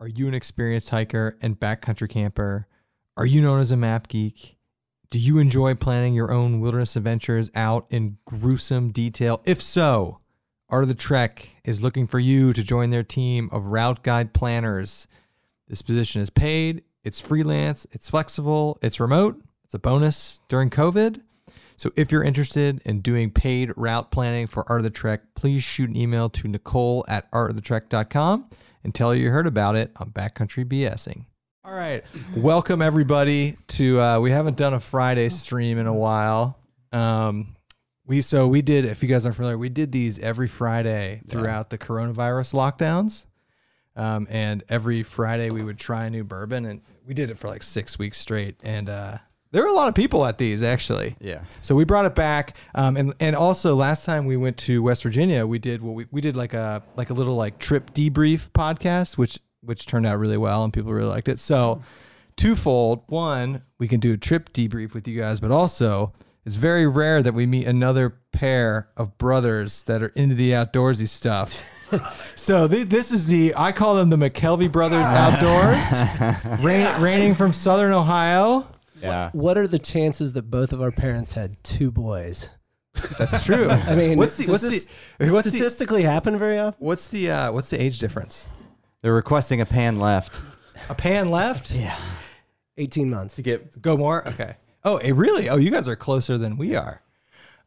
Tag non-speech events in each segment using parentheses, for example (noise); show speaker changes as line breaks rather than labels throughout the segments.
Are you an experienced hiker and backcountry camper? Are you known as a map geek? Do you enjoy planning your own wilderness adventures out in gruesome detail? If so, Art of the Trek is looking for you to join their team of route guide planners. This position is paid, it's freelance, it's flexible, it's remote, it's a bonus during COVID. So if you're interested in doing paid route planning for Art of the Trek, please shoot an email to Nicole at artofthetrek.com and tell her you heard about it on Backcountry BSing. All right, welcome everybody to. Uh, we haven't done a Friday stream in a while. Um, we so we did. If you guys aren't familiar, we did these every Friday throughout the coronavirus lockdowns. Um, and every Friday we would try a new bourbon, and we did it for like six weeks straight. And uh, there were a lot of people at these actually.
Yeah.
So we brought it back, um, and and also last time we went to West Virginia, we did what we, we did like a like a little like trip debrief podcast, which which turned out really well, and people really liked it. So twofold: one, we can do a trip debrief with you guys, but also it's very rare that we meet another pair of brothers that are into the outdoorsy stuff. so th- this is the I call them the McKelvey (laughs) brothers (laughs) outdoors, rain, raining from Southern Ohio.
Yeah.
What are the chances that both of our parents had two boys?
That's (laughs) true.
I mean,
what's the
does
what's
this
the what's the
statistically happen very often?
What's the uh, what's the age difference?
They're requesting a pan left.
A pan left? Yeah.
18 months.
Get go more. (laughs) Okay. Oh, eh, really? Oh, you guys are closer than we are.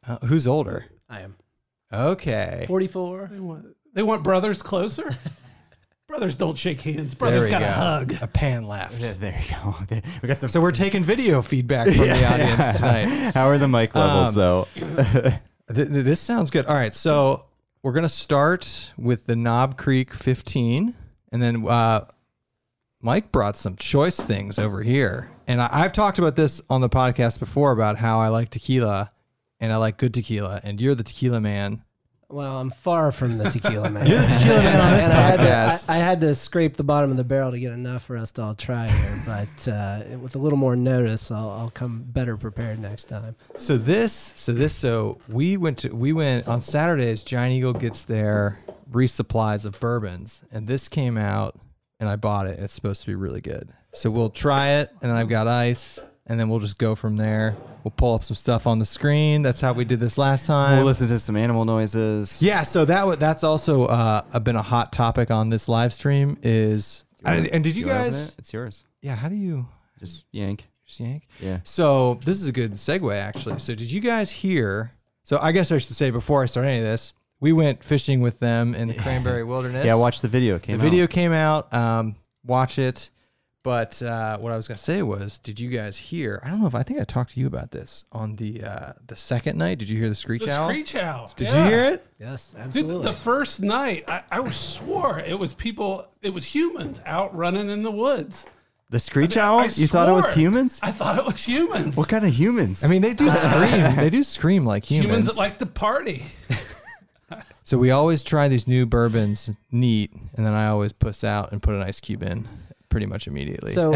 Uh, who's older?
I am
Okay.
44.
They want, they want brothers (laughs) closer. brothers don't shake hands. Brothers
we
got to hug.
A pan left.
There you go. (laughs) We got some.
So we're taking video feedback (laughs) from the audience tonight.
(laughs)
Um,
How are the mic levels though?
Th- th- this sounds good. All right, so we're gonna start with the Knob Creek 15, and then uh, Mike brought some choice things over here, and I- I've talked about this on the podcast before about how I like tequila, and I like good tequila, and you're the tequila man.
Well, I'm far from the
(laughs)
tequila man.
You're the tequila man on this
And I had,
podcast.
to, I, I had to scrape the bottom of the barrel to get enough for us to all try
(laughs)
here, but uh, with a little more notice, I'll, I'll come better prepared next time.
So this, so this, so we went to we went on Saturdays. Giant Eagle gets their resupplies of bourbons, and this came out, and I bought it. and It's supposed to be really good. So we'll try it, and then I've got ice, and then we'll just go from there. We'll pull up some stuff on the screen. That's how we did this last time.
We'll listen to some animal noises.
Yeah, so that w- that's also uh, been a hot topic on this live stream. Is and, and did you
Do I open
guys?
it? It's yours.
Yeah, how do you
Just yank.
just yank?
Yeah.
So this is a good segue, actually. So did you guys hear? So I guess I should say before I start any of this, we went fishing with them in the Cranberry
(laughs)
Wilderness.
Yeah. Watch the video. It came
the video came out. Um, watch it. But uh, what I was gonna say was, did you guys hear? I don't know if I think I talked to you about this on the uh, the second night. Did you hear the screech
The
owl?
screech owl.
did
Yeah.
you hear it?
Yes,
Dude,
absolutely.
the first night, I, I swore it was people, it was humans out running in the woods.
The screech
I
owl. you thought it was
swore
humans?
I thought it was humans.
what kind of humans?
I mean, they
(laughs)
do scream. They do scream like humans.
humans. that like to party. (laughs)
so we always try these new bourbons neat, and then I always puss out and put an ice cube in pretty much immediately. (laughs)
So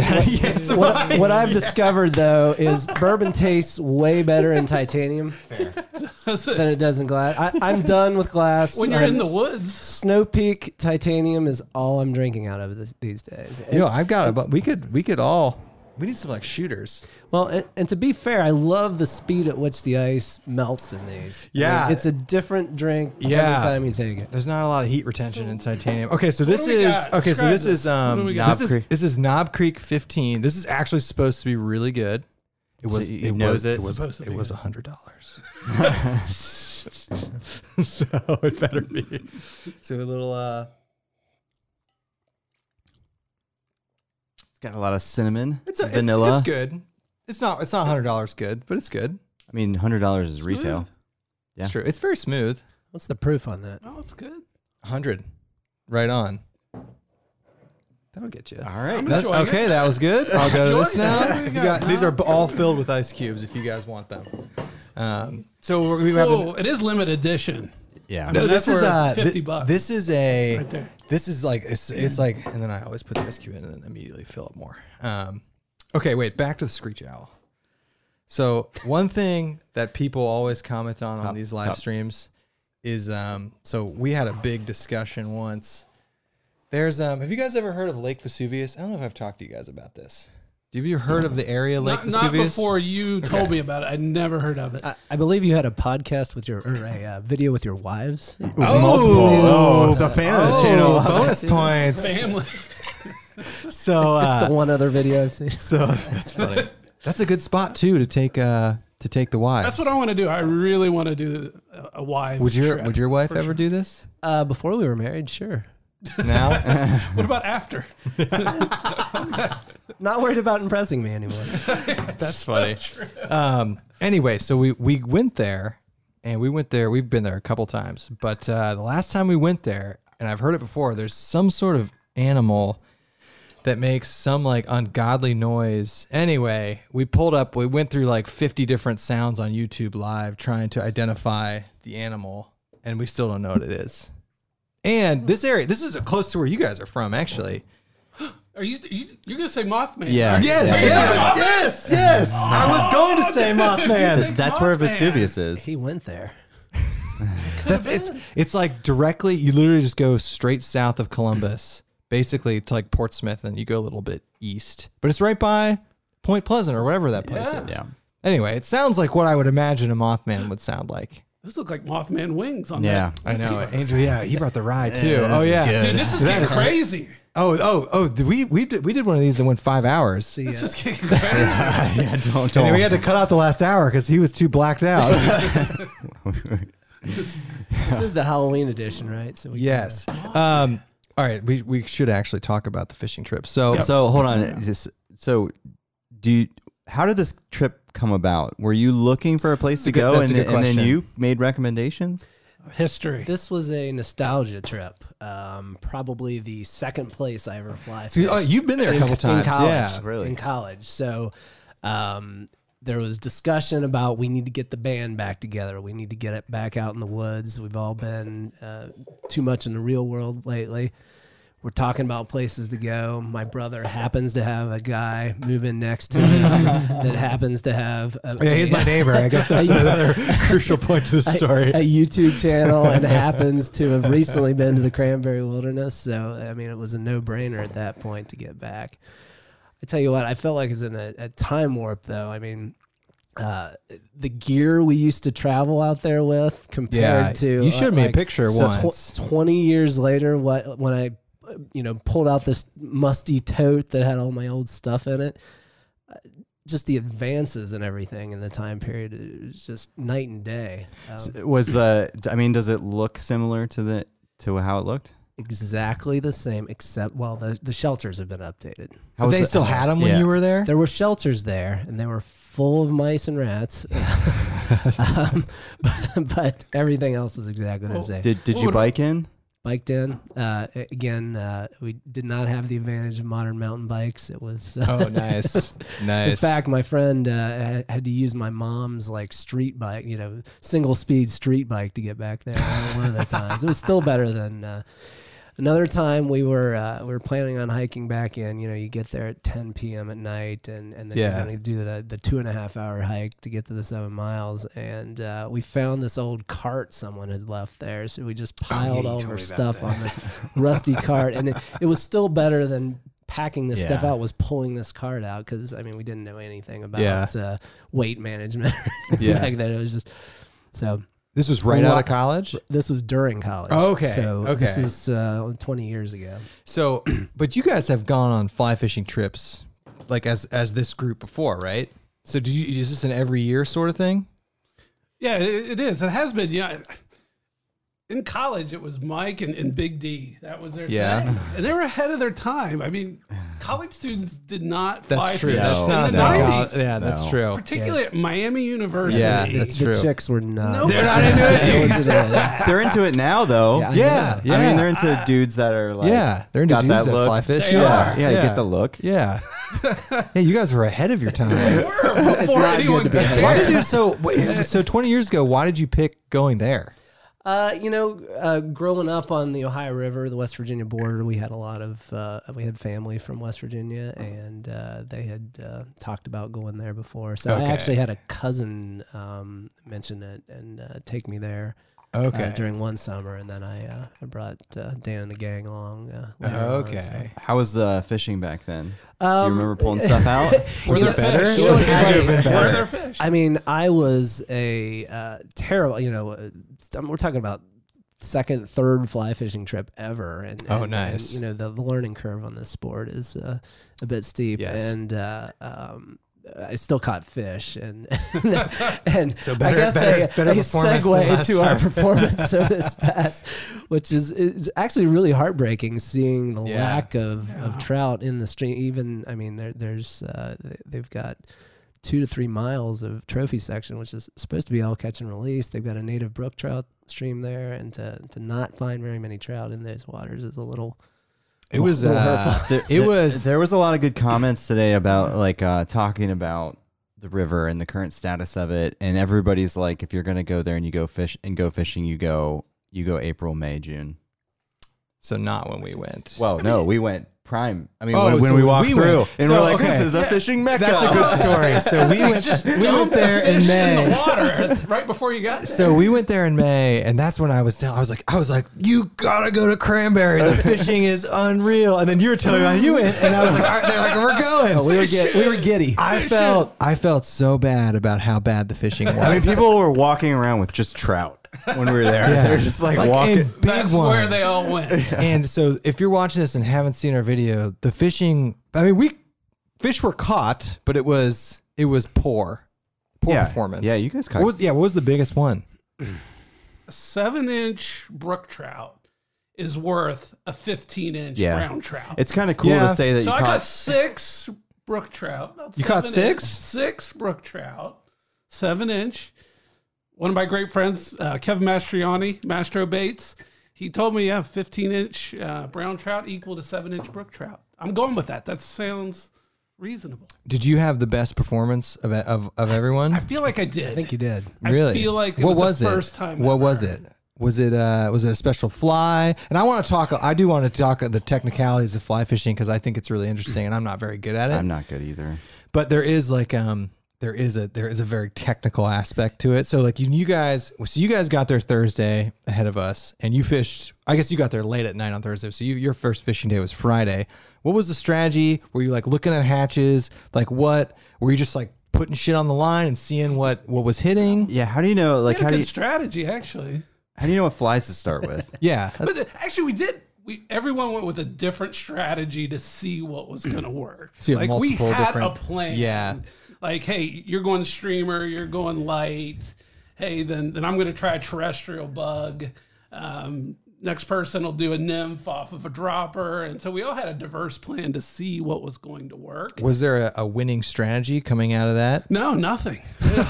what, what, what I've discovered though is bourbon tastes way better
(laughs)
in titanium than it does in glass. I, I'm done with glass.
when you're
I'm-
in the woods,
Snow Peak titanium is all I'm drinking out of this, these days. And-
Yo, I've got a. But we could we could all. We need some like shooters.
well, and, and to be fair, I love the speed at which the ice melts in these. I mean,
Yeah.
it's a different drink
Yeah.
every time you take it.
There's not a lot of heat retention in titanium. Okay, so
What
this
do we
is
got?
okay. So
Describe
this
this.
is um.
What do we
Knob
got?
Knob
this is
Creek.
this is Knob Creek 15. This is actually supposed to be really good. It
So
was.
you-
it,
you knows
was,
it.
it was.
Supposed to
It
be
was
good.
a hundred
(laughs)
dollars. (laughs) so it better be. So a little. uh
it's got a lot of cinnamon,
It's a, it's-
vanilla.
It's, good. It's not. It's not hundred dollars good, but it's good.
I mean, hundred dollars is retail. Yeah.
It's true. It's very smooth.
What's the proof on that?
oh, it's good.
hundred, right on. That'll get you.
All right.
That-
enjoying
okay, that was good. I'll go to this
Enjoying it.
now.
What do we
If you
got
got- these
now?
are b- all filled with ice cubes. If you guys want them, um, so we're, we have
Oh,
the,
it is limited edition.
Yeah.
No.
this
that's
is
worth
uh, thi-
50 bucks.
this is a
Right there.
this is like it's, it's like and then I always put the ice cube in and then immediately fill up more. Um, okay, wait, back to the screech owl. So one thing that people always comment on on these live
top.
streams is um, so we had a big discussion once There's um. Have you guys ever heard of Lake Vesuvius? I don't know if I've talked to you guys about this. Have you heard of the area Lake
Not, not
Vesuvius?
before you told me about it. I never heard of it.
I, I believe you had a podcast with your or a uh, video with your wives.
Oh.
Oh, it's a fan of the
Oh,
channel.
bonus points.
Family.
So uh,
the one other video I've seen.
so (laughs) that's funny. That's a good spot too to take uh to take the wives.
That's what I want to do. I really want to do a, a wives.
Would your
trip.
Would your wife ever do this?
Uh, before we were married, sure.
(laughs)
Now,
What about after?
Not worried about impressing me anymore.
that's funny. Um. Anyway, so we we went there, and we went there. We've been there a couple times, but uh, the last time we went there, and I've heard it before. There's some sort of animal that makes some like ungodly noise. Anyway, we pulled up. We went through like 50 different sounds on YouTube Live trying to identify the animal, and we still don't know what it is. And this area, this is close to where you guys are from, actually.
Are you, you you're gonna say Mothman?
Yeah.
aren't you?
Yes,
Yeah.
yes, (laughs) yes, yes. I was going
(laughs)
to say
Mothman.
That's where Vesuvius is.
he went there.
That's it's it's like directly. You literally just go straight south of Columbus, basically to like Portsmouth, and you go a little bit east. But it's right by Point Pleasant or whatever that place
Yeah.
is.
Yeah.
Anyway, it sounds like what I would imagine a Mothman would sound like.
Those look like Mothman wings on
Yeah.
that.
I know, Angel. Yeah, he brought the rye too. oh
is
yeah.
good.
Dude, this is getting crazy.
Oh oh oh. Did we we did, we did one of these that went five hours. And
This is
(laughs)
getting crazy.
(laughs) yeah, don't
then
don't.
we had to cut out the last hour because he was too blacked out.
This is the Halloween edition, right? So we
yes. Um. All right. We we should actually talk about the fishing trip. So
Oh, So hold on. Just, so do you, how did this trip come about? Were you looking for a place to
good-
go
that's
and,
a good
and then
question.
you made recommendations?
History.
This was a nostalgia trip. Um, probably the second place I ever fly.
So, oh,
fished
you've been there a
in-
couple times.
In college,
yeah.
really?
In college. So um, there was discussion about we need to get the band back together. We need to get it back out in the woods. We've all been uh, too much in the real world lately. We're talking about places to go. My brother happens to have a guy move in next to
(laughs)
him that happens to have a,
Oh, Yeah, he's my neighbor. I guess
(laughs)
that's another crucial point to the story.
a YouTube
(laughs)
channel and happens to have recently been to the Cranberry Wilderness. So, I mean, it was a no brainer at that point to get back. I tell you what, I felt like it was in a, a time warp, though. I mean, uh, the gear we used to travel out there with compared
Yeah,
to uh,
you showed me a
like-
picture
tw-
once.
Twenty years later, what when I, uh, you know, pulled out this musty tote that had all my old stuff in it, uh, just the advances and everything in the time period it was just night and day. Um,
Was the I mean, does it look similar to the to how it looked?
exactly the same except well the, the shelters have been updated
How
But
was
they
the-
still had him when
Yeah.
you were there?
there were shelters there and they were full of mice and rats um, (laughs) but, but everything else was exactly the
Well,
same
Did did
What
you
would-
bike in?
biked in uh, a- again uh, we did not have the advantage of modern mountain bikes it was uh, (laughs)
Oh, nice. nice.
in fact my friend uh, had- had to use my mom's like street bike you know single speed street bike to get back there
(laughs)
one of the times it was still better than uh, Another time we were uh, we were planning on hiking back in. You know, you get there at 10 p.m. at night, and and then
Yeah.
you're gonna do the the two and a half hour hike to get to the seven miles. And uh, we found this old cart someone had left there, so we
Oh,
just piled all of our stuff on this rusty cart, and it, it was still better than packing this stuff
Yeah.
out. Was pulling this cart out because I mean we didn't know anything about
Yeah.
uh, weight management (laughs)
Yeah.
back then. It was just so.
this was right
Well,
out of college.
This was during college.
Oh, Okay,
So this
okay.
is uh, 20 years ago.
So, (clears throat) but you guys have gone on fly fishing trips, like as as this group before, right? So, do you is this an every year sort of thing?
Yeah, it, it is. It has been. Yeah. In college, it was Mike and, and Big D. That was their
Yeah.
thing. And they were ahead of their time. I mean, college students did not
That's
fly
true.
through
No.
That's not
in the
that
90s.
Yeah, that's
No.
true.
Particularly at Miami University.
Yeah,
The,
that's
the
true.
chicks were not.
Nope. They're
(laughs)
not
They
into it.
were today.
They're into it now though.
Yeah, I
Yeah, yeah.
I mean, they're into dudes that are like
yeah, they're into
got
dudes
that
that
look.
fly fish.
They
yeah,
are.
yeah, you get the look.
yeah. (laughs) yeah, you guys were ahead of your time.
(laughs)
They
(laughs)
were Before anyone cared.
why did you so? (laughs) wait, So twenty years ago, why did you pick going there?
Uh, you know, uh, growing up on the Ohio River, the West Virginia border, we had a lot of uh, we had family from West Virginia,
Oh.
and uh, they had uh, talked about going there before. So
Okay.
I actually had a cousin um, mention it and uh, take me there. uh,
Okay.
during one summer, and then I uh, I brought uh, Dan and the gang along. Uh, later on, so-
okay.
How was the fishing back then? Do you
Um,
remember pulling
(laughs)
stuff out?
Were there
better?
fish?
You
know
Were
(laughs)
what's
there
funny?
fish? Were
Better.
there fish?
I mean, I was a uh, terrible. You know, uh, st- we're talking about second, third fly fishing trip ever, and
Oh,
and-
nice.
And, you know, the, the learning curve on this sport is uh, a bit steep,
Yes.
and uh, um, I still caught fish, and (laughs) and
So better-
I guess
better-
a,
better
a
performance than
segue
last
to our
time. (laughs)
performance of this past, which is it's actually really heartbreaking seeing the
Yeah.
lack of, of trout in the stream. Even I mean, there, there's uh, they- they've got two to three miles of trophy section, which is supposed to be all catch and release. They've got a native brook trout stream there, and to to not find very many trout in those waters is a little.
It was.
(laughs)
Uh,
There,
It
th-
was-
There was a lot of good comments today about like uh, talking about the river and the current status of it, and everybody's like, if you're gonna go there and you go fish and go fishing, you go you go April, May, June.
so not when we went.
Well, no, we went prime. I mean,
Oh,
when, when
so
we walked
we
through,
went-
and
so,
we're like,
okay.
this is a fishing mecca.
that's a good story. So we went.
Just
we went
dumped
there
the
in
fish
May.
in the water right before you got there.
so we went there in May, and that's when I was telling. I was like, I was like, you gotta go to Cranberry. The fishing is unreal. And then you were telling me how you went, and I was like, all right, they're like, we're going.
We were, get, we were giddy.
I felt I felt so bad about how bad the fishing was.
(laughs) I mean, people were walking around with just trout when we were there.
Yeah.
(laughs) They're just like,
Like,
walking.
and big
That's
ones.
where they all went.
And so, if you're watching this and haven't seen our video, the fishing. I mean, we fish were caught, but it was it was poor, poor
Yeah.
performance.
Yeah, you guys caught-
What was, yeah, what was the biggest one?
seven inch brook trout is worth a 15 inch
Yeah.
brown trout.
It's kind of cool
Yeah.
to say that
so
you
I caught
caught.
six brook trout. about
You caught
seven
six?
inch- six brook trout, seven inch. One of my great friends, uh, Kevin Mastriani, Mastro Baits, he told me, yeah, 15 inch uh, brown trout equal to seven inch brook trout. I'm going with that. That sounds reasonable.
Did you have the best performance of of, of everyone?
I feel like I did.
I think you did.
really?
I feel like it
what
was,
was,
the
it?
first time.
What
ever.
was it? Was it uh was it a special fly? And I want to talk. I do want to talk the technicalities of fly fishing because I think it's really interesting, and I'm not very good at it.
I'm not good either.
but there is like um there is a there is a very technical aspect to it so like you, you guys so you guys got there thursday ahead of us and you fished i guess you got there late at night on thursday so you, your first fishing day was friday what was the strategy were you like looking at hatches like what were you just like putting shit on the line and seeing what what was hitting
Yeah, how do you know? Like,
We had
how
a
do
good
you,
strategy, actually.
how do you know what flies to start (laughs) with?
yeah
But uh, actually, we did. We everyone went with a different strategy to see what was going to work.
Mm. So you have
like we
multiple
had
different-
a plan.
Yeah.
Like, hey, you're going streamer. You're going light. Hey, then then I'm going to try a terrestrial bug. Um, next person will do a nymph off of a dropper, and so we all had a diverse plan to see what was going to work.
was there a, a winning strategy coming out of that
No, nothing. no,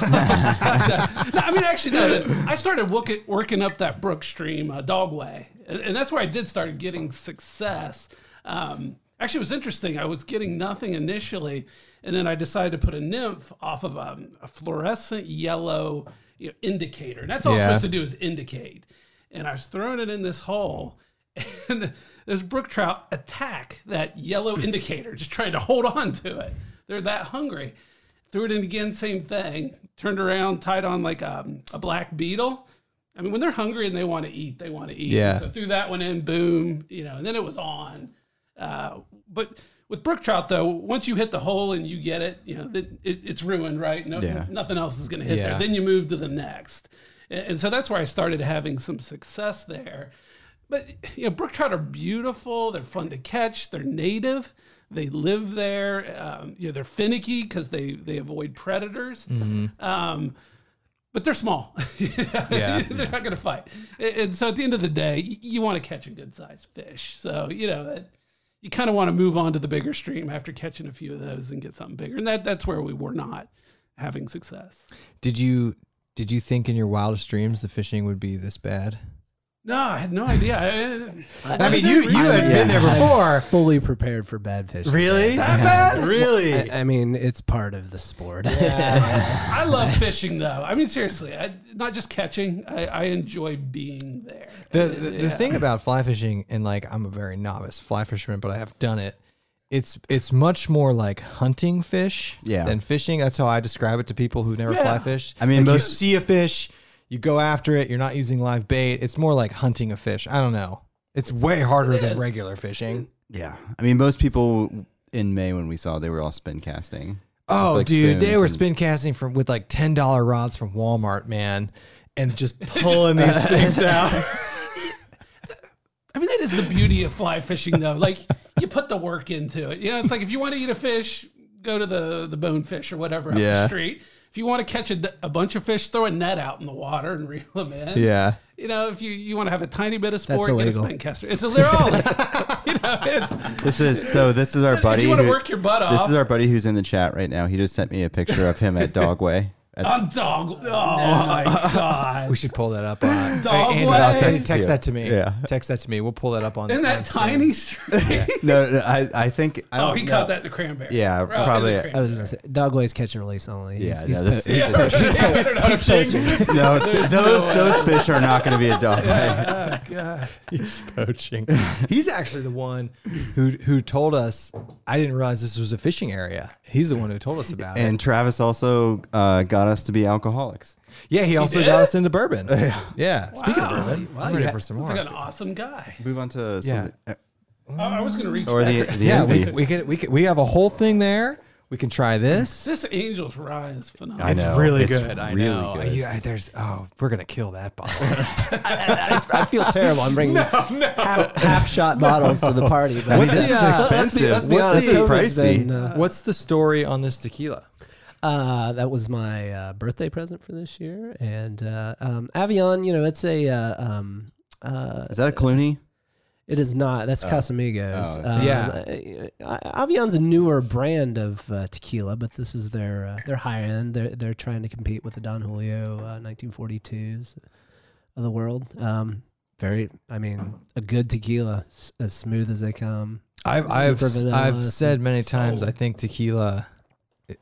I mean, actually, no. that- I started work working up that brook stream uh, Dogway, and, and that's where I did start getting success. Um, actually, it was interesting. I was getting nothing initially, and then I decided to put a nymph off of um, a fluorescent yellow you know, indicator, and that's all it's
Yeah.
supposed to do is indicate. And I was throwing it in this hole. (laughs) And this brook trout attack that yellow indicator, just trying to hold on to it. They're that hungry threw it in again, same thing. Turned around, tied on like um, a black beetle. I mean, when they're hungry and they want to eat, they want to eat.
Yeah.
So threw that one in, boom, you know, and then it was on. Uh, but with brook trout, though, once you hit the hole and you get it, you know, it, it, it's ruined, right? No,
Yeah.
nothing else is going to hit
Yeah.
there. Then you move to the next, and, and so that's where I started having some success there. But you know, brook trout are beautiful. They're fun to catch. They're native. They live there. Um, you know, they're finicky because they they avoid predators. Um, but they're small. (laughs)
Yeah.
they're not going to fight. And- And so at the end of the day, y- you want to catch a good sized fish. So you know that you kind of want to move on to the bigger stream after catching a few of those and get something bigger. And that that's where we were not having success.
did you did you think in your wildest dreams the fishing would be this bad
No, I had no idea. I,
i mean you you had been there before
Fully prepared for bad fishing. uh,
really (laughs) really
I, I mean, it's part of the sport.
I love fishing though. I mean, seriously, I, not just catching. I, I enjoy being there.
the, the, the thing about fly fishing and like i'm a very novice fly fisherman but i have done it it's it's much more like hunting fish
Yeah.
than fishing that's how i describe it to people who've never
Yeah.
fly fished
I mean,
Like, you
most-
see a fish You go after it. You're not using live bait. It's more like hunting a fish. I don't know. It's way harder than regular fishing.
Yeah. I mean, most people in May when we saw, they were all spin casting.
Oh,
like
dude, they
spoons
were
and-
spin casting from with like ten dollar rods from Walmart, man, and just pulling these things out.
I mean, that is the beauty of fly fishing, though. Like, you put the work into it. You know, it's like if you want to eat a fish, go to the, the bonefish or whatever up
Yeah.
the street. If you want to catch a, a bunch of fish, throw a net out in the water and (laughs) reel them in.
Yeah,
You know, if you, you want to have a tiny bit of sport, get a
illegal.
spin caster. It's a, they're all, (laughs) you know, it's,
This is so. This is our buddy.
if you want to
who-
work your butt off
this is our buddy who's in the chat right now. He just sent me a picture of him at Dogway. At
(laughs) on dog. Oh, my
(laughs)
God.
we should pull that up.
(laughs)
On
Dog
Andy,
way.
I'll text, text
Yeah.
that to me.
Yeah.
text that to me. We'll pull that up on.
(laughs) In
on
that
stream.
(laughs)
tiny street.
no, no, I, I think. I
(laughs) Oh,
don't
he
know.
caught that in the cranberry.
Yeah,
Right, in the
probably- I
(laughs) I
cranberry.
was gonna say Dogway's catch and release only.
Yeah,
He's-
no,
he's
this,
pissed. (laughs)
these
Yeah,
are-
yeah, I don't know if she- (laughs)
no, th- those those fish are not going to be at Dogway.
Oh, God.
He's poaching. He's actually the one who who told us. I didn't realize this was a fishing area. He's the one who told us about it.
And Travis also uh, got us to be alcoholics.
Yeah, he also got us into bourbon. Yeah. Speaking of
Wow.
bourbon, I'm ready for some
Sounds
more. Mm.
like an awesome guy.
Move on to something- uh,
I, I was going to reach
Oh.
or the
back.
the
yeah,
envy.
we, we can we can, we have a whole thing there. We can try this.
This Angel's Rye is
I
phenomenal.
It's
know.
really
It's
good. I
really
know.
good.
Yeah, there's oh, we're gonna kill that bottle.
I feel terrible. I'm
(laughs)
bringing half, half shot bottles to the party. But
What's
this
the,
is
uh,
expensive.
let's be honest,
this is
COVID's
pricey.
been, uh,
What's the story on this tequila?
Uh, that was my uh, birthday present for this year, and uh, um, Avion, you know, it's a uh, um, uh,
is that a Clooney?
it is not. That's Casamigos.
Oh,
um,
Yeah.
uh, Avion's a newer brand of uh, tequila, but this is their uh, their high end. They're they're trying to compete with the Don Julio uh, 1942s of the world. Um, very, I mean, a good tequila, s- as smooth as they come.
I've I've,
Super vanilla.
I've said many times I think tequila,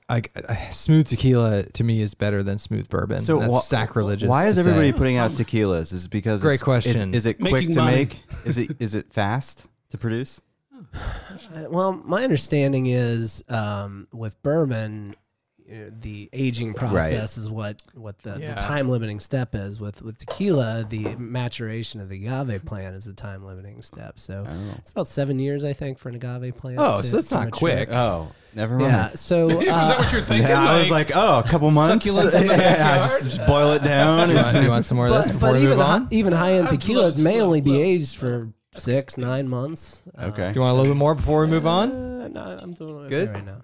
I, I- smooth tequila to me is better than smooth bourbon. So that's
wha-
sacrilegious.
Why is
to say.
everybody putting out tequilas? Is it because
Great
it's-
question.
Is, is it quick
Making
to
money.
make? Is it is it fast to produce?
Uh, Well, my understanding is um, with bourbon, uh, the aging process is what what the, the
Yeah.
time limiting step is. With with tequila, the maturation of the agave plant is the time limiting step. So it's about seven years, I think, for an agave plant.
Oh,
to-
so that's
to
not
mature.
quick.
Oh, never mind.
Yeah.
(laughs)
So
is that
uh,
what you're thinking?
Yeah, I was like, oh, a couple months.
Succulents in the
(laughs) yeah,
backyard.
just, just boil it down.
Do you, want,
(laughs)
do you want some more of this
but,
before
but
we move
even
on?
hi- even high end
I'd love-
tequilas may
love-
only be
love-
aged for six nine months. Uh,
okay.
Do you want a little bit more before we move on?
uh, no, I'm doing okay
Good?
right now.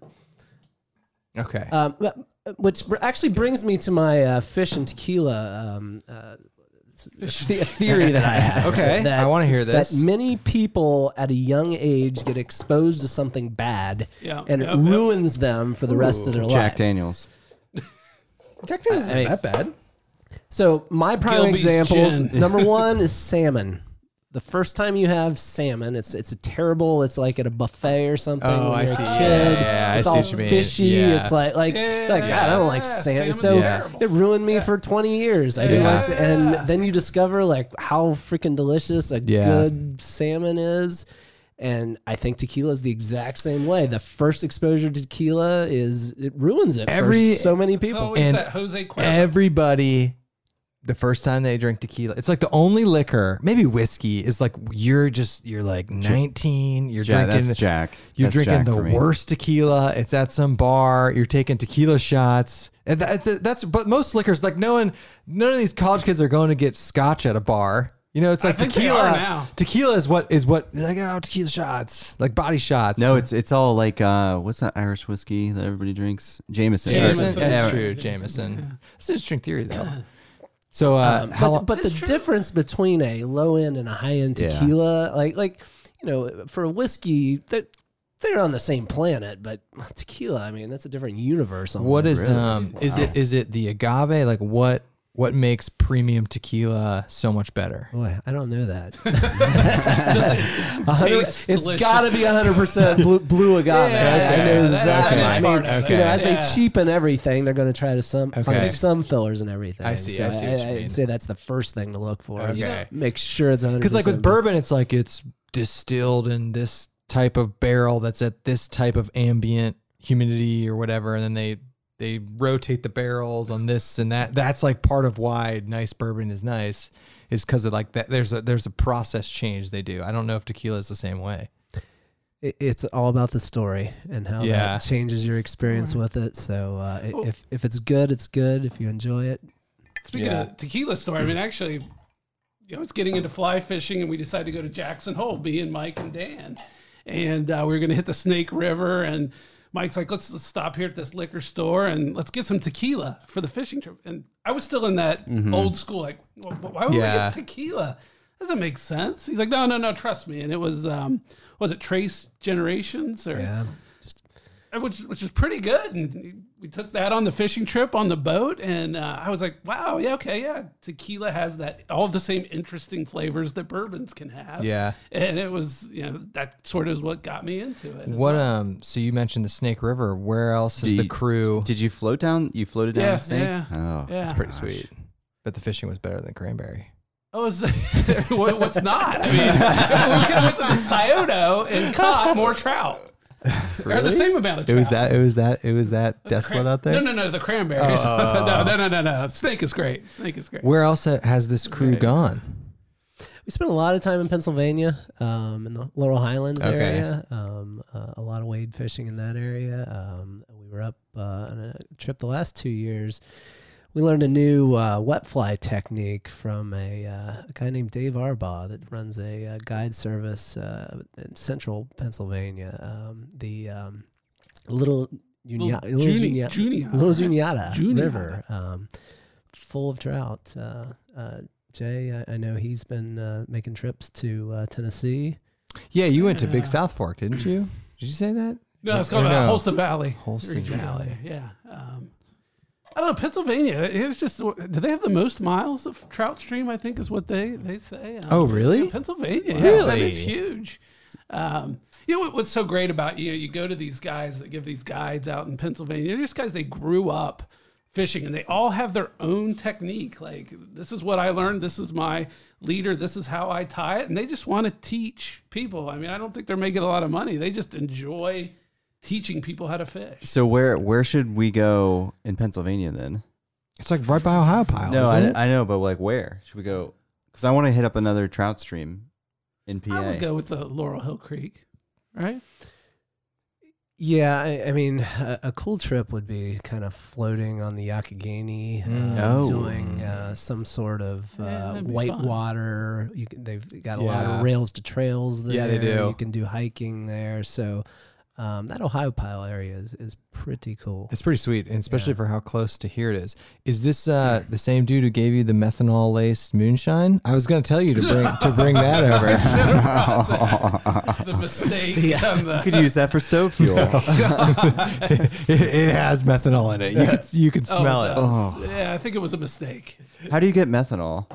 Okay.
Um, but- which br- actually brings me to my uh, fish and tequila um, uh, the- a theory that I
(laughs)
have.
Okay,
that-
I want to hear this.
That many people at a young age get exposed to something bad,
Yeah.
and
Yep,
it
yep.
ruins them for the rest of their
Jack
life.
Daniels.
Technically, it's
I mean-
not that bad.
So my prime
Gilby's
examples.
gin.
(laughs) number one is salmon. The first time you have salmon, it's it's a terrible. It's like at a buffet or something.
Oh,
when
I
you're a
see.
Kid.
Yeah, yeah, I
it's
see
all
what you mean.
fishy.
Yeah.
It's like like,
Yeah,
like God, I don't like
yeah,
salmon.
salmon's
So
terrible.
it ruined me for twenty years. I do
Yeah.
like, sa- and then you discover like how freaking delicious a
Yeah.
good salmon is. And I think tequila is the exact same way. The first exposure to tequila is it ruins it
Every-
for so many
It's
people.
always
And
that Jose Cuervo.
Everybody, the first time they drink tequila, it's like the only liquor, maybe whiskey, is like you're just you're like 19, you're
Jack,
drinking
that's Jack.
You're
That's
drinking
Jack
the
for me.
worst tequila. It's at some bar. You're taking tequila shots. And that's, that's but most liquors like no one none of these college kids are going to get scotch at a bar. You know, it's like
think they
tequila.
are now.
Tequila is what is what like oh tequila shots like body shots.
No, it's it's all like uh, what's that Irish whiskey that everybody drinks? Jameson.
Jameson.
Jameson.
Yeah,
That's
Yeah.
true. Jameson. That's an interesting theory though. So uh, how
Um, but,
long?
but the difference between a low end and a high end
Yeah.
tequila, like like you know, for a whiskey, they're, they're on the same planet, but tequila, I mean, that's a different universe. Almost.
What is um is it is it the agave like what what makes premium tequila so much better?
Boy, I don't
(laughs)
know that. (laughs)
Tastes
it's
delicious.
got to be 100 percent blue, blue agave.
Yeah,
I, I
okay,
know that.
okay,
I mean,
okay.
you know, as
Yeah.
they cheapen everything, they're going to try to some
Okay.
find some fillers and everything.
I see,
So
I see what you mean.
I'd say that's the first thing to look for. is
Okay.
Make sure it's 100.
Because like with bourbon, it's like it's distilled in this type of barrel that's at this type of ambient humidity or whatever, and then they they rotate the barrels on this and that. That's like part of why nice bourbon is nice, is because of like that. There's a there's a process change they do. I don't know if tequila is the same way.
It- It's all about the story and how
Yeah.
that changes your experience with it. So uh, i-
Oh.
if if it's good, it's good. If you enjoy it,
Speaking of tequila store, I mean, actually, you know, it's getting into fly fishing, and we decided to go to Jackson Hole, me and Mike and Dan, and uh, we were going to hit the Snake River, and Mike's like, let's, let's stop here at this liquor store and let's get some tequila for the fishing trip. And I was still in that old school, like, "Wh- wh- why would
Yeah.
we get tequila? Doesn't make sense. He's like, no, no, no, trust me. And it was, um, was it Trace Generations or
yeah,
uh, which which was pretty good. And we took that on the fishing trip on the boat, and uh, I was like, "Wow, yeah, okay, yeah." Tequila has that all the same interesting flavors that bourbons can have.
Yeah.
and it was you know that sort of is what got me into it. as
What
well.
um? So you mentioned the Snake River. Where else is
Do
the
you-
crew?
Did you float down? You floated down
Yeah,
the snake?
yeah,
Oh,
yeah.
It's pretty sweet. But the fishing was better than cranberry.
Oh, is (laughs) what, what's not? I mean, we could have went to the Scioto and caught more trout, or the same amount of
It
trout.
was that. It was that. It was that desolate
Cran-
out there. Oh.
No, no, no, the cranberries. (laughs) no, no, no, no, no. Snake is great. Snake is great.
Where else ha- has this crew gone?
we spent a lot of time in Pennsylvania, um, in the Laurel Highlands
Okay.
area. Um, uh, a lot of wade fishing in that area. Um, we were up uh, on a trip the last two years. We learned a new uh, wet fly technique from a, uh, a guy named Dave Arbaugh that runs a, uh guide service uh, in central Pennsylvania. Um, the um, little Junia,
Little
little
Juni-
Junia,
Juniata,
little
right?
Juniata
Juniata.
River, um, full of trout. Uh, uh, Jay, I, I know he's been uh, making trips to uh, Tennessee.
Yeah, you went to Big
Yeah.
South Fork, didn't you? Did you say that?
No, it's called
Or
uh,
no.
Holston Valley.
Holston
Region down
Valley.
there, Yeah. Um, I don't know Pennsylvania. It's just do they have the most miles of trout stream? I think is what they they say. Um,
Oh, really?
yeah, Pennsylvania.
Really?
Yeah, I mean, it's huge. Um, you know what, what's so great about you know you go to these guys that give these guides out in Pennsylvania. They're just guys they grew up fishing and they all have their own technique. Like this is what I learned. This is my leader. This is how I tie it. And they just want to teach people. I mean, I don't think they're making a lot of money. They just enjoy teaching people how to fish.
So where where should we go in Pennsylvania then?
It's like right by Ohio Pile.
no,
isn't it?
I, I know, but like where should we go? Because I want to hit up another trout stream in PA.
I would go with the Laurel Hill Creek, right?
Yeah, I, I mean, a, a cool trip would be kind of floating on the Yakagani,
Mm.
uh,
Oh.
doing uh, some sort of
Yeah,
uh,
that'd be
white
fun.
water. You can, they've got a lot
Yeah.
of rails to trails there.
Yeah, they do.
You can do hiking there. So um, that Ohio Pile area is, is pretty cool.
It's pretty sweet, and especially for how close to here it is. Is this uh, the same dude who gave you the methanol laced moonshine? I was going to tell you to bring to bring that over.
(laughs)
(laughs)
The mistake. and the-
You could use that for stove fuel.
it, it has methanol in it. You could, you could (laughs)
oh,
smell
does.
it.
Yeah, I think it was a mistake.
(laughs) How do you get methanol?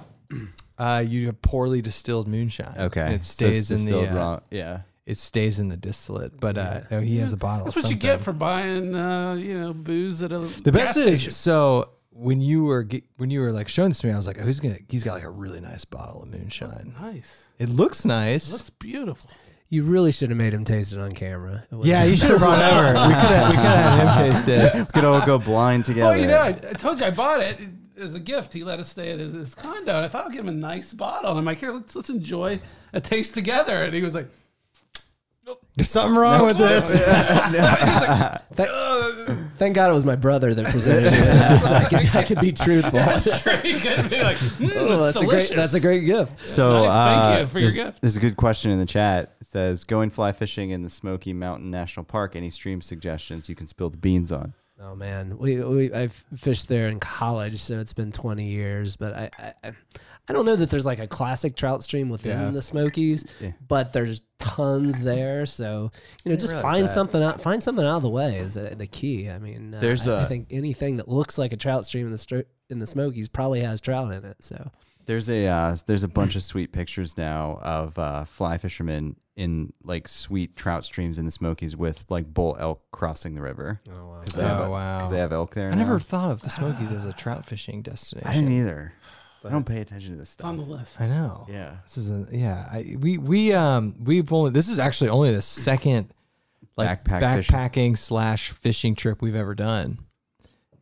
Uh, you have poorly distilled moonshine. and it
So
stays
it's
in
distilled
the uh,
raw- Yeah.
it stays in the distillate. But uh, no, he has a bottle.
That's
of
what you get
something.
for buying, uh, you know, booze at a
The best
gas
is
station.
so when you were ge- when you were like showing this to me, I was like, oh, he's gonna he's got like a really nice bottle of moonshine.
nice.
It looks nice.
Looks beautiful.
You really should have made him taste it on camera. It
yeah,
would've-
you should have brought it over. We could have we could have had him taste it.
(laughs) we could all go blind together.
Well, Oh, you know, I, I told you I bought it as a gift. He let us stay at his, his condo, and I thought I'll give him a nice bottle. And I'm like, here, let's let's enjoy a taste together. And he was like, (laughs)
There's something wrong with this.
"Oh,
Thank God it was my brother that presented it. so I could, I could be truthful. (laughs)
straight and be like, mm,
Oh,
that's
that's a great.
delicious.
That's a great gift.
so
Nice, thank
uh,
you for your
there's,
gift.
there's a good question in the chat. It says, going fly fishing in the Smoky Mountain National Park. Any stream suggestions you can spill the beans on?
Oh man, we, we I've fished there in college, so it's been 20 years. But I I- I, I don't know that there's like a classic trout stream within
Yeah.
the Smokies,
Yeah.
but there's tons there. So you know, just
realize
find
that.
something out. Find something out of the way is the, the key. I mean, uh,
There's
I- I
a-
think anything that looks like a trout stream in the stro- in the Smokies probably has trout in it. So
There's a uh, there's a bunch of sweet pictures now of uh, fly fishermen in like sweet trout streams in the Smokies with like bull elk crossing the river. Oh wow! Cause they,
(laughs)
have,
Oh, wow.
Cause they have elk there.
I never
now.
thought of the Smokies as a trout fishing destination.
I didn't either. I don't pay attention to this
It's on
stuff.
the list.
I know.
Yeah.
This is a yeah. I, we we um we've only this is actually only the second like
Backpack fishing.
backpacking slash fishing trip we've ever done.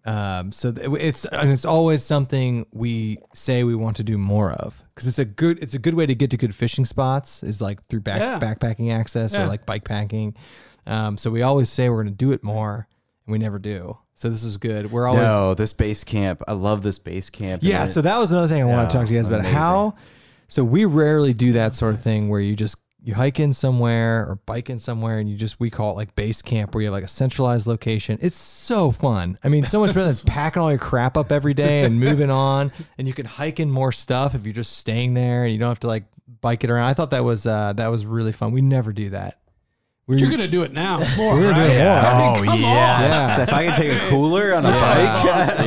Um, so th- it's and it's always something we say we want to do more of because it's a good it's a good way to get to good fishing spots is like through back
Yeah.
backpacking access
Yeah.
or like bike packing. Um, so we always say we're going to do it more and we never do. So this is good. We're always
No, this base camp. I love this base camp. and
yeah,
it-
so that was another thing I want to
Yeah,
talk to you guys about.
amazing.
How so we rarely do that sort of thing where you just you hike in somewhere or bike in somewhere and you just we call it like base camp where you have like a centralized location. It's so fun. I mean, so much better than packing all your crap up every day and moving on and you can hike in more stuff if you're just staying there and you don't have to like bike it around. I thought that was uh that was really fun. We never do that. We
You're gonna do it now. More,
We're gonna do it
right?
more.
I
Oh
mean, come on.
yes. If I can take
(laughs)
a cooler on a bike,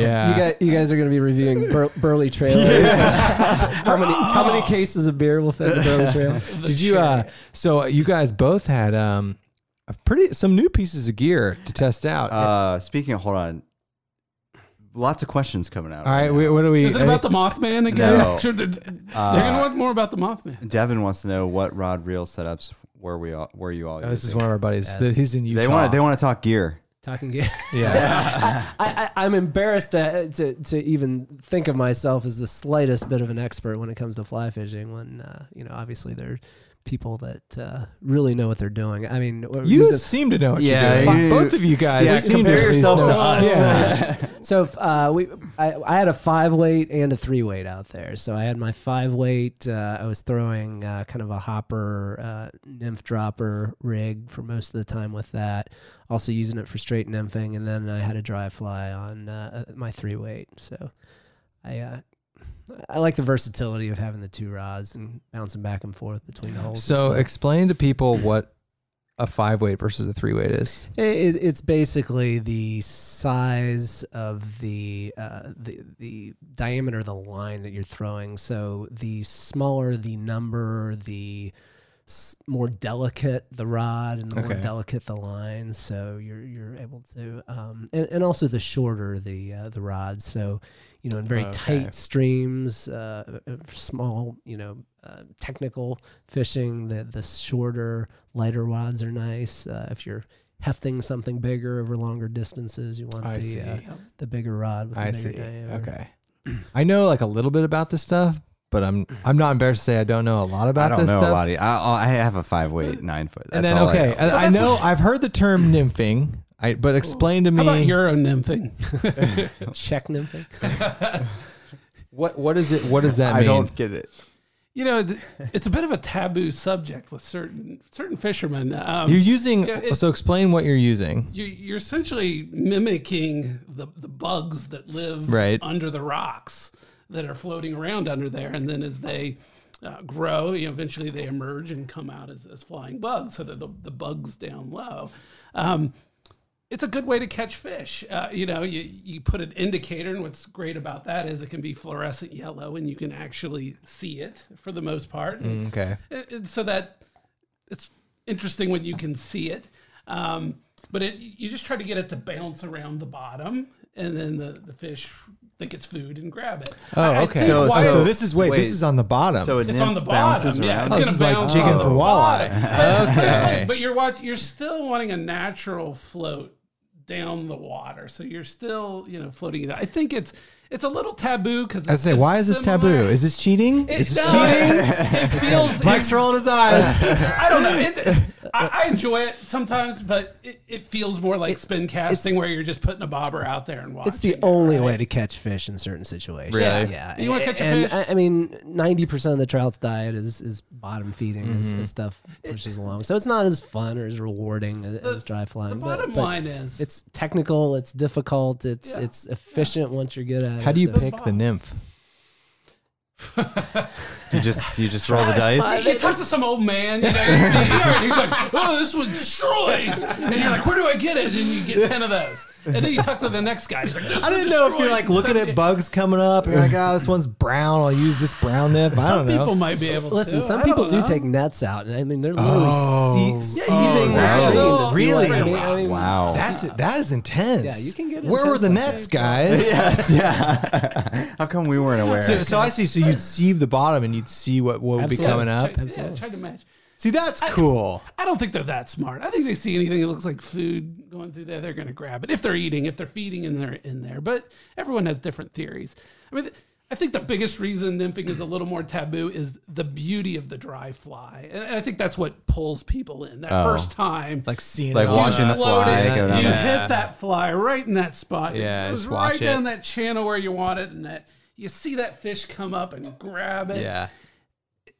(laughs)
(laughs)
yeah.
You guys, you guys are going to be reviewing Bur-
(laughs)
Burley Trail. (laughs) how many how many cases of beer will fit in the Burley Trail?
The
Did you? Uh, so you guys both had um, a pretty some new pieces of gear to test out.
Uh, speaking of, hold on. Lots of questions coming out.
All right,
now.
we, what do we? uh,
Is it about the Mothman again? (laughs)
No.
Sure, they're, they're gonna want more about the Mothman.
Uh, Devin wants to know what rod reel setups were we all were you all
Oh, this is
using?
one of our buddies. The- he's in Utah.
they want they want to talk gear.
(laughs) Talking gear.
(laughs) yeah.
I, I, I'm embarrassed to, to to even think of myself as the slightest bit of an expert when it comes to fly fishing. When uh, you know, obviously there are people that uh, really know what they're doing. I mean,
(laughs)
we're
You
using-
seem to know what
Yeah,
you're doing.
you-
both of you guys.
yeah,
seem
compare
to at least
yourself
know
to
what-
us.
Yeah.
(laughs)
so if, uh, we I, I had a five weight and a three weight out there. So I had my five weight. Uh, I was throwing uh, kind of a hopper uh, nymph dropper rig for most of the time with that. Also using it for straight nymphing, and then I had a dry fly on uh, my three weight. So I. Uh, I like the versatility of having the two rods and bouncing back and forth between the holes. and
So
stuff.
explain to people what a five weight versus a three weight is.
It, it- it's basically the size of the, uh, the the diameter of the line that you're throwing. So the smaller the number, the s- more delicate the rod, and the
Okay.
more delicate the line. So you're you're able to, um, and, and also the shorter the uh, the rod. So you know, in very
Oh, Okay.
tight streams, uh, uh, small you know, uh, technical fishing, the the shorter lighter rods are nice. Uh, if you're hefting something bigger over longer distances. You want
I
the
see.
Uh, the bigger rod with the
I
bigger
see.
diameter.
Okay. I know like a little bit about this stuff, but I'm I'm not embarrassed to say I don't know a lot
I
about
don't
this
know
stuff.
a lot. Of, I I have a five weight nine foot. That's
and then
all I
okay, uh,
know.
I, I know I've heard the term nymphing. I, but explain to me
How about Euro nymphing?
(laughs)
Check nymphing. (laughs)
What what is it? What does that
(laughs) I
mean?
don't get it.
You know, th- it's a bit of a taboo subject with certain certain fishermen. Um,
You're using.
Yeah, it-
so explain what you're using.
you, you're essentially mimicking the, the bugs that live
Right.
under the rocks that are floating around under there. And then as they uh, grow, you know, eventually they emerge and come out as, as flying bugs. So they're the, the bugs down low. Um, it's a good way to catch fish. Uh, you know, you, you put an indicator, and what's great about that is it can be fluorescent yellow, and you can actually see it for the most part. And-
Okay.
and- and Uh, so that it's interesting when you can see it. Um, but it, you just try to get it to bounce around the bottom, and then the, the fish think it's food and grab it.
Oh,
I- I
okay.
think
So,
why-
so this is wait,
wait.
This is on the bottom.
So
So
it
it's on the bottom. Yeah, it's
Oh,
gonna
this is like
bounce
chicken
on the
for walleye.
bottom.
Okay.
(laughs) but you're watch, You're still wanting a natural float down the water, so you're still you know floating it. I think it's it's a little taboo because
I say, why is this taboo? Is this cheating?
it,
Is this
no,
cheating?
It, it feels
(laughs) Mike's rolling his eyes.
I don't know. It, I, I enjoy it sometimes, but it, it feels more like spin casting where you're just putting a bobber out there and watching.
It's the
it,
only
right?
way to catch fish in certain situations.
Really?
Yeah.
You wanna catch a
and,
fish?
I, I mean, ninety percent of the trout's diet is is bottom feeding as,
Mm-hmm.
as stuff pushes along. So it's not as fun or as rewarding as, as dry flying.
The
but-
bottom
but
line is,
It's technical. It's difficult. It's
Yeah.
it's efficient once you're good at it.
How do you
so-
pick the nymph?
You just you just
(laughs)
roll the dice.
it talks to some old man, you know, he's, and he's like, "Oh, this one destroys," and you're like, "Where do I get it?" And you get ten of those, and then you talk to the next guy. He's like, this
I
one
didn't know if
destroys."
you're like looking
Some-
at bugs coming up. You're like, oh, this one's brown. I'll use this brown nymph. I
Some
don't
people
know.
might be able.
Listen,
to.
some
I don't
people do
know.
take nets out, and I mean they're literally
Oh.
sea-
Yeah,
seething
yeah,
the stream
wow.
to see
Really?
what- I mean- I mean,
Wow.
That's it. That is intense.
Yeah, you can get
Where were
intense
the
like
nets, guys?
yes.
(laughs)
Yeah. How come we weren't aware?
(laughs)
So, so I see. So you'd sieve the bottom and you'd see what what would be
Absolutely.
coming up.
Try, yeah,
Absolutely.
try to match.
See, that's cool.
I don't think they're that smart. I think they see anything that looks like food going through there, they're going to grab it. If they're eating, if they're feeding, and they're in there. But everyone has different theories. I mean, I think the biggest reason nymphing is a little more taboo is the beauty of the dry fly, and I think that's what pulls people in that
Oh.
first time.
Like seeing
Like
it all
watching the
unfold.
fly
Yeah.
go
You
down
Yeah.
there.
hit that fly right in that spot.
Yeah,
it goes
just watch
right down
it.
that channel where you want it, and that you see that fish come up and grab it.
Yeah.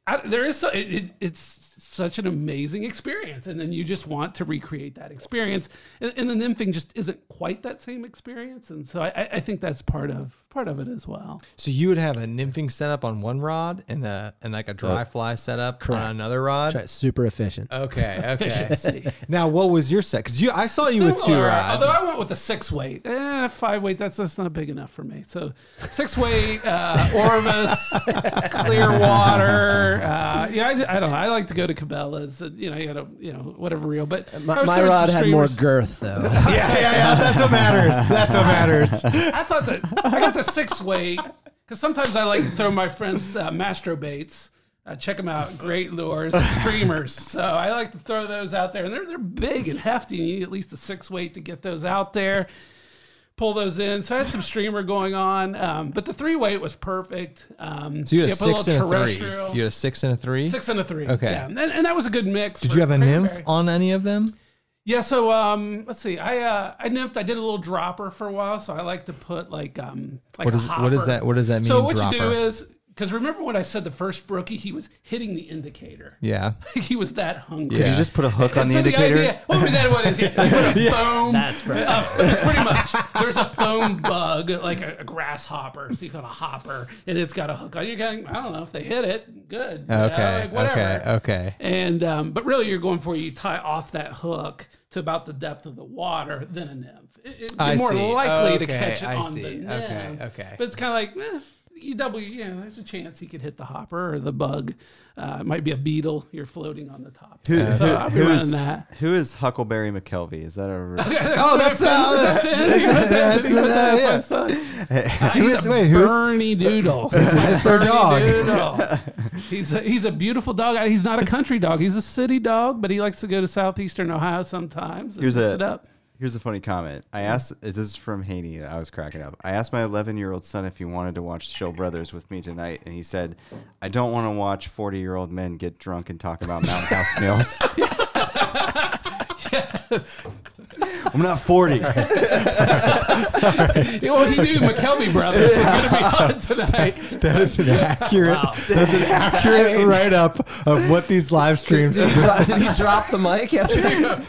I, there is so, it, it, it's such an amazing experience, and then you just want to recreate that experience, and, and the nymphing just isn't quite that same experience, and so I, I- I think that's part of part of it as well.
So you would have a nymphing setup on one rod and a and like a dry fly setup on another rod.
Right, super efficient.
(laughs)
Okay, okay.
Efficiency.
(laughs)
now, what was your set? Because you, I saw you with two
Similar,
rods. (laughs)
Although I went with a six weight, eh, five weight. That's that's not big enough for me. So six
(laughs)
weight, uh, Orvis, Clearwater. Uh, yeah, I, I don't know. I like to go to Cabela's. And, you know, you got to you know whatever reel. But I
My,
was
my
doing some
rod had more
streamers.
girth
(laughs)
though.
yeah, yeah,
(laughs)
yeah. That's what matters. That's what matters.
I thought that I got the six weight because sometimes I like to throw my friends uh, Mastro baits. Uh, check them out, great lures, streamers. So I like to throw those out there, and they're they're big and hefty. You need at least a six weight to get those out there, pull those in. So I had some streamer going on, um, but the three weight was perfect. Um,
So you had a
put
six and a three.
terrestrial-
You had a six and a three.
six and a three.
Okay.
yeah. and, and that was a good mix.
Did
for
you have a nymph
cranberry.
on any of
(laughs)
them?
Yeah, so um, let's see. I uh, I nymphed. I did a little dropper for a while, so I like to put like um, like
What
a
is what is
hopper.
that? What does that mean?
So what
dropper?
you do is because remember when I said the first brookie, he was hitting the indicator.
yeah.
(laughs) he was that hungry.
Could
You just put a hook on
And
the
so
indicator.
The idea, well, I mean, that what it is yeah. You put
(laughs)
a foam. uh, (laughs) That's it's pretty much. There's a foam bug, like a, a grasshopper. So you call it a hopper, and it's got a hook on. You kind I don't know if they hit it. Good. you know,
Okay.
like, whatever.
okay. Okay.
And um, but really, you're going for you tie off that hook to about the depth of the water than a nymph. It, it,
I
you're more
see.
likely to
Okay,
catch it
I
on the
see.
nymph.
Okay, okay.
But it's kind of like eh, you double. You know, there's a chance he could hit the hopper or the bug. Uh, it might be a beetle. You're floating on the top.
Who-
so
who-
I'll be
who
running
is-
that.
Who is Huckleberry McKelvey? Is that a?
(laughs) Oh, that's uh, that's, that's,
That's my
that's,
son.
Hey,
Uh,
Who
he's
is-
a
wait, who is-
Bernie Doodle.
(laughs) It's their dog. (laughs)
He's a, he's a beautiful dog. He's not a country dog. He's a city dog, but he likes to go to southeastern Ohio sometimes. And
Here's
mix
a-
it up.
Here's a funny comment. I asked. This is from Haney. I was cracking up. I asked my 11 year old son if he wanted to watch Show Brothers with me tonight, and he said, "I don't want to watch 40 year old men get drunk and talk about mountain house
(laughs)
meals." I'm not 40.
Yeah, well, he knew McKelvey brothers were going to be
(laughs)
on tonight.
that is an accurate that's an accurate write up of what these
(laughs)
live streams.
Did he drop the mic
(laughs)
after?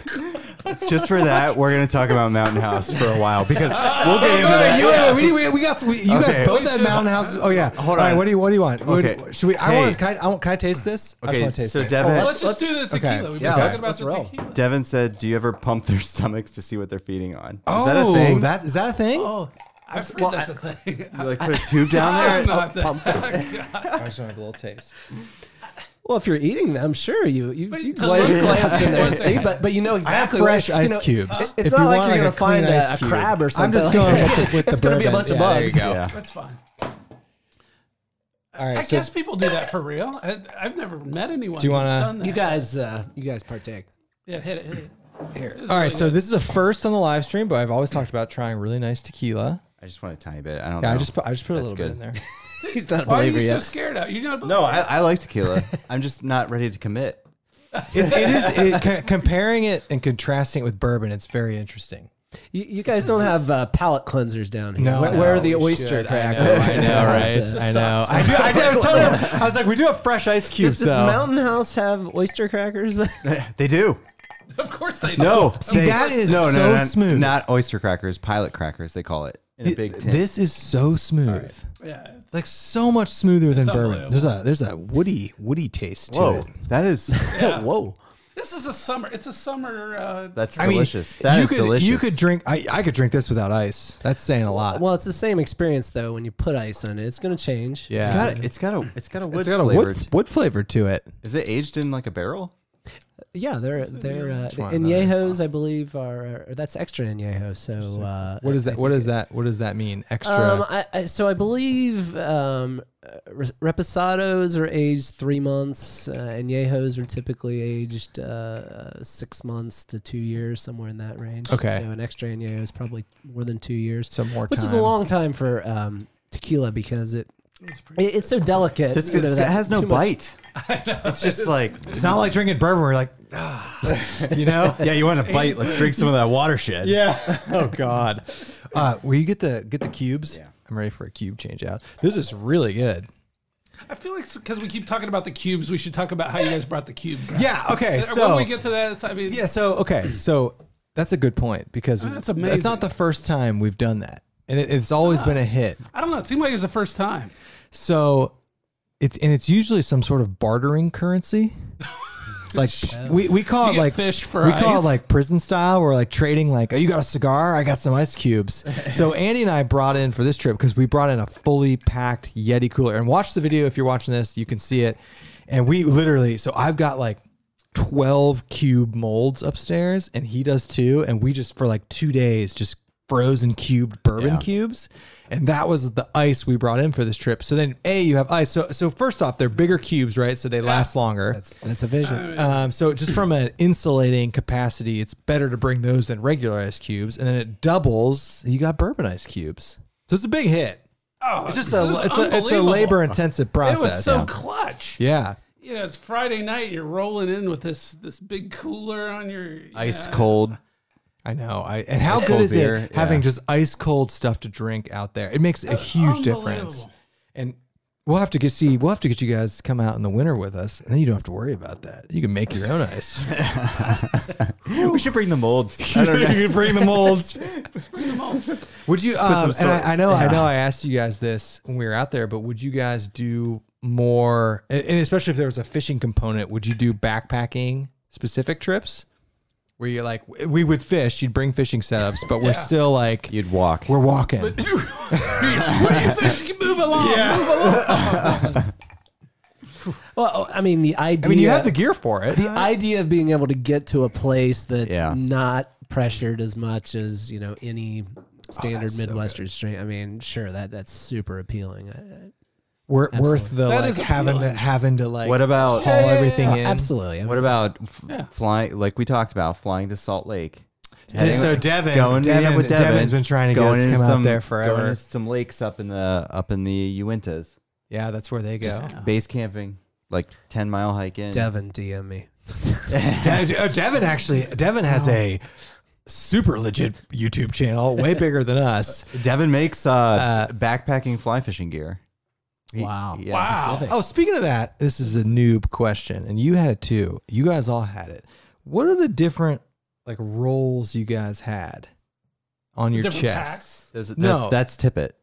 Just for that, we're gonna talk about mountain house for a while because we'll get into that.
you, wait, wait, we, we got we, you
Okay.
guys both had mountain houses. Oh yeah. Hold All right,
on.
what do you what do you want? Would-
Okay.
Should we? I
Hey.
want. Can I, I want. Can I taste this? I just
Okay,
want to taste
so
this. Oh,
Devin-
Well,
Let's-
let's just do the tequila. We've been
Yeah,
talking
let's-
about
let's
the
roll.
tequila.
Devin said, "Do you ever pump their stomachs to see what they're feeding on?"
oh,
is that a thing?
That is that a thing?
Oh, I've heard that's
(laughs)
a thing.
you like put a tube down there?
I'm not that. (laughs)
I just want a little taste.
Well, if you're eating them, sure you you,
But
you
to
glance,
look
glance in there,
like-
see, but but you know exactly.
fresh
what- you
ice
know,
cubes.
it-
If
It's
you
not
want,
like
like,
you're
a
gonna find
clean ice
a, a
cube.
crab or
I'm
something.
just going (laughs) with the, with the
It's gonna be a
bourbon.
bunch of
Yeah,
bugs.
There you go.
Yeah.
That's fine.
All right.
I
so
guess people do that for real. I, I've never met anyone
Do you
who's
wanna-
done that.
You guys, uh, you guys partake.
yeah, hit it, hit it.
All right, so this is a first on the live stream, but I've always talked about trying really nice tequila.
I just want a tiny bit. I don't.
Yeah,
know.
I just put, I just put a
That's
little bit
good.
in (laughs) there.
He's not a
Why are
believer
you so
yet.
scared out? You're not. a
No, I, I like tequila. I'm just not ready to commit.
It's, it is it, c- comparing it and contrasting it with bourbon. It's very interesting.
You, you guys don't have uh, palate cleansers down here.
No,
where,
no,
where are the
we
oyster
should. I
crackers? (laughs)
know, I know, right?
Does-
I know. I do. I, do, I was (laughs) telling her, I was like, we do have fresh ice cubes
Does this
though.
Mountain House have oyster
(laughs)
crackers? (laughs)
They do.
(laughs) Of course they do.
No,
See,
they-
that is so
not,
smooth.
Not oyster crackers, pilot crackers. They call it in
Th-
a big tin.
this is so smooth,
Yeah.
like so much smoother than bourbon.
unbelievable.
There's a there's a woody woody taste to
Whoa,
it. (laughs)
that is
Whoa!
This is a summer. It's a summer. Uh,
that's
I mean,
delicious. That
you
is
could
delicious.
you could drink. I, I could drink this without ice. That's saying a lot.
Well, it's the same experience though. When you put ice on it, it's going to change.
yeah,
It's got a, it's got a it's got a wood
it's got a
flavored.
wood, wood flavor to it.
Is it aged in like a barrel?
Yeah, they're they're uh,
Just wanted
the
to know.
añejos, I believe, are are- that's extra añejo. So uh,
What is
I- I
that? What
think
is that? What does that mean? Extra.
Um, I, I, so I believe um, uh, res- reposados are aged three months, uh, and añejos are typically aged uh, uh, six months to two years, somewhere in that range.
Okay.
So an extra añejo is probably more than two years,
some more
which
time.
is a long time for um, tequila because it,
It's pretty-
it it's so delicate.
This
you know,
it
that
has no
too much-
bite. It's just like
It's not like drinking bourbon. We're like, you know.
yeah, you want to bite? Let's drink some of that watershed.
(laughs) Yeah. Oh God. Uh, will you get the get the cubes?
Yeah.
I'm ready for a cube change out. This is really good.
I feel like because we keep talking about the cubes, we should talk about how you guys brought the cubes. out.
Yeah. Okay.
And
So
when we get to that, it's, I mean,
yeah. So
(clears throat)
okay. So that's a good point because
That's amazing. Ah.
It's not the first time we've done that, and it, it's always been a hit.
I don't know. It seemed like it was the first time.
So it's and it's usually some sort of bartering
(laughs)
currency. Like we, we
Do
call
you
it
get
like
fish for
we
ice?
call it like prison style. We're like trading like, oh, you got a cigar? I got some ice
(laughs)
cubes. so Andy and I brought in for this trip because we brought in a fully packed Yeti cooler. And watch the video if you're watching this, you can see it. And we literally, so I've got like 12 cube molds upstairs, and he does too. And we just for like two days just frozen cubed bourbon
Yeah.
cubes. And that was the ice we brought in for this trip. So then A, you have ice. So so first off, they're bigger cubes, right? So they last longer.
That's that's a
Uh,
vision.
Um, so just from an insulating capacity, it's better to bring those than regular ice cubes, and then it doubles. You got bourbon ice cubes, so it's a big hit.
Oh,
It's just
it was
a it's a, it's a
unbelievable.
labor intensive
It
process.
was so clutch.
yeah,
You know, it's Friday night. You're rolling in with this this big cooler on your
Ice
yeah.
cold.
I know. I and how
Ice
good
cold
is
beer,
it having
yeah.
just ice cold stuff to drink out there? It makes a huge difference.
Unbelievable.
And we'll have to get see. We'll have to get you guys to come out in the winter with us, and then you don't have to worry about that. You can make your own ice.
(laughs) We should bring the molds.
(laughs)
I don't
(laughs)
know. you can bring the molds.
Would you?
Just (laughs) put
Um,
some
and
salt-
I, I know, I know, I asked you guys this when we were out there, but would you guys do more? And and especially if there was a fishing component, would you do backpacking specific trips where you're like, we would fish, you'd bring fishing setups, but we're still like,
You'd walk.
we're walking.
(laughs)
what are you fishing?
(laughs)
Move along. Move (laughs) along.
Well, I mean the idea.
I mean, you have the gear for it.
the idea of being able to get to a place that's
Yeah.
not pressured as much as you know any standard midwestern stream. I mean, sure that that's super appealing. I- I-
Wor- worth the
That
like
is
having to
appealing.
having to like
What about
haul everything in.
absolutely. I
what
mean,
about f-
Yeah.
flying? Like we talked about flying to Salt Lake.
De- so Devin,
Going
Devin,
yeah, with Devin.
Devin's been trying to get
Going
us to
into
come out
some-
there
Going
forever.
into some lakes up in the up in the Uintas.
(laughs) Yeah, that's where they go.
Uh-huh.
Base camping, like ten mile hike in.
Devin DM me?
De- uh, (laughs) Devin actually, Devin has a super legit YouTube channel, (laughs) way bigger than us.
Devin makes uh, backpacking fly fishing gear. He-
Wow.
he has
Wow.
some-
Oh, speaking of that, this is a noob question, and you had it too. You guys all had it. What are the different like roles you guys had on your
Different
chest?
packs.
There's- that-
No.
that's tippet.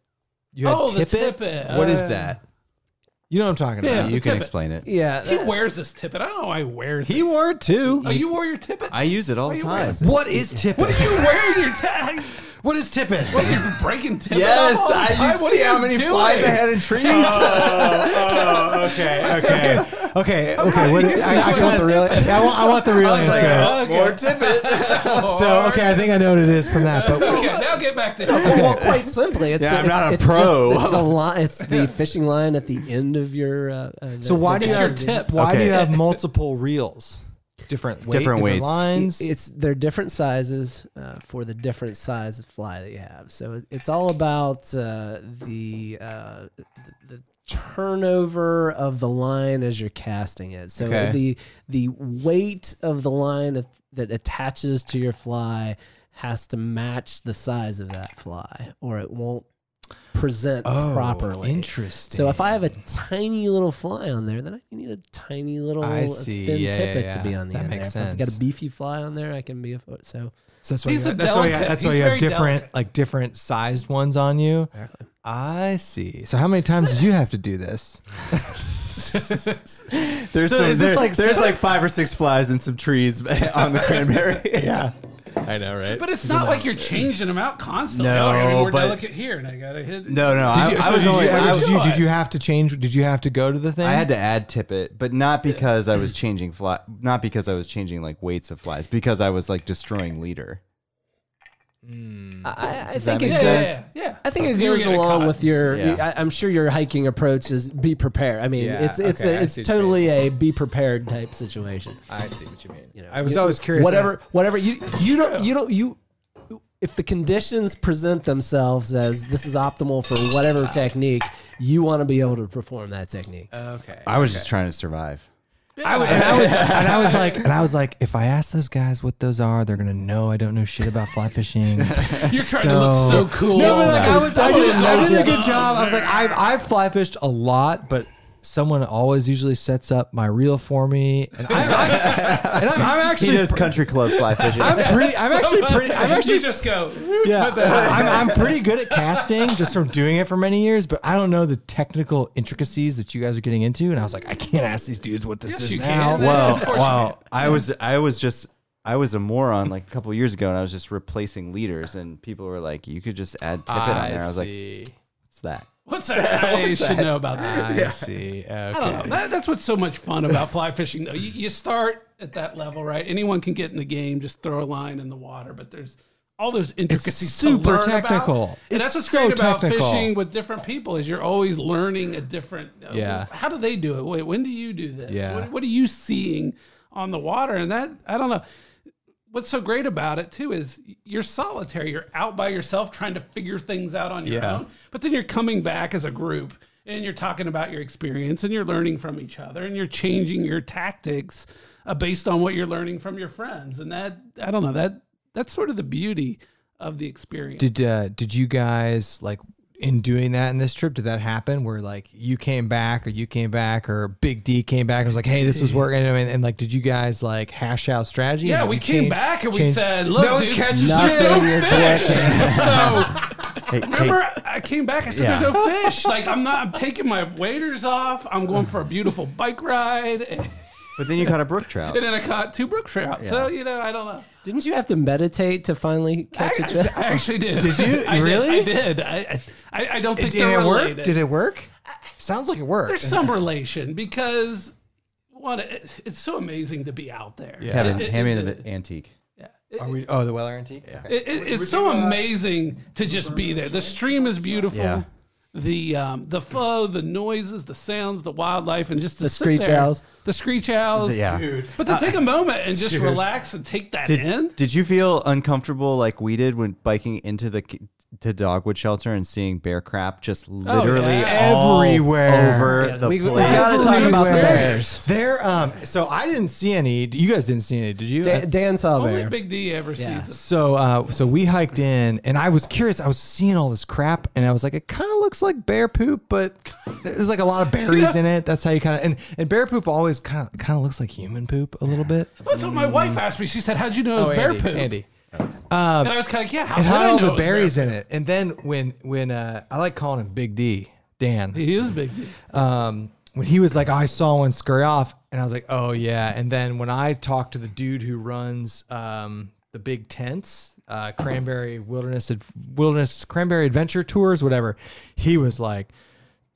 You had
Oh, the
tippet.
tippet.
What is
Uh,
that? You know what I'm talking
Yeah.
about.
you can
tippet.
explain it.
Yeah,
He
that-
wears this tippet. I don't know why he wears
He
it.
wore it too.
Oh, you wore your tippet?
I use it all
Why
the
you wearing
time.
it?
What is tippet?
what are you wearing your (laughs) tag?
what is tippet?
What, you're breaking tippet?
Yes,
off all the
I- you
time? What
see
are
how many
doing?
flies I had in trees?
oh, okay, okay, (laughs) okay, okay. What, I, I, want the real. yeah, I want, I want the real
I was like,
answer.
oh, More
(laughs)
tippet.
So okay, I think I know what it is from that. But
Okay, now get back to
Well, quite simply, it's
Yeah, I'm
the, it's,
not a
it's just-
pro.
it's
(laughs)
the li- it's the fishing line at the end of your. Uh, uh,
so why do you
It's your
have
tip.
why do you
Okay.
have multiple reels, different weight,
Different
different,
weights.
lines?
It's they're different sizes uh, for the different size of fly that you have. So it- it's all about uh, the, uh, the the turnover of the line as you're casting it. So
Okay.
the the weight of the line at- that attaches to your fly has to match the size of that fly, or it won't present
Oh,
properly.
Interesting.
So if I have a tiny little fly on there, then I need a tiny little
I
uh,
see.
thin
Yeah, yeah,
tippet
yeah.
to be on the
That
end
makes
there. If I've got
sense.
a beefy fly on there, I can be a foot. So
so that's why
He's
you,
a
that's why you,
delicate-
that's why
he's
you have
very
different
delicate.
like different sized ones on you. I see. So how many times did you have to do this?
There's
So
some,
is this
there-
like-
(laughs)
(laughs)
there's like five or six flies and some trees on the cranberry. yeah.
I know, right?
But it's not like you're changing them out constantly. No, I gotta be
No,
more
but-
delicate here, and I gotta hit.
No, no. I,
Did you,
I
so
was
did,
only.
you ever-
I,
did
was-
you, did you have to change? Did you have to go to the thing?
I had to add tippet, but not because
(laughs)
I was changing fly, not because I was changing like weights of flies, because I was like destroying leader.
I, I
that
think
make
it
Yeah,
goes.
yeah,
sense?
yeah, yeah.
I think it
You were
goes
getting
along
caught.
with your.
Yeah.
I, I'm sure your hiking approach is be prepared. I mean,
Yeah,
it's it's
okay, I
a, it's
see what you mean.
totally a be prepared type situation.
I see what you mean.
You know,
I was
you-
always curious.
Whatever, whatever you you don't you don't you. If the conditions present themselves as this is optimal for whatever technique, you want to be able to perform that technique.
Okay.
I was just trying to survive.
I would, and I was, and I was like, and I was like, if I ask those guys what those are, they're gonna know I don't know shit about fly fishing.
(laughs) You're trying to
(laughs)
look so cool.
No, but like I was, I did, I did a good
Yeah.
job. I was like, I've, I've fly fished a lot, but someone always usually sets up my reel for me, and I'm, I, and I'm, I'm
He
actually,
does country club fly
(laughs)
fishing.
I'm
(laughs)
pretty, I'm actually pretty, I'm
you
actually,
just go. (laughs)
yeah,
put that-
I'm, I'm pretty good at casting just from doing it for many years, but I don't know the technical intricacies that you guys are getting into, and I was like, I can't ask these dudes what this
Yes,
is
you can.
now.
well,
Of course you
wow. I was I was just I was a moron like a couple years ago, and I was just replacing leaders, and people were like, "You could just add tippet on there." I was like, "What's that?"
What's that? I should know about that.
I
(laughs)
see. Okay.
I don't know. That, that's what's so much fun about fly fishing, though. You, you start at that level, right? Anyone can get in the game, just throw a line in the water, but there's all those intricacies. to
super
learn about.
technical.
And
It's
that's what's
so
great about
technical.
fishing with different people is you're always learning a different. uh,
Yeah.
How do they do it? Wait, when do you do this?
Yeah.
What, what are you seeing on the water? And that I don't know. What's so great about it too is you're solitary. You're out by yourself trying to figure things out on your
Yeah.
own. But then you're coming back as a group and you're talking about your experience and you're learning from each other and you're changing your tactics uh, based on what you're learning from your friends. And that I don't know that that's sort of the beauty of the experience.
Did uh, did you guys like in doing that in this trip? Did that happen where like you came back or you came back or Big D came back and was like, hey, this was working, and, and like, did you guys like hash out strategy?
yeah,
Did
we
you
came
change-
back and we
change-
said, "Look,
No one's
dudes,
catching
there's no (laughs) fish." so
(laughs)
Hey,
Remember,
hey,
I came back. I said,
Yeah.
"There's no fish." Like, I'm not. I'm taking my waders off. I'm going for a beautiful bike ride, (laughs) and,
but then you caught a brook
(laughs)
trout.
and then I caught two brook trout. So you know, I don't know.
Didn't you have to meditate to finally
I,
catch a (laughs)
I-
trout?
I (laughs) actually did.
Did you?
I
Really?
Did, I did. I, I, I don't think
Did
they're
it
related.
work? Did it work? Sounds like it worked.
There's some relation because one, it's, it's so amazing to be out there.
Yeah.
Kevin,
It-
hand me
it-
the antique.
Are we, oh, the Weller antique. Yeah.
It, it- it's so amazing to just be there. The stream is beautiful.
Yeah.
The um, the flow, the noises, the sounds, the wildlife, and just to
The
sit
screech
there.
owls.
the screech owls.
Yeah.
But to take a moment and just relax and take that in.
Did, did you feel uncomfortable like we did when biking into the c- to dogwood shelter and seeing bear crap just literally
yeah.
all
Oh, Everywhere.
over
Yeah,
the
we- we
place?
gotta talk about the bears.
There, um, so I didn't see any. You guys didn't see any, did you?
Dan, Dan saw a
Only
bear.
Big D ever
Yeah.
sees it.
So uh, so we hiked in, and I was curious. I was seeing all this crap, and I was like, it kind of looks like bear poop, but there's like a lot
(laughs)
of berries in it. That's how you kind of and, and bear poop always kind of kind of looks like human poop a little bit.
That's what my wife asked me. She said, "How'd you
Oh,
Oh,
know it was bear
Andy,
poop?"
Andy.
And I was kind of like, "Yeah, how
It
did
had
I
all
know
the
it was bear
berries
poop?"
in it, and then when when uh, I like calling him Big D, Dan.
He is Big D.
um, when he was like, oh, I saw one scurry off, and I was like, oh yeah. And then when I talked to the dude who runs um, the big tents, uh, Cranberry Wilderness Ad- Wilderness Cranberry Adventure Tours, whatever, he was like,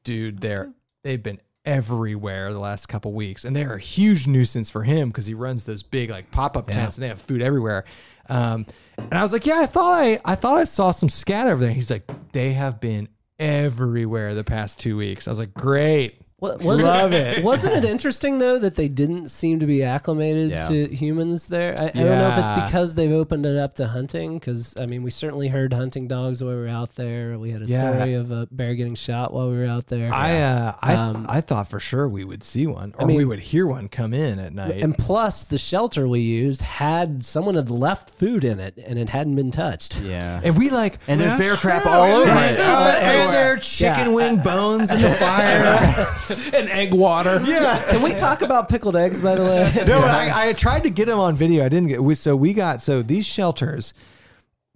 dude, they're they've been everywhere the last couple weeks, and they're a huge nuisance for him because he runs those big like pop up tents, and they have food everywhere. Um, and I was like, yeah, I thought I I thought I saw some scat over there. He's like, they have been everywhere the past two weeks. I was like, great.
What, was Love it. Wasn't it interesting though that they didn't seem to be acclimated
Yeah.
to humans there? I, I don't know if
Yeah.
it's because they've opened it up to hunting. Because I mean, we certainly heard hunting dogs while we were out there. We had a
Yeah.
story of a bear getting shot while we were out there.
I uh, I I thought for sure we would see one, or we
Um, mean-
would hear one come in at night.
and plus, the shelter we used had someone had left food in it, and it hadn't been touched.
Yeah.
and we like,
And there's bear crap
Yeah,
all over
and,
it.
uh,
everywhere.
and there are chicken
Yeah.
wing bones
(laughs)
in the fire.
(laughs) And egg water.
yeah.
Can we talk about pickled eggs, by
(laughs)
the way?
No, I, I tried to get them on video. I didn't get. We, so we got so these shelters,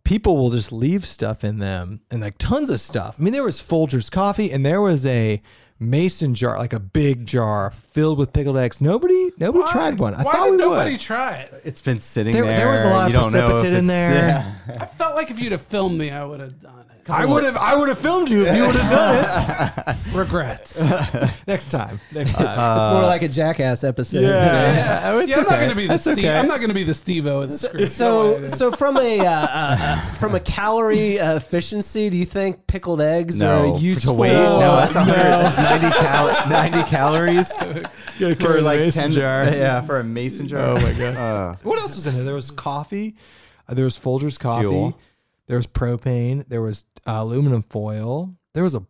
people will just leave stuff in them and like tons of stuff. I mean, there was Folgers coffee and there was a mason jar, like a big jar filled with pickled eggs. Nobody, nobody tried one. I
Why
thought
did
we
nobody
would.
try it?
It's been sitting
There-
there.
there was a lot of
you don't know if
precipitate in
it's-
there.
yeah.
I felt like if you'd have filmed me, I would have done it.
I would have, I would have filmed you if
(laughs)
you would have done
(laughs) Regrets.
it next time.
it's more like a jackass episode. (laughs)
Uh, yeah,
Oh, it's
yeah, I'm not
okay.
gonna be the
That's
Steve.
okay.
I'm not gonna be the Steve-O of this group. No
So,
way.
so from a uh, uh, uh, from a calorie uh, efficiency, do you think pickled eggs
No,
are
for
useful?
weight. No, that's 100. That's 90, cal- 90 calories for like
mason
10
jar.
Yeah, for a mason jar. Oh my god.
What else was in there? There was coffee. Uh, there was Folgers coffee.
Fuel.
There was propane. There was uh, aluminum foil. There was a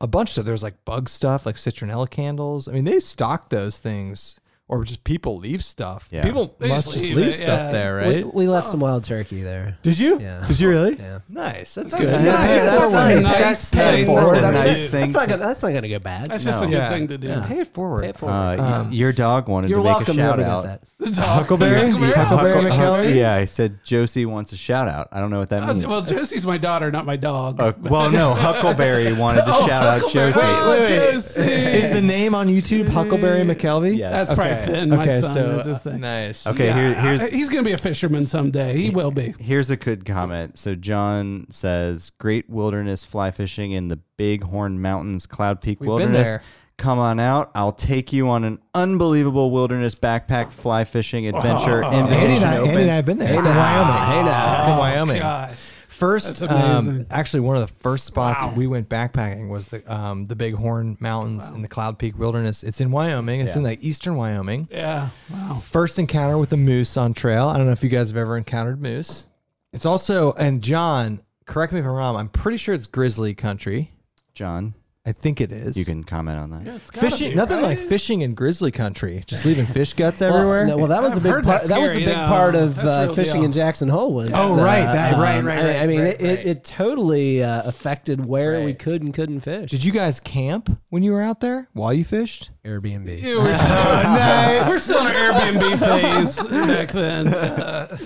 a bunch of stuff. There was like bug stuff, like citronella candles. I mean, they stock those things, or just people leave stuff.
Yeah.
People
They
must
just
just leave,
leave it,
stuff
yeah.
there,
We,
right?
we left some wild turkey there.
Did you?
Yeah.
Did you really?
Yeah.
Nice. That's,
That's
good.
nice.
Yeah,
That's
that's
nice.
nice.
Nice,
Pay it
nice,
forward.
that's a
I mean,
nice
that's
thing
Not
to-
gonna, that's not going to go bad.
that's just a
No.
good
Yeah.
thing to do.
Pay it forward.
Pay it forward.
Uh, y-
Um,
your dog wanted
You're
to make
welcome.
a shout
whoever got
out.
that.
Huckleberry? Huckleberry
Huckle-
McKellar?
Huck- Yeah, I said Josie wants a shout out. I don't know what that
Uh,
means.
(laughs) well, Josie's my daughter, not my dog.
Uh, well, no, Huckleberry wanted to
Oh,
shout out
Huckleberry.
Josie.
Oh,
Wait, wait, wait.
Josie.
Is the name on YouTube Huckleberry McKelvey?
Yes.
That's
Okay.
probably Finn, my
okay,
son.
so uh,
that's his thing.
nice.
Okay,
Yeah,
here,
I-
here's
he's gonna be a fisherman someday. He will be.
Here's a good comment. So John says, "Great wilderness fly fishing in the Bighorn Mountains, Cloud Peak
We've been
Wilderness.
there.
Come on out. I'll take you on an unbelievable wilderness backpack fly
(laughs)
fishing adventure invitation
Andy and, I,
open."
Andy and I have been there. it's in
now.
Wyoming.
Hey now. Oh,
It's in Wyoming.
Gosh.
First,
That's
um,
amazing.
actually, one of the first spots
Wow.
we went backpacking was the um, the Big Horn Mountains in the Cloud Peak Wilderness. It's in Wyoming. It's in like eastern Wyoming.
Yeah. Wow.
First encounter with a moose on trail. I don't know if you guys have ever encountered moose. It's also and John, correct me if I'm wrong. I'm pretty sure it's grizzly country.
John,
I think it is.
you can comment on that.
fishing. nothing like fishing in grizzly country. Just leaving fish guts everywhere.
(laughs) Well, no, well, that was
I've
a big
heard
part.
that's
That was a
scary,
big
yeah.
part of
That's
uh,
real
fishing
deal.
in Jackson Hole was.
Oh,
uh,
right, that- right,
um,
right,
I mean-
right,
I mean,
right,
it, it,
right.
it totally uh, affected where we could and couldn't fish.
Did you guys camp when you were out there while you fished?
Airbnb.
Yeah, we're, still, we're still in our Airbnb phase back then. Uh,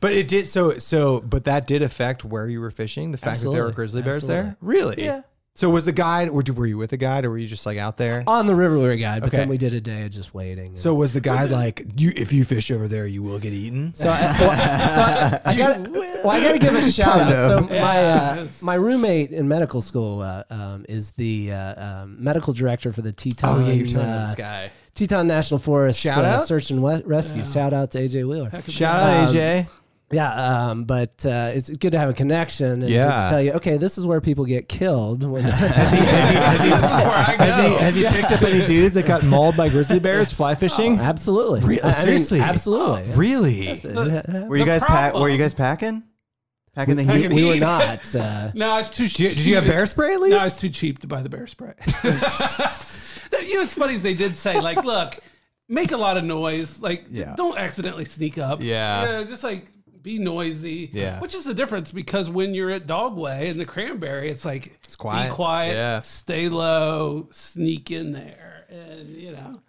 But it did so so but that did affect where you were fishing, the fact that there were
Absolutely.
grizzly bears there?
Absolutely.
Really?
Yeah.
So was the guide or were you with a guide or were you just like out there?
On the river we were guide, but
Okay.
then we did a day of just waiting. and-
So was the guide like you if you fish over there you will get eaten?
(laughs) So I, well, so I, I got well, I got to give a shout out. So my uh,
Yes.
my roommate in medical school uh, um, is the uh, um, medical director for the
Oh
Teton
yeah, you're telling
uh,
this guy.
Teton National Forest
Shout
uh,
out?
Search and we- Rescue. Shout out to AJ Wheeler.
Shout out
Um,
AJ.
Yeah, um, but uh, it's good to have a connection and to-
Yeah.
to tell you, okay, this is where people get killed. When
(laughs)
(laughs) this is where (laughs) I go.
Has he, has he picked up any dudes that got mauled by grizzly bears fly
(laughs)
fishing?
(laughs) absolutely,
Re-
I- I mean,
seriously?
absolutely.
really?
Were you
The
guys pack? Were
problem-
you guys packing? Packing the
packing
heat?
we were not. Uh,
no, it's too.
Did you, did you have bear spray at least?
No, it's too cheap to buy the bear spray. (laughs) you know, it's funny is they did say like, look, make a lot of noise, like
Yeah.
don't accidentally sneak up.
Yeah.
You know, just like be noisy.
Yeah.
which is the difference because when you're at Dogway and the Cranberry, it's like it's
quiet.
be quiet,
Yeah.
stay low, sneak in there, and you know.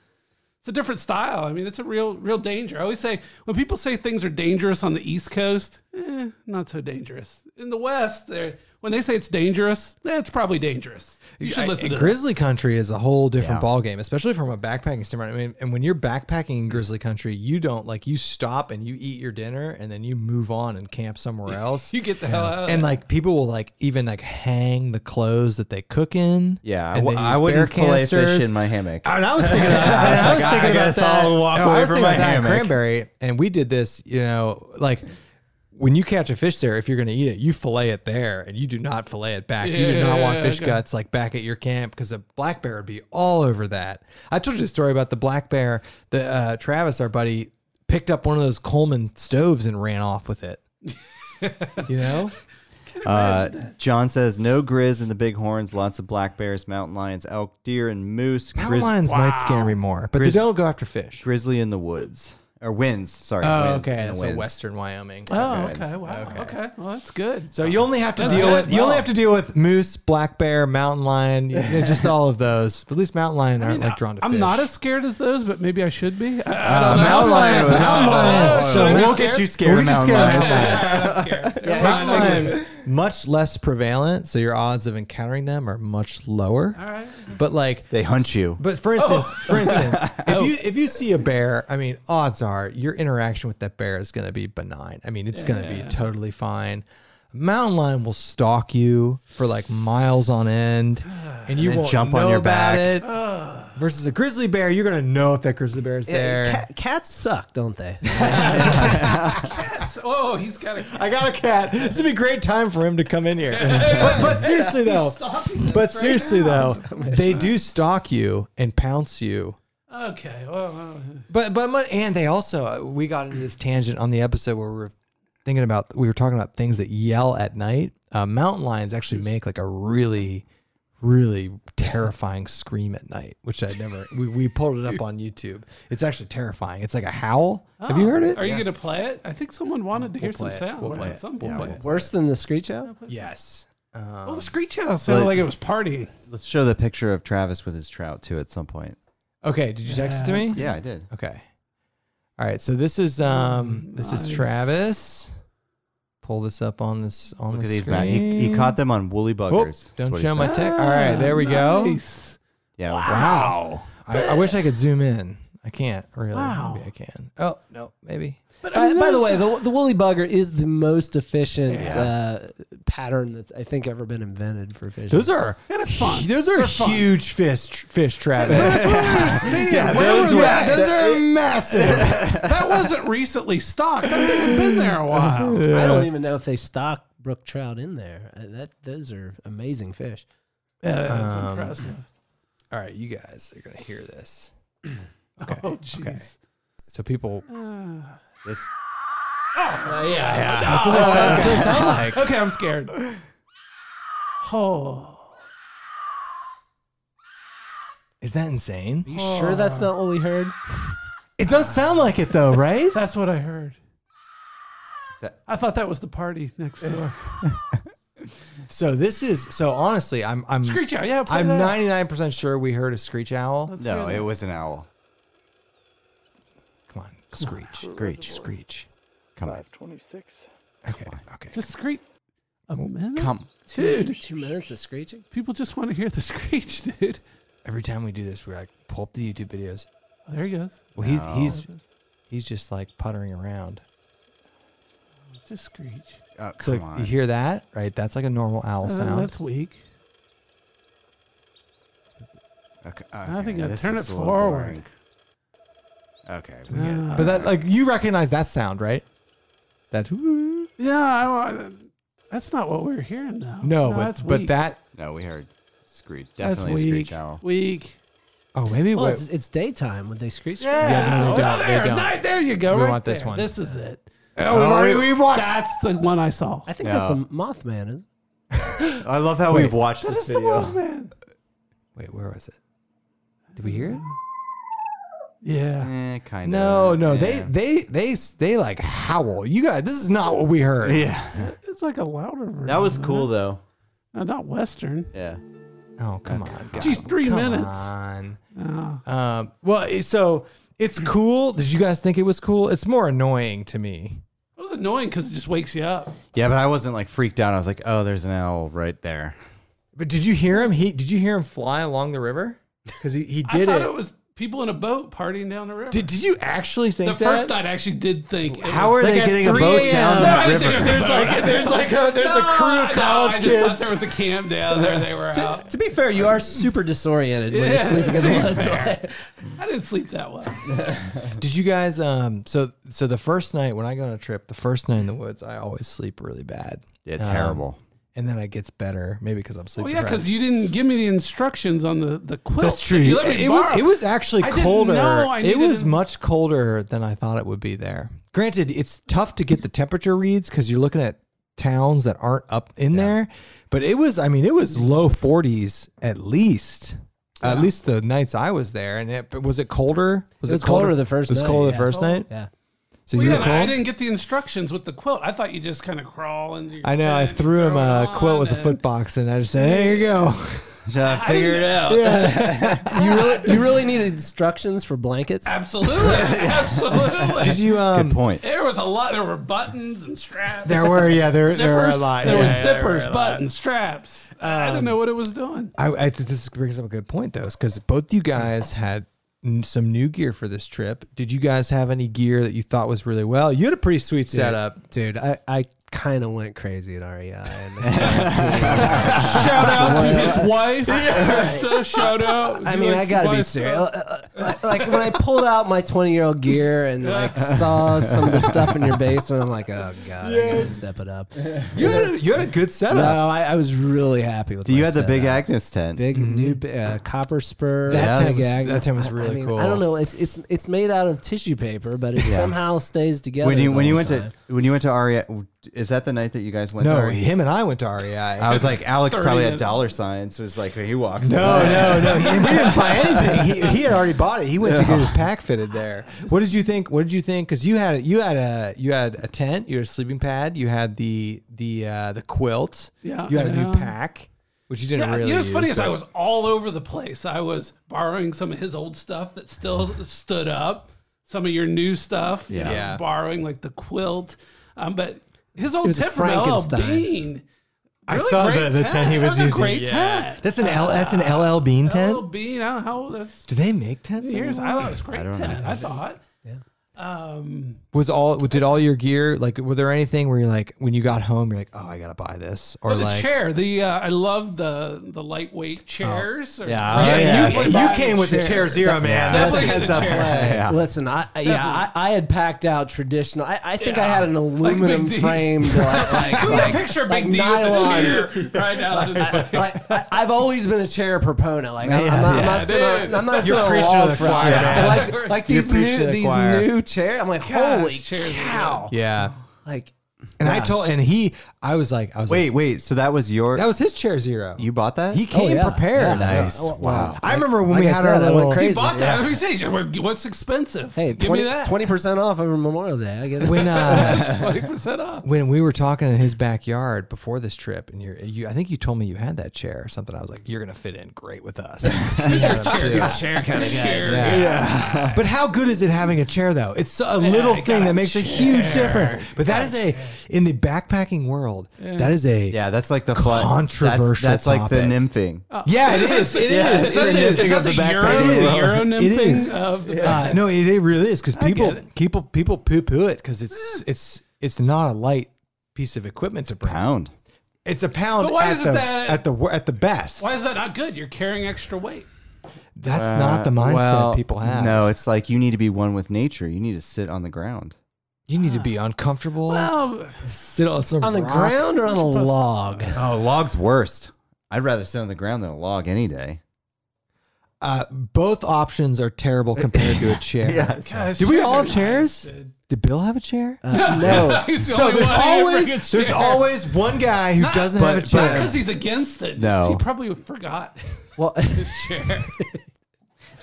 It's a different style. I mean, it's a real, real danger. I always say when people say things are dangerous on the East Coast, eh, not so dangerous. In the West, they're- when they say it's dangerous, eh, it's probably dangerous. You should
I-
listen to them.
grizzly country is a whole different ball game, especially from a backpacking standpoint. I mean, and when you're backpacking in grizzly country, you don't like you stop and you eat your dinner and then you move on and camp somewhere else.
(laughs) You get the hell out. of
and
there.
like people will like even like hang the clothes that they cook in.
Yeah, I
and
w-
they
I
use
wouldn't
bear
fillet
canisters.
fish in my hammock. Uh,
I, mean, I was thinking, about, I, mean, I was
Like, (laughs) I
thinking about
guess
that.
I'll walk
No, I
away
was
from
thinking
my
about that in
hammock.
Cranberry, and we did this. You know, like when you catch a fish there, if you're going to eat it, you fillet it there, and you do not fillet it back. you do
Yeah,
not want
yeah,
fish
okay.
guts like back at your camp because a black bear would be all over that. I told you the story about the black bear. The uh, Travis, our buddy, picked up one of those Coleman stoves and ran off with
(laughs)
it. you know,
Uh, John says no grizz in the Bighorns. Lots of black bears, mountain lions, elk, deer, and moose.
mountain
Grizz-
lions might scare me more, but
Grizz-
they don't go after fish.
Grizzly in the woods or winds. Sorry.
Oh,
winds, in
okay.
the
So
winds.
Western Wyoming.
oh,
okay,
okay, wow, okay. well that's good.
So you only have to deal with you only have to deal with moose, black bear, mountain lion, you know, just all of those. But at least mountain lion aren't like drawn to
I'm
fish.
not as scared as those, but maybe I should be. I- I
Uh,
don't know.
mountain lion, mountain lion.
Oh, should I be
We'll get you scared,
We'll get you
mountain
scared of (laughs)
lion.
mountain lions.
I'm scared.
Mountain lions. much less prevalent, so your odds of encountering them are much lower.
All right.
But like
They hunt you.
But for instance,
Oh.
for instance,
(laughs)
if you if you see a bear, I mean, odds are your interaction with that bear is going to be benign. I mean, it's going to be totally fine. Mountain lion will stalk you for like miles on
(sighs)
end, and you
then
won't
jump
know
on your
about
back.
it.
(sighs)
Versus a grizzly bear, you're going to know if that grizzly bear is (laughs) there.
Cat, cats suck,
(laughs)
don't they?
That's, oh, he's got a
I got a cat. This would be a great time for him to come in
(laughs)
here. but, but seriously though,
stalking.
but seriously though,
(laughs)
they do stalk you and pounce you.
Okay. Well, well,
But but my- and they also uh, we got into this tangent on the episode where we were thinking about we were talking about things that yell at night. Uh, mountain lions actually make like a really really terrifying scream at night, which I never we, we pulled it up on YouTube. It's actually terrifying. It's like a howl. Have you heard it?
Oh, Are you going to play it? I think someone wanted to hear some
play it.
sound.
We'll
at
play it.
some
We'll
point.
play it.
Worse than the screech owl?
yes. Um,
Oh, the screech owl sounded like it was partying.
Let's show the picture of Travis with his trout too at some point.
Okay, did you text it to me?
Yeah, I did.
Okay. All right. So this is um this is
Nice.
Travis. Pull this up on this on
Look
the
at these,
screen.
man. He, he caught them on woolly buggers.
Whoop,
That's
don't
what he
show my
said.
tech. All right, there we go.
Nice.
Yeah.
Wow. I, I wish I could zoom in. I can't really.
Wow.
Maybe I can. Oh no, maybe.
But
Uh,
I
by the
noticed-
way, the, the woolly bugger is the most efficient uh, pattern that's I think ever been invented for fishing.
Those are
And it's fun.
those are
They're fun.
huge fish fish Travis.
(laughs) That's what I don't understand. Why
those,
would
(laughs) yeah,
that,
those are massive.
(laughs) that wasn't recently stocked. That thing had been there
(laughs)
a while.
I don't even know if they stock brook trout in there. Uh, that those are amazing fish.
Yeah, that was
Um,
impressive.
All right, you guys are gonna hear this.
Oh, jeez.
So people.
This,
Oh, yeah.
That's what they sound, that's what they sound like.
Okay, I'm scared. Oh.
(laughs) Is that insane?
You sure that's not what we heard?
It does sound like it though, right?
That's what I heard.
That-
I thought that was the party next door.
So this is so honestly, I'm I'm
Screech owl, yeah. play
I'm
that.
99 percent sure we heard a screech owl.
no, it was an owl.
Come on, screech,
Screech.
screech.
Come on.
26.
Okay, okay.
Just screech. A minute?
Come.
Dude,
Two minutes of screeching.
people just want to hear the (laughs) screech, dude.
Every time we do this, we're like, pull up the YouTube videos.
Oh, there he goes. Oh,
Well, he's he's he's just like puttering around.
Just screech.
Oh, come
So
on.
you hear that, right? That's like a normal owl
Uh,
sound.
that's weak.
Okay,
I think
okay,
I
this
turn
is
it
a little
forward.
boring. Okay. we get it.
but that like you recognize that sound, right? That no,
Yeah, I, wa- that's not what we're hearing now.
but
that's
but
weak.
that
No, we heard screech.
that's
Definitely a
weak.
screech owl.
Weak.
oh maybe
Well,
wait-
it's, it's daytime when they screech.
Yeah, no, they
Oh,
don't, they
There,
don't.
night- there you go.
We
right
want this
there.
one.
This is it.
oh, we've already- we've watched.
That's the one I saw.
I think that's
No.
the Mothman. Isn't it?
I love how
Wait.
we've watched this video.
man.
Wait, where was it? Did we hear it?
Yeah.
Eh, kind of.
No, no, they
Yeah.
they they they like howl. You guys, this is not what we heard.
Yeah. (laughs)
It's like a louder version.
That was cool though.
Uh,
No, not Western.
Yeah.
Oh come on, guys.
Geez, three
Come
minutes.
on.
Oh.
Um, well, it- so it's cool. Did you guys think it was cool? It's more annoying to me.
It was annoying because it just wakes you up.
Yeah, but I wasn't like freaked out. I was like, oh, there's an owl right there.
But did you hear him? He did you hear him fly along the river? Because he, he did
I thought
it.
it. was people in a boat partying down the river.
did did you actually think
the
that?
first night I actually did think. it
How
was-
are
Like
they
at
getting a
3
boat
a.m.
down
No, I
the river?
didn't think it was-
there's like there's like a (laughs) there's a
No,
crew
I
of
know,
college
I just thought
kids.
there was a camp down there.
(laughs)
They were out.
To be fair, you are super disoriented when you're
Yeah.
sleeping in the (laughs) woods.
I didn't sleep
(laughs)
that well.
Did you guys um so so the first night when I go on a trip, the first night in the woods, I always sleep really bad.
Yeah,
Um,
terrible.
and then it gets better, maybe because I'm sleep
Well, yeah,
deprived.
because you didn't give me the instructions on the the quilt.
That's true.
You let me
it
borrow.
was it was actually
I didn't
colder.
know I
It
needed
was
an-
much colder than I thought it would be there. Granted, it's tough to get the temperature reads because you're looking at towns that aren't up in there. But it was, I mean, it was low 40s at least. At least the nights I was there, and it but was it colder. Was
It was colder the first
It was
night,
colder the
yeah.
first night.
Yeah.
So
Well,
you
yeah,
were
and I- I
cold.
didn't get the instructions with the quilt. I thought you just kind of crawl into your
I know. I
tent,
threw him
throw it
a quilt
on,
with a
and- (laughs)
foot box, and I just said, "There you go."
Trying to figure it out.
You really, (laughs) you really need instructions for blankets.
Absolutely, (laughs) absolutely.
Did you? Um,
Good point.
There was a lot. There were buttons and straps.
There were yeah,
(laughs)
there there were a lot.
There
yeah, yeah, there
were
were
zippers,
a lot.
buttons, straps. Um, I didn't know what it was doing.
I, I think this brings up a good point though, because both you guys had n- some new gear for this trip. Did you guys have any gear that you thought was really well? You had a pretty sweet setup.
Dude, I, I kind of went crazy E at REI. And
(laughs)
(laughs)
Shout out to his wife. Just a shout out.
I mean, I gotta be serious. Uh, uh, Like when I pulled out my 20 year old gear and like saw some of the stuff in your basement, I'm like, oh god, I gotta step it up.
You had a, you had a good setup.
No, I, I was really happy with.
Do you
my
have the big
setup.
Agnes tent?
big new bi- uh, copper spur?
That
big
tent was-
Agnes.
that tent was
I-
really
I mean,
cool.
I don't know. It's it's it's made out of tissue paper, but it somehow stays together.
when you
the
when you
whole
went
time.
(laughs) to when you went to REI, is that the night that you guys went?
No,
to E REI?
him and I went to REI.
I was like, Alex
30
probably had
minutes.
dollar signs. Was like he walks.
no, no, no. He, we didn't buy anything. He, he had already bought it. He went to get his pack fitted there. What did you think? What did you think? Because you had you had a you had a tent, you had a sleeping pad, you had the the uh, the quilt.
Yeah,
You had a new
yeah.
pack, which you didn't
Yeah,
really.
you know, it's funny
use,
is I
but-
was all over the place. I was borrowing some of his old stuff that still stood up, some of your new stuff. you
Yeah.
know,
Yeah.
borrowing like the quilt, um, but his old
was a
tent from LL
Frankenstein.
Bean.
I
Really
saw the,
great
the
tent.
tent he
That
was,
a
using.
great
yeah.
tent. Ah.
That's an L. That's an LL Bean
LL
tent.
Bean. I don't know how old that's.
Do they make tents?
Years. I
anymore?
thought it was a great
don't
tent.
know.
I thought. Um,
Was all did all your gear like? Were there anything where you're like, when you got home, you're like, oh, I gotta buy this, or
oh, the
like, Oh,
chair. The uh, I love the the lightweight chairs. or- (laughs)
Yeah,
yeah.
you, you came with the chair zero, man. That's
Definitely
heads
the
up
chair.
play.
Listen, I, I yeah, I, I had packed out traditional. I, I think I had an
Yeah. Like Big
aluminum
D.
frame, to like, like,
Can we
like,
picture
like
Big D
nylon.
with the chair right now. Just-
like, I, I've always been a chair proponent. Like I'm, I'm not, I'm
Yeah,
not sitting on,
dude.
I'm not
You're
sitting on a
preaching
wall
to the
front.
choir, man.
But Like, like
You're
these
preaching to
new
the
these
choir.
new chairs. I'm like,
Gosh,
holy
chairs are
cow!
Yeah.
Like
And I told, and he, I was like, I was
Wait,
like,
wait. So that was your.
that was his chair zero.
you Oh, bought that?
he came
yeah,
prepared.
yeah. Oh,
Nice.
Well,
Wow.
well,
I remember when
like
we
I
had
said,
our
I went
little.
crazy.
bought that. Let me say, just, what- what's expensive?
hey,
give me that.
20 percent off over Memorial Day. I get it.
When uh, (laughs)
Twenty percent off.
when we were talking in his backyard before this trip, and you're, you, I think you told me you had that chair or something. I was like, you're gonna fit in great with us.
(laughs)
We had him too.
Chair kind of guys.
But how good is it having a chair though? It's a little
I got
thing
a
that makes a huge difference. But that is a in the backpacking world. That is a
yeah, that's like the fly- that's-
Controversial
That's, like the
topic.
nymphing.
Yeah, it is. It is.
Is that
It
the,
is.
is that the, Euro,
It is.
Euro nymph
It is.
thing of the-
(laughs) Uh, no, it, it really is because people
get it.
people people poo poo it because it's it's it's not a light piece of equipment to bring.
Pound.
It's a pound
But why
at
isn't
the
that-
at the wor- at the best.
Why is that not good? You're carrying extra weight.
That's not the mindset
Uh, Well,
people have.
No, it's like you need to be one with nature. You need to sit on the ground.
you need to be uncomfortable.
Well,
sit on some
(laughs) on the
rock.
ground or on
(laughs)
a log?
Oh, log's worst. I'd rather sit on the ground than a log any (laughs) day.
Uh, both options are terrible compared to a chair. (laughs) Do we all have
(laughs)
chairs? Did Bill have a chair?
Uh, No,
so there's always there's always one guy who doesn't have a
Not
chair.
because he's against it.
No.
uh, No. He probably forgot (laughs)
well, (laughs)
his chair.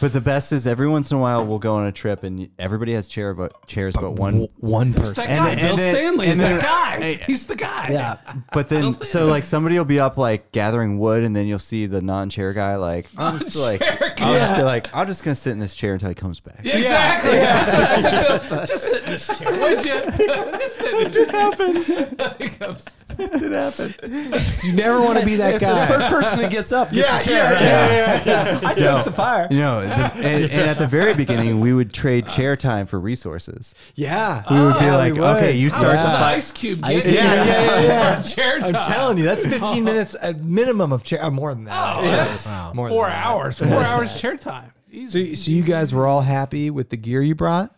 But the best is every once in a while we'll go on a trip and everybody has chair, but chairs, but, one.
W- one person.
That
And
guy,
then-
Bill
and then-
Stanley, is
and then-
that guy. (laughs) he's the guy.
yeah.
But then,
stand
so like somebody will be up like gathering wood, and then you'll see the non-chair
(laughs)
guy like, I'm just like,
Non-chair
I'll just be like, I'm just gonna sit in this chair until he comes back.
Yeah, Exactly. (laughs) That's what I said, Bill. Just sit in this chair, would you? (laughs) Just sit in this (laughs) chair.
You never want to be that
The
guy.
first person that gets up, gets
Yeah,
the chair.
yeah, yeah,
(laughs) I stoked the fire.
You know, the, and, and at the very beginning, we would trade chair time for
(laughs)
resources.
yeah.
We would be
Yeah,
like,
we Oh, would.
okay, you start
Does
the
an
fight.
ice cube
Ice
get
cube.
you?
Yeah, yeah, yeah, yeah.
(laughs) Chair
I'm
time.
telling you, that's 15 minutes a minimum of chair. uh, More than that.
Oh,
actually.
that's
More than
four
that.
hours. Four hours chair time. Easy.
So, so you guys were all happy with the gear you brought?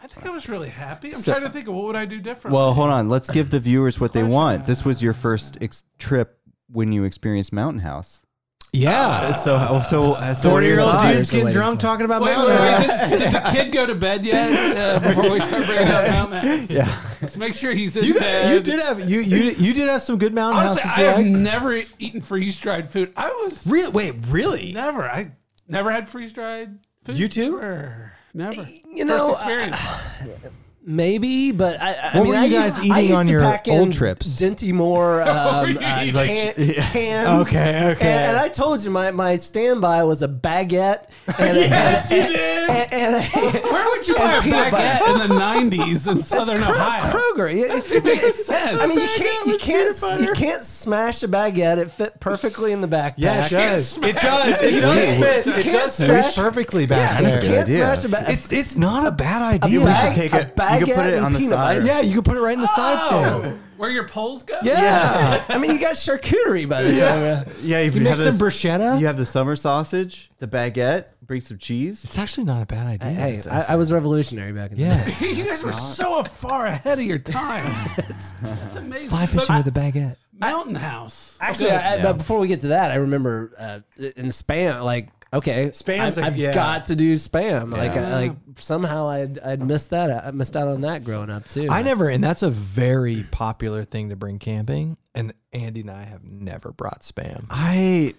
I think I was really happy. I'm trying to think of what would I do differently.
Well, hold on. Let's give the viewers what they want. This was your first ex- trip when you experienced Mountain House.
Yeah.
So, oh, so, uh, so
Forty year old
Sorry.
Uh, dudes getting drunk talking about
Wait, wait,
mountain
wait,
house.
Did, did the kid go to bed yet? Uh, before we start bringing (laughs) up Mount Max? Yeah. Let's make sure he's in
You,
bed.
you did have you you you did have some good mountain
Honestly, I
houses. you
have
liked.
never eaten freeze dried food. I was
Really? Wait, really?
never. I never had freeze dried food.
You too?
Eh,
Never. Never.
You know,
(laughs)
uh,
First experience.
Maybe, but I, I
What
mean,
were
I
you
used-
guys
I
eating
used
on
to
your
pack
old
in
trips?
Dinty
(laughs)
Moore um,
Were you
uh,
eating-
can- cans.
Okay, okay.
And, and I told you my, my standby was a baguette.
(laughs)
And yes, (laughs)
you did.
And, and, and
Where would you buy a
peanut butter.
baguette in the
(laughs)
'90s in Southern Ohio?
Kroger. It- it's-
It makes sense.
I mean, you can't you can't you can't smash a baguette. It fit perfectly in the backpack.
Yeah, it does. It does. It does fit. It does fit
smash-
perfectly back
you
there.
can't
idea.
smash a baguette.
It's it's not a bad idea.
bag-
should take it- you could put
baguette
it
and
on the
peanut
side.
butter.
yeah, you can put it right in the side there.
Oh, where your poles go?
Yeah.
I mean, you got charcuterie by the time. uh,
Yeah, if
You make some bruschetta.
You have the summer sausage, the baguette, bring some cheese.
It's actually not a bad idea.
Hey,
It's-
I, I was revolutionary back in the (laughs) day.
yeah.
(laughs) you guys were so far ahead of
(laughs)
your time. it's, it's amazing.
Fly
But
fishing with a baguette.
Mountain House.
Actually,
Okay.
I, but before we get to that, I remember uh, in spam, like okay,
Spam's
I,
like-
I've
yeah.
got to do spam. Like,
Yeah.
I, like somehow I'd I'd missed that. I missed out on that growing up too.
I never, and that's a very popular thing to bring camping. And Andy and I have never brought spam.
I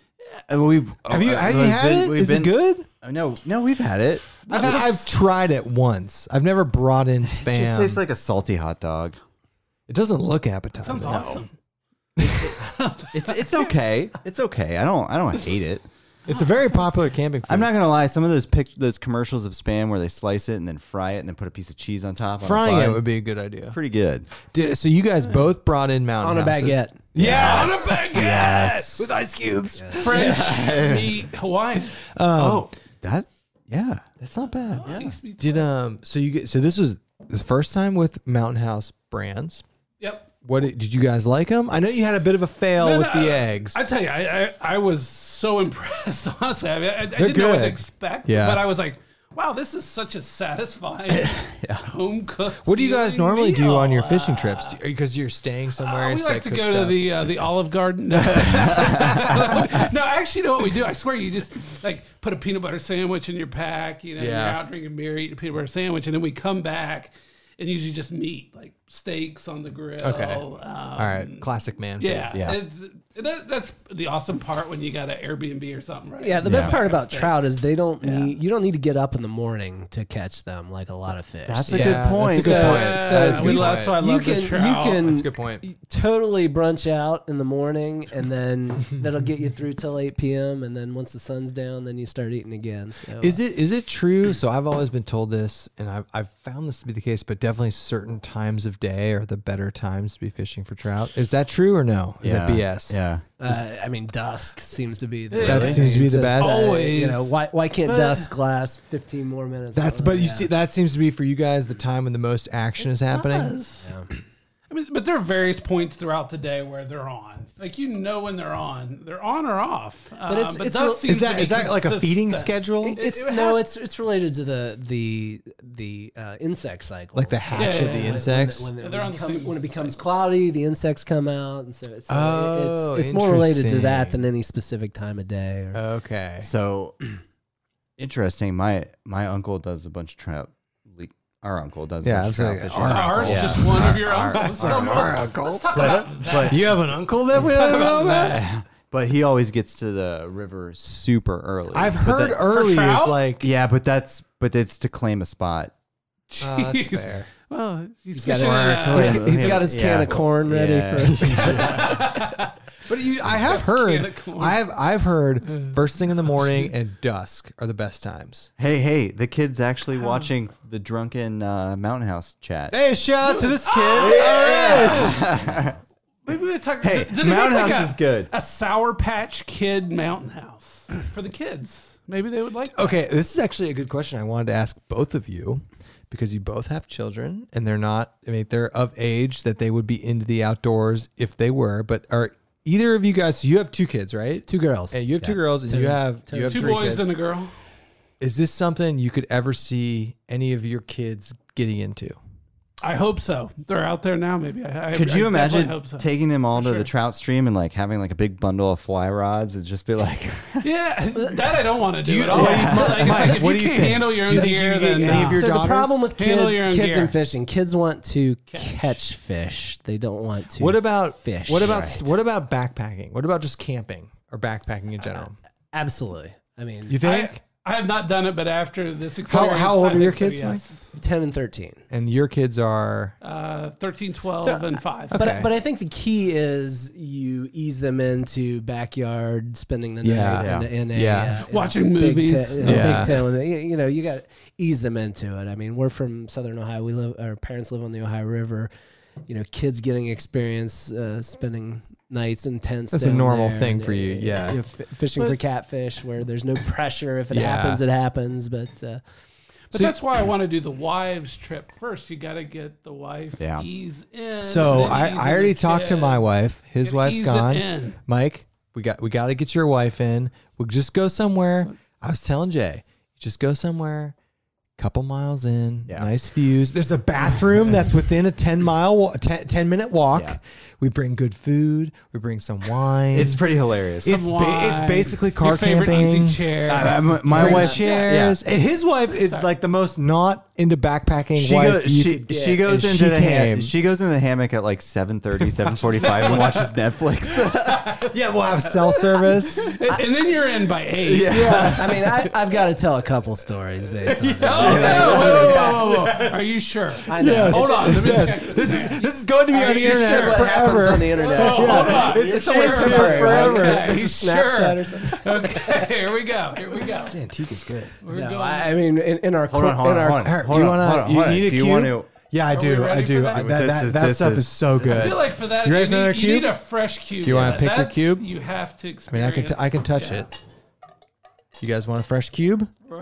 uh, we've
Have you? Have you had it? Is it good?
oh, No, no, we've had it.
I've, had, I've tried it once. I've never brought in spam.
It just tastes like a salty hot dog.
it doesn't look appetizing.
sounds awesome.
It's it's okay. It's okay. I don't I don't hate it.
It's a very popular camping. Food.
I'm not gonna lie. Some of those pic- those commercials of spam where they slice it and then fry it and then put a piece of cheese on top. on a
frying it
bun,
would be a good idea.
pretty good.
Did, so you guys both brought in
on
mountain
a
houses.
baguette.
Yeah,
Yes.
with ice cubes.
French meat Hawaiian.
oh,
That yeah.
that's not bad.
Thanks, me-
Did um? So you get so this was the first time with Mountain House brands.
Yep.
What did did you guys like them? I know you had a bit of a fail
No,
with
no, uh,
the eggs.
I tell you, I, I, I was so (laughs) impressed. Honestly, I, mean, I, I didn't
They're
know what to
good.
expect,
Yeah.
but I was like, wow, this is such a
(laughs)
satisfying home cooked.
what do you guys normally do on your fishing trips? Because you're staying somewhere.
Uh, we
so
like
it
to
cooks
go to
up.
the uh, the Olive
(laughs)
Garden. no, (laughs) actually, you know what we do? I swear, you just like put a peanut butter sandwich in your pack. You know, you're
Yeah.
out drinking beer, eating a peanut butter sandwich, and then we come back and usually just meat, like steaks on the grill.
Okay.
Um,
all right classic man. food.
Yeah,
Yeah.
It's, that, that's the awesome part when you got an Airbnb or something, right?
Yeah, the best part about
Steak.
trout is they don't need you don't need to get up in the morning to catch them like a lot of fish.
That's
So
a good point.
That's a good
Yeah,
point. That is a
we
good
love,
point.
so I
you
love
can
the trout.
you can
That's a good point.
totally brunch out in
(laughs)
the morning and then that'll get you through till 8 p.m and then once the sun's down then you start eating again so
Is it is it true? So I've always been told this, and I've I've found this to be the case. But definitely, certain times of day are the better times to be fishing for trout. Is that true or no? Is that BS?
Yeah.
uh, i mean dusk seems to be the
That
way
seems to be the
it says, uh,
best.
you know
Always.
why, why can't dusk last 15 more minutes
That's but you see that seems to be for you guys the time when the most action is happening.
Yes. I mean, but there are various points throughout the day where they're on. Like you know when they're on, they're on or off. Uh, But
it's- it's real- Is
Is that is that like a feeding schedule?
it's
it
no
has-
it's it's related to the the the uh, insect cycle
Like the
So
hatch
Yeah,
of
yeah,
the
yeah.
insects.
when, it
They're on the
becomes,
same
when it becomes cloudy the insects come out and so, so it-
Oh,
it's, it's more related to that
interesting. Oh,
than any specific time of day or
okay.
So interesting. My my uncle does a bunch of trout. le- Our uncle does.
Yeah,
a bunch of
I was
trout
like,
fishing.
our
Ours
Yeah.
just one of your
Our-
uncles.
our-
So let's-
our uncle.
Let's talk about
(laughs)
that.
You have an uncle that we don't know about.
(laughs) But he always gets to the river super early.
I've
But
heard er-,
that-
early is
trout?
like
Yeah, but that's but it's to claim a spot.
(laughs) Oh, that's
Jeez.
fair.
Well, he's,
got
fishing.
it.
in, uh,
Claim-
he's got his can of corn ready
Yeah.
(laughs) for
But you, I have
Best can
heard
of corn.
I've I've heard first thing in the morning and dusk are the best times.
Hey, hey, the kid's actually watching the drunken uh, mountain house chat.
Hey, shout out to this kid.
Oh, maybe we talk.
Hey,
did- did they
Mountain
make, like,
House
a-
is good.
A Sour Patch Kid Mountain House for the kids. Maybe they would like. that.
Okay, this is actually a good question I wanted to ask both of you because you both have children and they're not I mean they're of age that they would be into the outdoors if they were, but are either of you guys you have two kids, right?
two girls
And you have two girls and you have you have
Two
three
boys
kids.
and a girl.
is this something you could ever see any of your kids getting into?
I hope so. They're out there now. Maybe. I, I-
Could
I
you
definitely
imagine
Hope so.
taking them all to the trout stream and like having like a big bundle of fly rods and just be like, (laughs)
Yeah, that I don't want to do
you- (laughs)
at all.
what do you-
Like, it's
Mike,
like, if
what do
you
you
can't
think?
handle your
Do
own
you think you
deer,
can get
then uh,
any of your
so the
daughters?
problem with
Handle
kids,
your own
kids
gear.
and fishing, kids want to catch. fish. They don't want to.
What about
fish?
What about what
Uh,
about backpacking? What about just camping or backpacking in general?
absolutely? I mean,
You think?
I have not done it, but after this
How,
experience,
how
I
old are
think
your
so,
kids, Mike?
yes.
10 and 13.
And your kids are
Uh, 13, 12,
So,
and 5.
But,
Okay.
but I think the key is you ease them into backyard spending the night
Yeah.
in, a- in a
Yeah.
uh, in a
Watching
big
movies.
tent- in a
Yeah.
big tent with a- you- you know, you got to ease them into it. I mean, we're from Southern Ohio. We live, our parents live on the Ohio River. You know, kids getting experience uh, spending nights in tents.
That's a
down
normal
there
thing
and,
for you,
uh,
yeah.
f- fishing for catfish, where there's no pressure. If it
Yeah.
happens, it happens. But uh,
But that's why I want to do the wives trip first. You got to get the wife
Yeah.
ease in.
So
and
I,
then ease
I
in
already
the
talked to my
kids.
wife. His
Gotta
wife's
ease it
gone.
in.
Mike, we got we got to get your wife in. We'll just go somewhere. I was telling Jay, just go somewhere. Couple miles in,
Yeah.
nice views. There's a bathroom that's within a ten mile, wa- 10, 10 minute walk.
Yeah.
We bring good food. We bring some wine.
It's pretty hilarious.
it's,
Some
ba- it's
wine,
basically car
your favorite
camping.
Easy chair.
I- (laughs) I'm- my
Bring
wife
chairs,
Yeah.
and his wife is like the most not into backpacking
She
wife.
goes.
you
She,
could get,
she goes
and
into
she
the
came.
ham- she goes into the hammock at
(laughs)
like 7.30, 7.45 and watches Netflix.
yeah, we'll have cell
(laughs)
service.
and, and then you're in by 8. Yeah.
I mean, I, I've got to tell a couple stories
(laughs)
based on that.
Oh, no. Whoa,
(laughs)
whoa, whoa, whoa. Are you sure? I
know. Yes.
Hold on. Let me check.
This is this is going to be
Are
on the
you
internet
sure what
What happens
forever.
on the
(laughs)
internet?
Oh, hold on.
It's
You're
somewhere
sure?
forever.
Okay,
This
he's
is Snapchat
sure.
or something.
Okay, here we go. Here we go.
Antika's good.
We're
No,
going.
I, I mean, in, in our
Hold on, hold
in
on,
our,
hold on.
Her, you wanna,
hold on,
you
hold on.
need a
Do you
cue?
want to-
Yeah, I do.
ready
I do.
for
I,
that?
that
This
that,
is-
that
this
stuff is,
is-
so
I
good.
feel like for that,
You
you,
ready for
need,
another
you
cube?
need a fresh cube.
Do you wanna
Yeah,
pick your
that's-
cube?
You have to
I mean, I can t- I can touch it. You guys want a fresh cube?
(laughs) we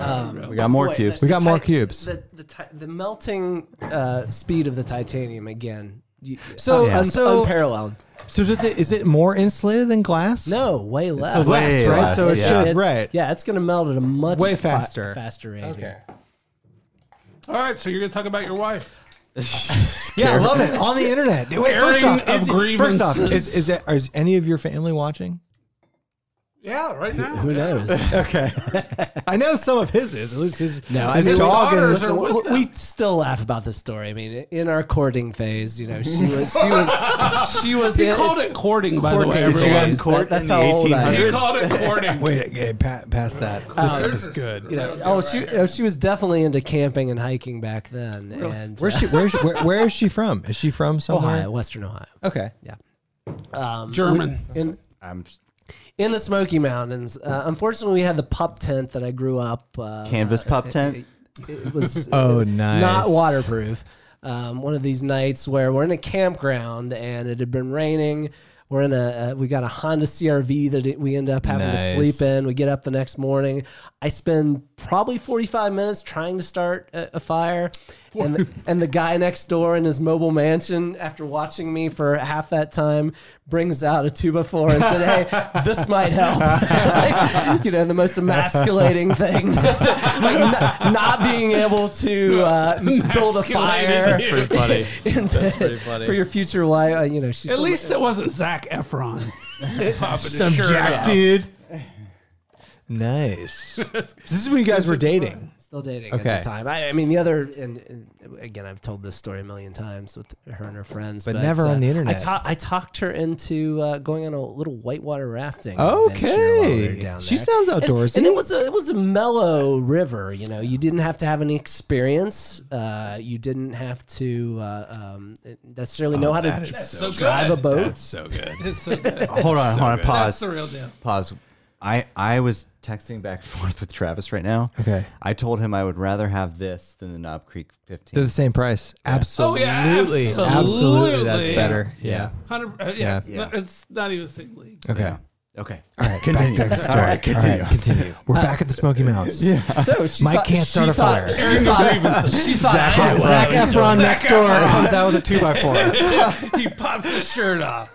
got more
Boy,
cubes. (laughs)
the-
We got
the
more
Ti-
cubes.
The, the, ti- the melting uh, speed of the titanium again. You,
So-
un-
so-
unparalleled.
So does it is it more insulated than glass?
No, way less.
so less,
Way
right?
less,
so it
yeah.
should, right?
Yeah, it's gonna melt at a much
Way
fa-
faster.
faster rate.
Okay.
All right, so you're gonna talk about your wife.
Yeah, I love it on the internet. Wait, first
Airing
off, is,
of
first off, is
grievances.
is, it, is any of your family watching?
Yeah, right now.
Who knows?
(laughs)
Okay, I know some of his is. At least his
No, I
his
mean,
dog and his
daughters are with
we, we still laugh about this story. I mean, in our courting phase, you know,
(laughs)
she was she was she was
He
in,
called it courting, by the way.
Courting.
everyone.
Yes. Court
That-
in the
He
1800s.
called it courting.
Wait, yeah, pa- pass that. This stuff is good.
You know, oh, she oh, she was definitely into camping and hiking back then. And
Where's
uh,
she? Where's she, where, where is she from? Is she from somewhere?
Ohio, Western Ohio.
Okay.
Um,
German.
In
I'm
in the Smoky Mountains. Uh, unfortunately, we had the pup tent that I grew up. Uh,
canvas pup tent.
It was
(laughs) Oh, nice.
not waterproof. Um, one of these nights where we're in a campground and it had been raining. We're in a uh, we got a Honda CRV that it- we end up having
Nice.
to sleep in. We get up the next morning. I spend probably 45 minutes trying to start a, a fire, and the, and the guy next door in his mobile mansion, after watching me for half that time, brings out a two by four and said, "Hey, this might help." (laughs) Like, you know, the most emasculating thing, (laughs) like not, not being able to uh, build a fire.
Emasculating. (laughs) That's
funny.
in bed
pretty funny.
For your future wife, uh, you know, she's
At least it wasn't Zach Efron. (laughs) Popping his
Some
shirt
jack
off.
dude. Nice. (laughs) this is when you guys were dating.
still dating
Okay.
at the time. I, I mean, the other, and, and again, I've told this story a million times with her and her friends, uh,
But never on the internet.
I, ta- I talked her into uh, going on a little whitewater rafting. adventure while we were
Okay.
down
She
there.
sounds
And-
outdoorsy.
And, it was a it was a mellow river. You know, you didn't have to have any experience. Uh, you didn't have to uh, um, necessarily
Oh,
know how to dr-
so
drive
good.
a boat.
so good.
It's so
uh,
good.
Oh, Hold on, hold on.
That's
Pause.
the real deal.
Pause. I I was texting back and (laughs) forth with Travis right now.
Okay.
I told him I would rather have this than the Knob Creek
(laughs) They're
15.
the same price. Absolutely.
yeah,
Oh, absolutely.
absolutely.
That's better. Yeah.
Hundred. Uh, yeah,
Yeah.
no, it's not even a sing (laughs) league.
Okay.
Yeah. Okay.
All right. Continue. All right. Continue. (laughs) continue. We're back at the Smoky Mountains. Yeah. (laughs)
So she
Mike
thought,
can't
she
start a
thought-
fire.
She thought, (laughs) she thought I knew what I
Zach
was
Efron next door comes out with a two by four.
he pops his shirt off.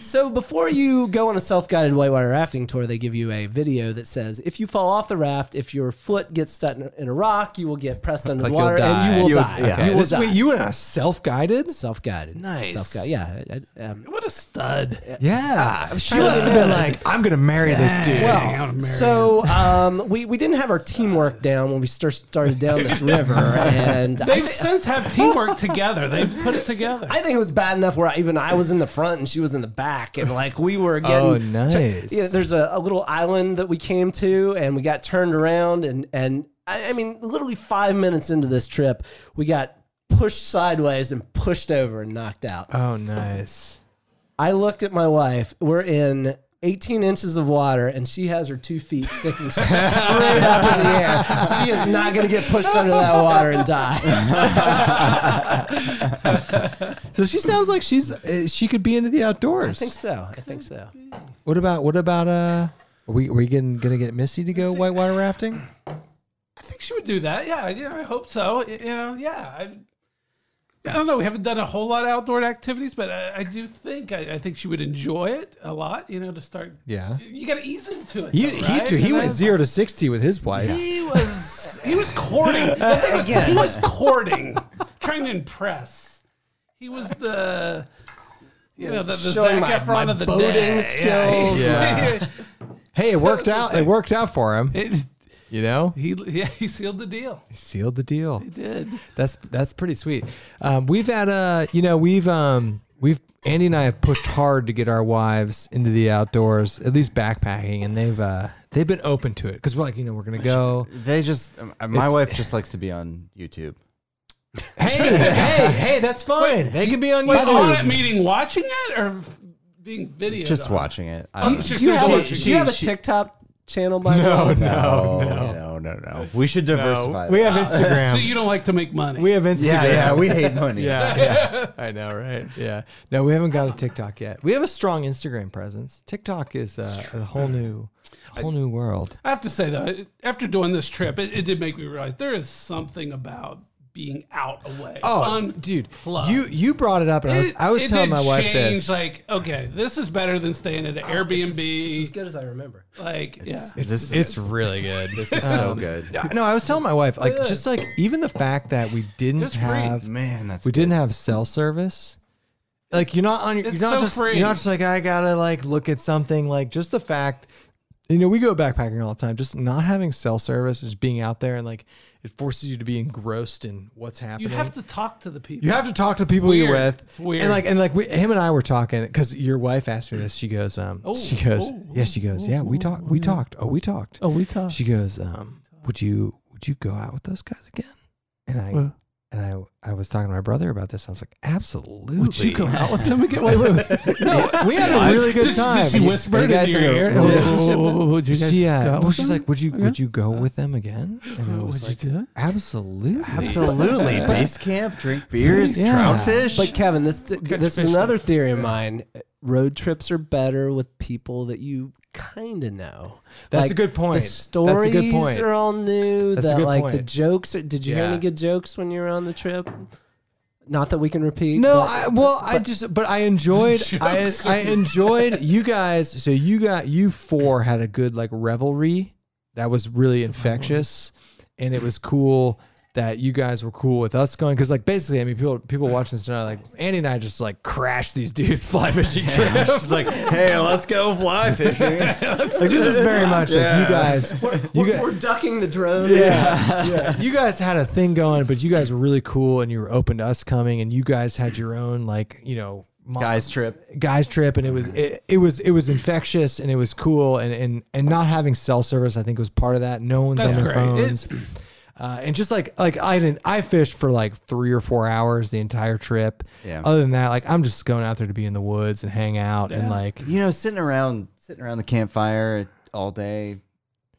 So before you go on a self-guided whitewater rafting tour, they give you a video that says if you fall off the raft, if your foot gets stuck in- in a rock, you will get pressed under
Like
the
you'll
(laughs) water and
die.
you will
You'll-
die.
yeah.
You will
This-
die.
wait, you and a self guided?
self-guided.
Nice.
Self-guided. Yeah. I- I- um,
What a stud.
Yeah. She must have been like, I'm going to marry this dude.
Hang on,
well,
Mary.
so um, we, we didn't have our teamwork down when we star- started
(laughs)
down this river, and I,
They've (laughs) since have teamwork together. They've put it together.
I think it was bad enough where I, even I was in the front and she was in the back, and like we were getting.
Oh,
tur-
nice.
yeah, there's a, a little island that we came to, and we got turned around, and and I, I mean, literally five minutes into this trip, we got pushed sideways and pushed over and knocked out.
Oh, nice.
I looked at my wife. We're in 18 inches of water, and she has her two feet sticking (laughs) straight up in the air. She is not going to get pushed under that water and die. (laughs)
So she sounds like she's uh, she could be into the
I
outdoors.
think so. I think so.
What about what about uh? Are we are we getting gonna get Missy to go whitewater rafting?
I think she would do that. Yeah, yeah, I hope so. Y- You know, yeah. I, I don't know. We haven't done a whole lot of outdoor activities, but I, I do think I, I think she would enjoy it a lot. You know, to start.
Yeah.
You got to ease into it.
He
though,
he
right?
too, he
And
went
that's-
zero to sixty with his wife.
He was he was courting. The thing
Uh,
was, he was courting, trying to impress. He was the you know the, the
Showing
Zac
my-
Efron
my
of the
boating
day.
skills.
Yeah. Hey, it worked out. It worked out for him.
It-
You know,
(laughs) he yeah, he sealed the deal.
he sealed the deal.
He did.
That's that's pretty sweet. Um, we've had a you know we've um we've Andy and I have pushed hard to get our wives into the outdoors, at least backpacking, and they've uh they've been open to it because we're like you know we're gonna
(laughs)
go.
They just, uh, my wife just likes to be on
(laughs)
YouTube.
hey hey hey, that's fine. they can be on
Wait, on
YouTube. (laughs)
it meaning watching it or f- being video?
Just
on?
watching it. Um, I
Oh,
don't-
she-
Do you have a,
she-
do you have a
she-
TikTok channel by no, way?
no, no, oh, no, no, We should diversify.
Oh, We
that.
have Instagram.
So you don't like to make money.
we have Instagram.
yeah, yeah, we hate money.
Yeah,
(laughs)
yeah. I know, right? Yeah. No, we haven't got a TikTok yet. We have a strong Instagram presence. TikTok is uh, a whole new, whole new world.
I have to say though, it- after doing this trip, it, it did make me realize there is something about being out away.
Oh,
Unplugged.
dude, you you brought it up, and I was
It-
I was
it
telling
did
my wife
change,
this.
Like, okay, this is better than staying at an Airbnb.
Oh, It's as good as I remember.
like, yeah.
it's, really good. This (laughs) is
So good.
No, I was telling my wife like just like even the fact that we didn't
It's free.
have
Man, that's
we didn't have cell service. Like you're not on your, you're
It's
not
so
just
free.
you're not just like I gotta like look at something like just the fact you know we go backpacking all the time just not having cell service just being out there and like it forces you to be engrossed in what's
You
happening.
have to talk to the people.
You have to talk to people you're
weird.
with.
It's weird.
And like and like we, him and I were talking because your wife asked me this. She goes, um, she goes,
oh,
yeah, she goes, yeah, we talked, we talked, oh, we talked.
we talk.
She goes, um, would you would you go out with those guys again? And I
Well-
and I I was talking to my brother about this. I was like, absolutely. Would
you
(laughs)
go out with them again? Wait, wait, wait. No,
We had a really good
did,
time.
Did she whisper
you
it
guys
in your
in a
ear?
Oh,
relationship?
Whoa, whoa, whoa, whoa, Would you guys
She, uh,
go
well,
with
she's
them?
like, would you
again?
would you go with them again? And
(gasps)
I was
Would you
like,
do it?
absolutely, (laughs)
Absolutely. Base camp, drink beers,
Yeah.
trout fish. (laughs)
But Kevin, this this
fish
is another theory of mine. Road trips are better with people that you kind of know.
That's a good point.
The
That's a good
stories
point.
are all new.
That's a
the,
good
like the
point.
jokes. Are, did you hear
Yeah.
any good jokes when you were on the trip? Not that we can repeat.
No,
but-
I, well, I just, but I (laughs) enjoyed, I, I (laughs) enjoyed you guys. So you got, you four had a good like revelry that was really infectious, and it was cool that you guys were cool with us going because like basically, I mean, people people watching this tonight, like Andy and I just like crashed these dudes (laughs) fly fishing trips.
She's like, hey, let's
(laughs)
go fly fishing.
Like this is very much like you (laughs) guys, you
we're,
guys,
we're ducking the drone.
yeah, yeah. You guys had a thing going, but you guys were really cool and you were open to us coming, and you guys had your own like you know. mo-
Guys trip.
guys trip and it was it, it was it was infectious and it was cool and and and not having cell service I think was part of that. No one's
That's
on their
great.
phones. uh, and just like like I didn't I fished for like three or four hours the entire trip.
Yeah.
Other than that, like I'm just going out there to be in the woods and hang out and like
You know, sitting around, sitting around the campfire all day,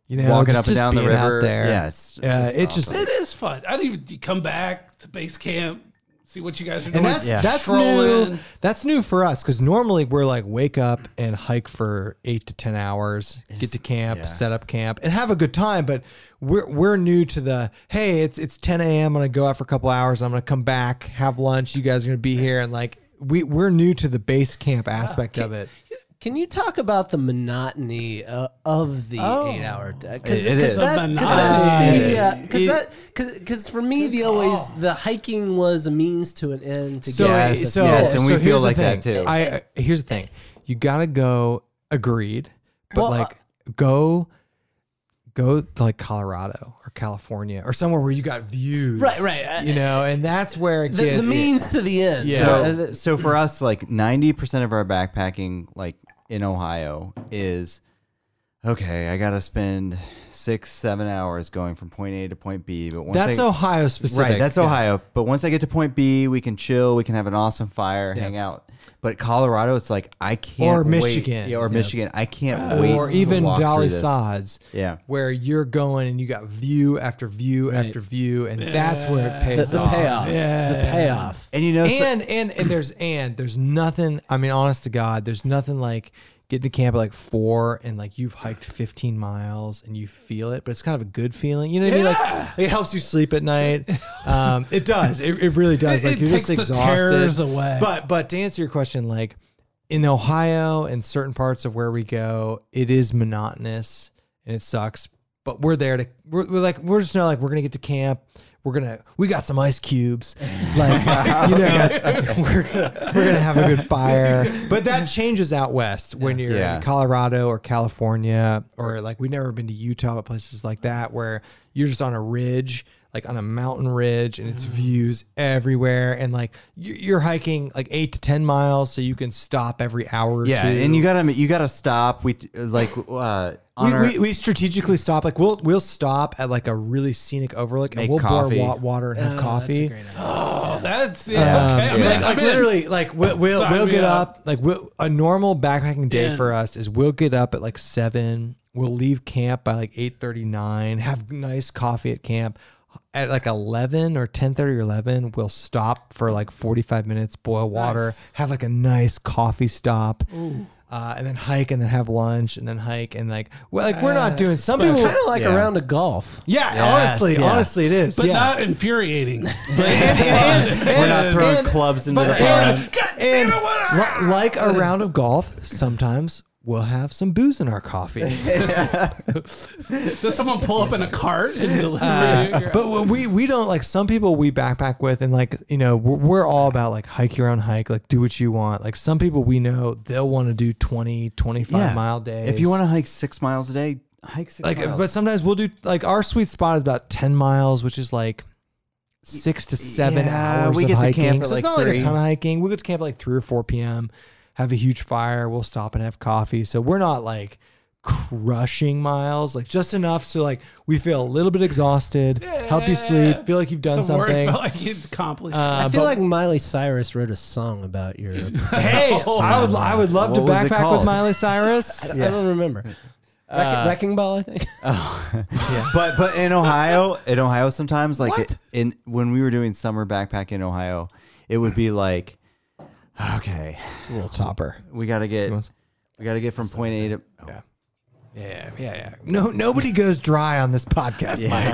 you know
walking
just-
up and
just
down the
being out
river.
there.
Yeah, it's,
Uh, it's just
It is fun. I don't even you come back to base camp, see what you guys are
and
doing.
that's
Yeah.
that's
Strolling.
new. That's new for us because normally we're like wake up and hike for eight to ten hours, get to camp,
yeah.
set up camp, and have a good time. But we're we're new to the hey, it's it's ten a.m. I'm gonna go out for a couple hours. I'm gonna come back, have lunch. You guys are gonna be here, and like we we're new to the base camp aspect of it.
Can you talk about the monotony uh, of the eight-hour day? Because
It- it is.
that,
Oh. The
'cause that's
monotony.
the, uh, 'cause
It-
that- 'cause- 'cause for me, the always the hiking was a means to an end. To
So,
get
Yes,
so,
yes, and we
so
feel
here's the
like that
thing.
too.
I uh, here's the thing: you gotta go agreed, but
uh, Well,
like go Go to like Colorado or California or somewhere where you got views.
Right, right.
You know, and that's where it
The,
gets
the means to the end.
Yeah.
So, uh, so for us, like ninety percent of our backpacking, like in Ohio, is okay. I gotta spend six, seven hours going from point A to point B. But once
That's
I,
Ohio specific.
right, that's
Yeah.
Ohio. But once I get to point B, we can chill. We can have an awesome fire, hang out. But Colorado, it's like I can't.
Or
wait-
Michigan.
yeah, or
Yeah.
Michigan. I can't wait.
or
to
even
walk through
Dolly
this.
Sods,
Yeah.
where you're going and you got view after view after view, and that's where it
The,
pays
the
off.
payoff.
yeah.
The
(laughs)
payoff.
And you know, so-
And and and there's and there's nothing. I mean, honest to God, there's nothing like getting to camp at like four and like you've hiked 15 miles and you feel it, but it's kind of a good feeling. You know what I mean? Like it helps you sleep at night. Um, it does. It, it really does.
It-
like
it
you're just
takes the
exhausted.
terrors away.
But but to answer your question, like in Ohio and certain parts of where we go, it is monotonous and it sucks. But we're there to we're, we're like we're just not like we're gonna get to camp. We're gonna we got some ice cubes, like (laughs) you know we're gonna, we're gonna have a good fire. But that changes out west when you're
Yeah.
in Colorado or California or like we've never been to Utah but places like that where you're just on a ridge like on a mountain ridge and
Mm.
it's views everywhere and like you- you're hiking like eight to ten miles so you can stop every hour or
yeah,
two.
and you gotta you gotta stop. We like uh, on
we,
our,
we, we strategically stop like we'll we'll stop at like a really scenic overlook and
Make
we'll
coffee.
pour wa- water and have coffee.
Oh, that's yeah.
Um,
okay. I
like-
mean,
Like, literally, like we'll we'll,
Oh, Sign
we'll
me
get
up.
up. Like we'll, a normal backpacking day
Yeah.
for us is we'll get up at like seven. We'll leave camp by like eight thirty nine. Have nice coffee at camp. At like eleven or ten thirty or eleven, we'll stop for like forty five minutes, boil water, have like a nice coffee stop. Uh, and then hike, and then have lunch, and then hike, and like, well, like we're not doing some people.
Kind of like
Yeah.
a round of golf.
Yeah,
Yes,
honestly,
yeah.
honestly, it is.
but
yeah. (laughs)
not infuriating.
we're not throwing clubs into the
But
pond.
and, and li- like a round of golf, sometimes we'll have some booze in our
(laughs)
coffee.
Does someone pull up in a cart and deliver you? You're-
But we we don't like some people we backpack with, and like you know we're, we're all about like hike your own hike, like do what you want. Like some people we know they'll want to do 20, 25 mile days.
If you want to hike six miles a day, hike six
like,
miles.
but sometimes we'll do like our sweet spot is about ten miles, which is like. Six to seven
Yeah,
hours
we
of
get to
hiking.
camp at,
so
like,
it's not like
three.
a ton of hiking. We get to camp at like three or four p.m. Have a huge fire. We'll stop and have coffee. So we're not like crushing miles, like just enough so like we feel a little bit exhausted, help you
Yeah.
sleep, feel like you've done
Some word
something.
(laughs) felt like you'd accomplished.
Uh,
I feel
but-
like Miley Cyrus wrote a song about your.
hey, I would I would love to
What was it
backpack
called?
with Miley Cyrus.
I don't remember. Wrecking, wrecking Ball, I think.
but but in Ohio, in Ohio, sometimes like it, in when we were doing summer backpack in Ohio, it would be like, okay,
It's a little topper.
we gotta get we gotta get from point A to
Yeah. Yeah, yeah, yeah. No, nobody goes dry on this podcast, Mike.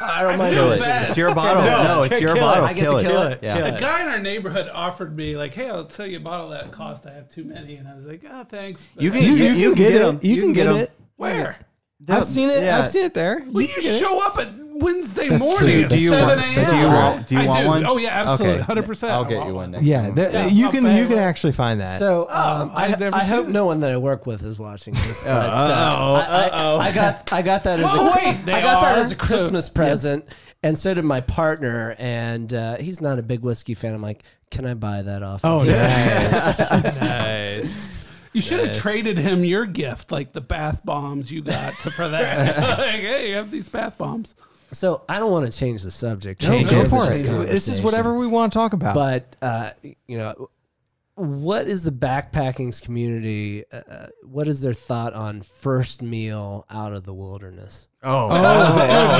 I don't
mind
kill
feel
it.
those. bad.
It's your bottle.
No,
No, it's
kill
your
it.
bottle.
I
get to kill it.
Yeah.
Kill
a guy in our neighborhood offered me like, "Hey, I'll tell you a bottle at cost. I have too many," and I was like, "Ah, thanks." but
You
I-
can, you, you can get, 'em.
it. You can get
them.
it.
where?
I've seen it.
Yeah.
I've seen it there.
Well, you show up at Wednesday
true.
morning at
Do you
seven
want-
a.m.
do you want- do you
I
want one?
Oh yeah, absolutely,
Okay.
hundred percent.
I'll get you one next.
Yeah,
time.
that-
Yeah,
you
I'll
can
pay
you can
one.
actually find that.
So um, I,
I've never
I
seen
hope
it.
no one that I work with is watching this. But, uh, oh, I, I got I got that as
Oh,
a,
wait, they
I got that
are.
as a Christmas present, and so did my partner, and uh, he's not a big whiskey fan. I'm like, can I buy that off?
oh,
of you?"
nice, nice.
You should have traded him your gift, like the bath bombs you got to,
(laughs)
for that. like, hey, you have these bath bombs.
So I don't want to change the subject.
No,
Change
go
of
for it.
conversation.
This is whatever we want to talk about.
But uh, you know, what is the backpacking's community? Uh, what is their thought on first meal out of the wilderness?
Oh,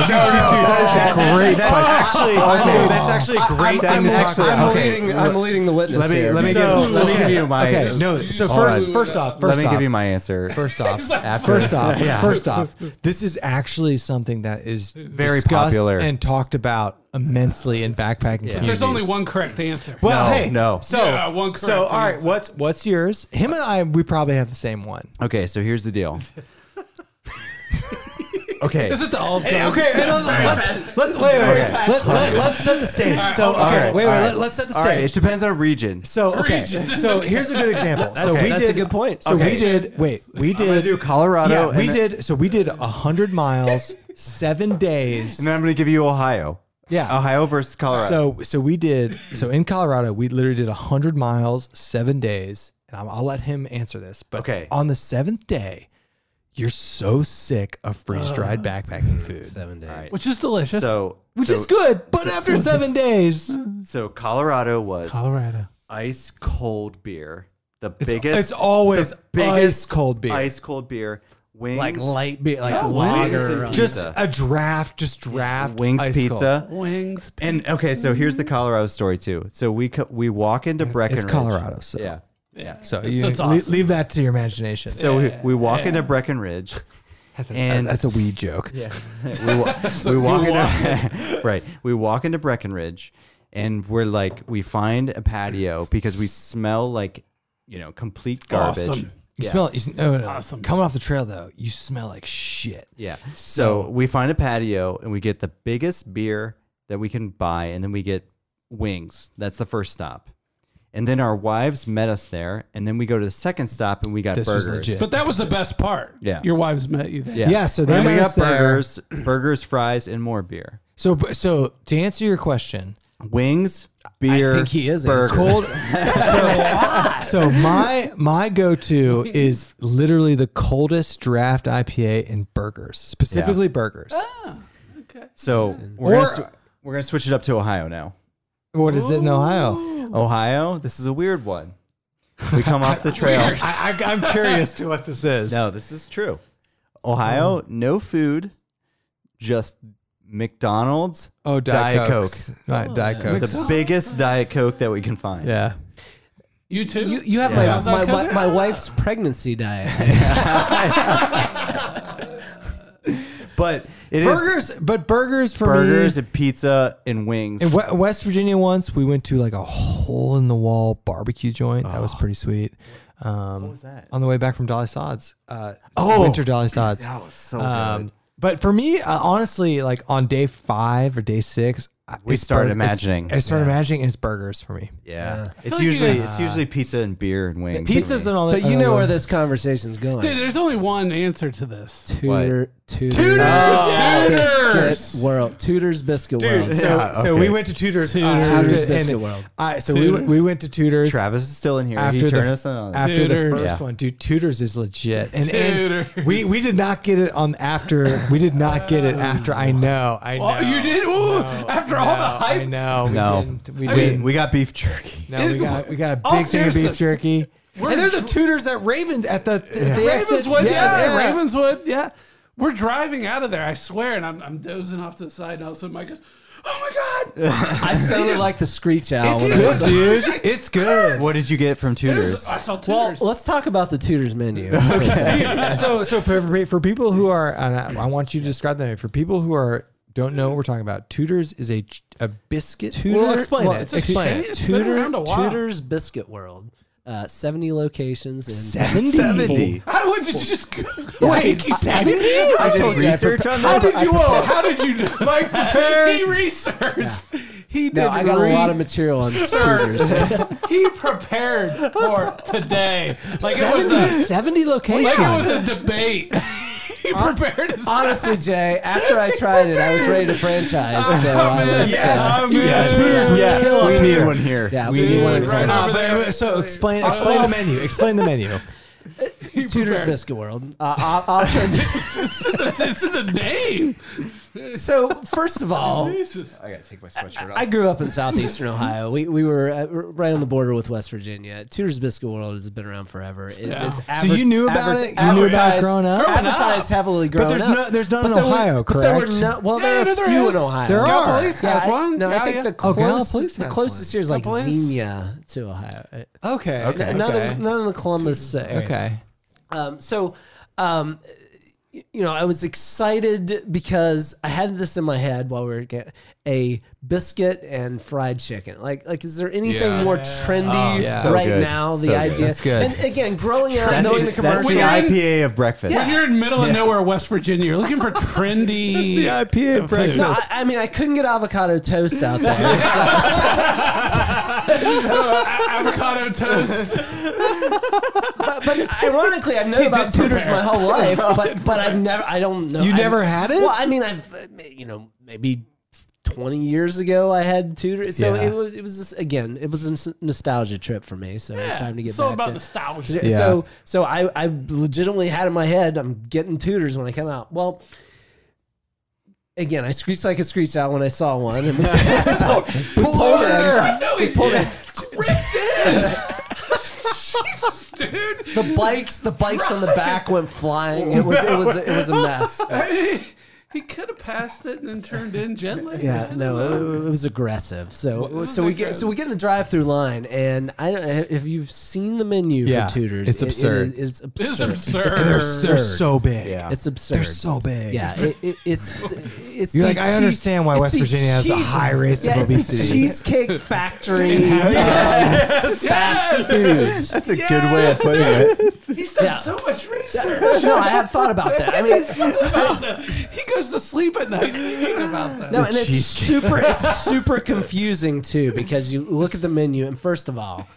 that's great. That's actually
okay.
that's actually a great
I'm-
thing to
I'm
talk
actually-
about.
I'm Okay. leading- I'm
leading the witness.
Let me let me
So,
give let me
okay.
give you my
Okay, no. So
All
first,
right.
first off,
let
first
me
off,
give you my answer.
First off, first off, first off, this is actually something that is very
popular.
and talked about immensely in backpacking. Yeah.
There's only one correct answer.
Well,
No,
hey,
no.
So,
Yeah, one
so
correct
all right.
answer.
What's what's yours? (laughs) Him and I, we probably have the same one.
Okay, so here's the deal. Okay.
Is it the all
Hey, okay, and let's, let's, let's wait, wait, wait.
Okay.
Let, let, let's set the stage. So, okay,
Alright,
wait, wait,
alright.
let, let's set the
Alright,
stage.
it depends on region.
So, okay,
Region.
so here's a good example. So we
that's
did
a good point.
So
Okay.
we did. Wait, we
I'm gonna
did.
do Colorado.
yeah, we
and,
did. So we did hundred
(laughs)
miles, seven days.
And then I'm gonna give you Ohio.
Yeah.
Ohio versus Colorado.
So so we did. So in Colorado, we literally did hundred miles, seven days. And I'm, I'll let him answer this. But
Okay.
on the seventh day, you're so sick of freeze dried backpacking food.
Seven days.
Alright.
Which is delicious.
so
Which
Uh, so-
is good, but after seven days,
So Colorado was
Colorado.
ice cold beer. The
It's-
biggest.
it's always ice cold beer.
Ice cold beer. Wings.
Like light beer, like
wings
lager.
and
or-
pizza.
just a draft, just draft
wings
ice cold.
pizza.
Wings.
And okay, so here's the Colorado story too. So we co- we walk into Breckenridge.
It's Colorado, so
Yeah.
Yeah.
so you
it's
le-
awesome.
leave that to your imagination.
So we, we walk
Yeah.
into Breckenridge, and
that's a weed joke.
we, wa- we walk into (laughs) right. We walk into Breckenridge, and we're like, we find a patio because we smell like, you know, complete garbage.
Awesome.
You
Yeah.
smell you, s- no, no, no.
Awesome.
Coming off the trail though, you smell like shit.
Yeah. So we find a patio and we get the biggest beer that we can buy, and then we get wings. That's the first stop. And then our wives met us there, and then we go to the second stop, and we got
This was
burgers.
legit.
But that was the best part.
Yeah.
Your wives met you there.
Yeah.
Yeah, so they
then we
met
got
us there.
burgers, burgers, fries, and more beer.
So b- so to answer your question,
Wings, beer.
think he is
burgers. (laughs)
cold. so, so my my go to is literally the coldest draft IPA and burgers, specifically burgers.
So we're
Or-
gonna, sw- we're gonna switch it up to Ohio now.
What is it in Ohio?
Ohio, this is a weird one. We come
(laughs)
off the trail.
I, I, I'm curious to what this is.
No, this is true. Ohio,
Oh.
no food, just McDonald's,
Oh, Diet,
Diet
Coke.
Cokes.
Not Diet Coke.
the biggest Diet Coke that we can find.
Yeah.
You too?
You, you have
Yeah.
my, my,
Yeah.
wi- my wife's pregnancy diet.
But it is
Burgers, but burgers for
burgers
me.
and pizza and wings.
In we- West Virginia, once we went to like a hole in the wall barbecue joint. That was pretty sweet. Um, what was
that?
On the way back from Dolly Sods, uh, oh, winter Dolly Sods.
that was so
Um, but for me, uh, honestly, like on day five or day six, I-
We
it's
started
burger- it's-
imagining.
I started imagining it's burgers for me.
good. Yeah,
feel
it's
like you
usually
guys-
it's usually pizza and beer and wings. for
Pizza's
me.
an all.
But you know where this conversation's going.
Dude, there's only one answer to this.
Tudor, Tudor,
Tudors!
Biscuit World. Tudor's Biscuit World.
So, so we went to Tudor's. uh, after- and-
Tudor's Biscuit World.
I, so we, went- we went to Tudor's.
Travis is still in here.
After
he
the-
turned us in on.
after
Tutors.
the first
Yeah.
one, dude. Tutors is legit, and, and
Tutors.
we we did not get it on after. We did not get it after. I know, I know.
Oh, you did? Ooh, after all the
No, I
hype.
know. We
no,
didn't. we
we,
didn't.
we got beef jerky.
no, we got we got a
All
big thing of beef
seriousness.
jerky.
We're-
And there's a Tutors at Ravens at the, the exit.
Ravenswood, yeah,
yeah.
Ravenswood, yeah. We're driving out of there, I swear, and I'm, I'm dozing off to the side, and all of a sudden Mike goes, "Oh my god!"
(laughs) I sounded like the screech owl.
It's
when I
either-
was-
Good
(laughs)
dude, it's good.
What did you get from Tudors?
There's- I saw
Well,
tutors.
let's talk about the Tudor's menu. okay.
Dude, so so for, for- for people who are and I, I want you to describe them for people who are don't know what we're talking about tutors is a ch- a biscuit
Tudor-
well, explain
well,
it
it's
a
explain
chain.
it
It's been
Tudor,
around a while.
Tudor's Biscuit World. Uh, 70 locations in
70?
how what, did you just (laughs)
wait seventy
I did
told you I
research
prepa-
on
How
that.
did you? Whoa, how did you? Mike
prepared.
He researched. He did.
No, I got
re-
a lot of material on Tudor's.
(laughs) he prepared for today. Like it was a
70 locations
like it was a debate. (laughs) he prepared. His
Honestly, Jay, after I tried it, I was ready to
(laughs)
franchise. So
Oh,
I
man.
was,
Yes.
uh,
I'm in.
kill
Yeah, we
up
need
here.
one here.
Yeah,
we
we
need
need
one.
one
here.
right
Uh,
over there.
but- so explain explain the menu explain the menu
he
Tudor's
prepared.
Biscuit World. Uh, op- option.
It's in (laughs) the, it's in the name.
uh,
Oh.
so first of all,
Jesus.
I gotta take my sweatshirt
I grew up in southeastern Ohio. We, we were uh, right on the border with West Virginia. Tudor's Biscuit World has been around forever. It,
Yeah.
it's
So
adver-
you knew about
adver-
it? You knew about it
advertised-
growing up?
Growing
Advertised
up.
heavily growing
there's
up.
no- there's none in
there were-
Ohio,
but there were
correct?
no- well, there
Yeah,
are
no,
a
there
few
is.
in Ohio.
There
Gal
are.
Police
Yeah,
has
I-
one.
no, I
Gal,
think
yeah.
the
Oh, Gal Police
closest, the
has
closest here is like
Police.
Xenia to Ohio. Uh,
okay
None, of, none in the Columbus area.
okay
Um, so um, y- you know, I was excited because I had this in my head while we were getting a biscuit and fried chicken. Like, like, is there anything
Yeah.
more
Yeah.
trendy
Oh, yeah.
So
right
good.
now? The
So good.
idea,
That's good.
and again, growing up
That's,
knowing the
the, that's the
commercial,
IPA of breakfast.
When you're in middle of nowhere, West Virginia, you're looking (laughs) for trendy.
IPA
breakfast.
no, I, I mean, I couldn't get avocado toast out there.
(laughs)
so-
avocado (laughs) toast.
but, but ironically, I've known about Tudors my whole
(laughs)
life, but but I've never, I don't know.
You
I've-
never had it?
Well, I mean, I've uh, you know maybe twenty years ago I had Tudor, so
Yeah.
it was it was this, again it was a nos- nostalgia trip for me. So it's time to get
it's all
back
about
to.
nostalgia.
So- So so I I legitimately had in my head I'm getting Tudors when I come out. Well. Again, I screeched like a screech out when I saw
(laughs)
one, (laughs) and we
(laughs)
pulled in.
No, he
Pulled in.
(laughs) dude.
The bikes, the bikes on the back went flying. It was, it was, it was a mess.
He could have passed it and then turned in gently.
Yeah, no, it, it was aggressive. So, so we get so we get in the drive-through line, and I don't if you've seen the menu
Yeah,
for Tudors,
it's
it- it
absurd.
is- it's absurd.
It's absurd.
They're, they're so big.
Yeah.
It's absurd.
They're so big.
yeah, it, it, it's it's.
You're
the
like, I understand why
it's
West
the
Virginia has the
cheese-
high rates
yeah,
of
it's the
obesity.
cheesecake (laughs) factory.
Yes!
foods.
(laughs) That's a good way of putting it.
He's done
Yeah.
so much research.
no, I have thought about that. I mean,
he goes to sleep at night thinking about that.
No, and it's super it's super confusing too because you look at the menu and first of all,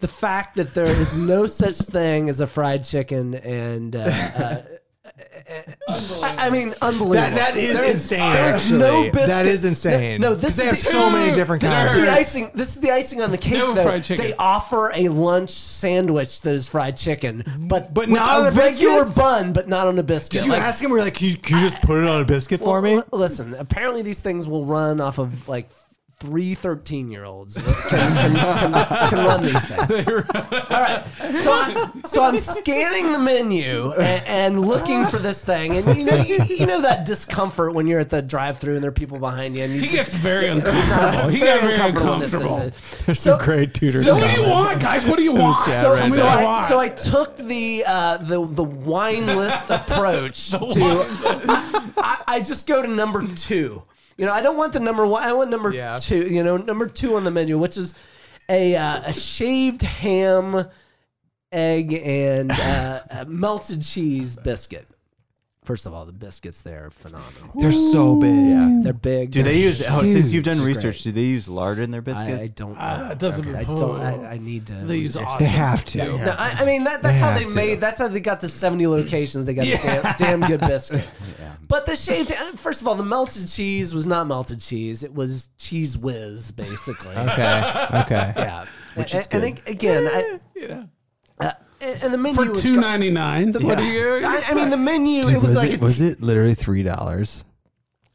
the fact that there is no such thing as a fried chicken and uh, uh, I, I mean unbelievable.
That, that is insane.
there's
actually.
no biscuit-
That is insane.
No, this
they
is
have
the- Mm,
so many different
this
kinds.
is the icing. This is the icing on the cake.
No
though.
fried chicken.
They offer a lunch sandwich that is fried chicken, but
But
with
not on
a
a biscuit?
regular bun, but not on a biscuit.
Did you
Like,
ask him? We're like, can you, can you just put it on a biscuit for me?
l- listen, apparently these things will run off of like three 13 year olds can, can, can, can run these things. All right. So, I, so I'm scanning the menu and, and looking for this thing. And you know, you, you know that discomfort when you're at the drive through and there are people behind you. And you
he
just, (laughs)
gets very uncomfortable. He got very
uncomfortable when this
uncomfortable.
is-
There's
so-
some great tutors.
so
(laughs) What do you want, guys? What do you want?
so,
What do
so
you
I,
want?
so I took the uh, the the wine list approach to. I, I just go to number two. You know, I don't want the number one. I want number
Yeah.
two. You know, number two on the menu, which is a uh, a shaved ham, egg, and uh, a melted cheese biscuit. First of all, the biscuits there are phenomenal.
They're so big.
They're big.
Do they use? Oh, since you've done
Huge.
research, do they use lard in their
I, I
biscuits?
don't. Know.
Ah, Oh. it doesn't
I
matter.
don't. I, I need to.
These
research.
They
awesome.
have to.
No, I, I mean that, that's how they
have to.
made. That's how they got to seventy locations. They got a damn, damn good (laughs) biscuit. But the shaved. uh, First of all, the melted cheese was not melted cheese. It was cheese whiz, basically.
Okay. Okay.
(laughs) Yeah. Which is and, ag- again, I,
Yeah.
uh, and and the menu
For
was.
two ninety nine, what do you?
I, I mean, the menu. it was, like a,
was it literally three dollars?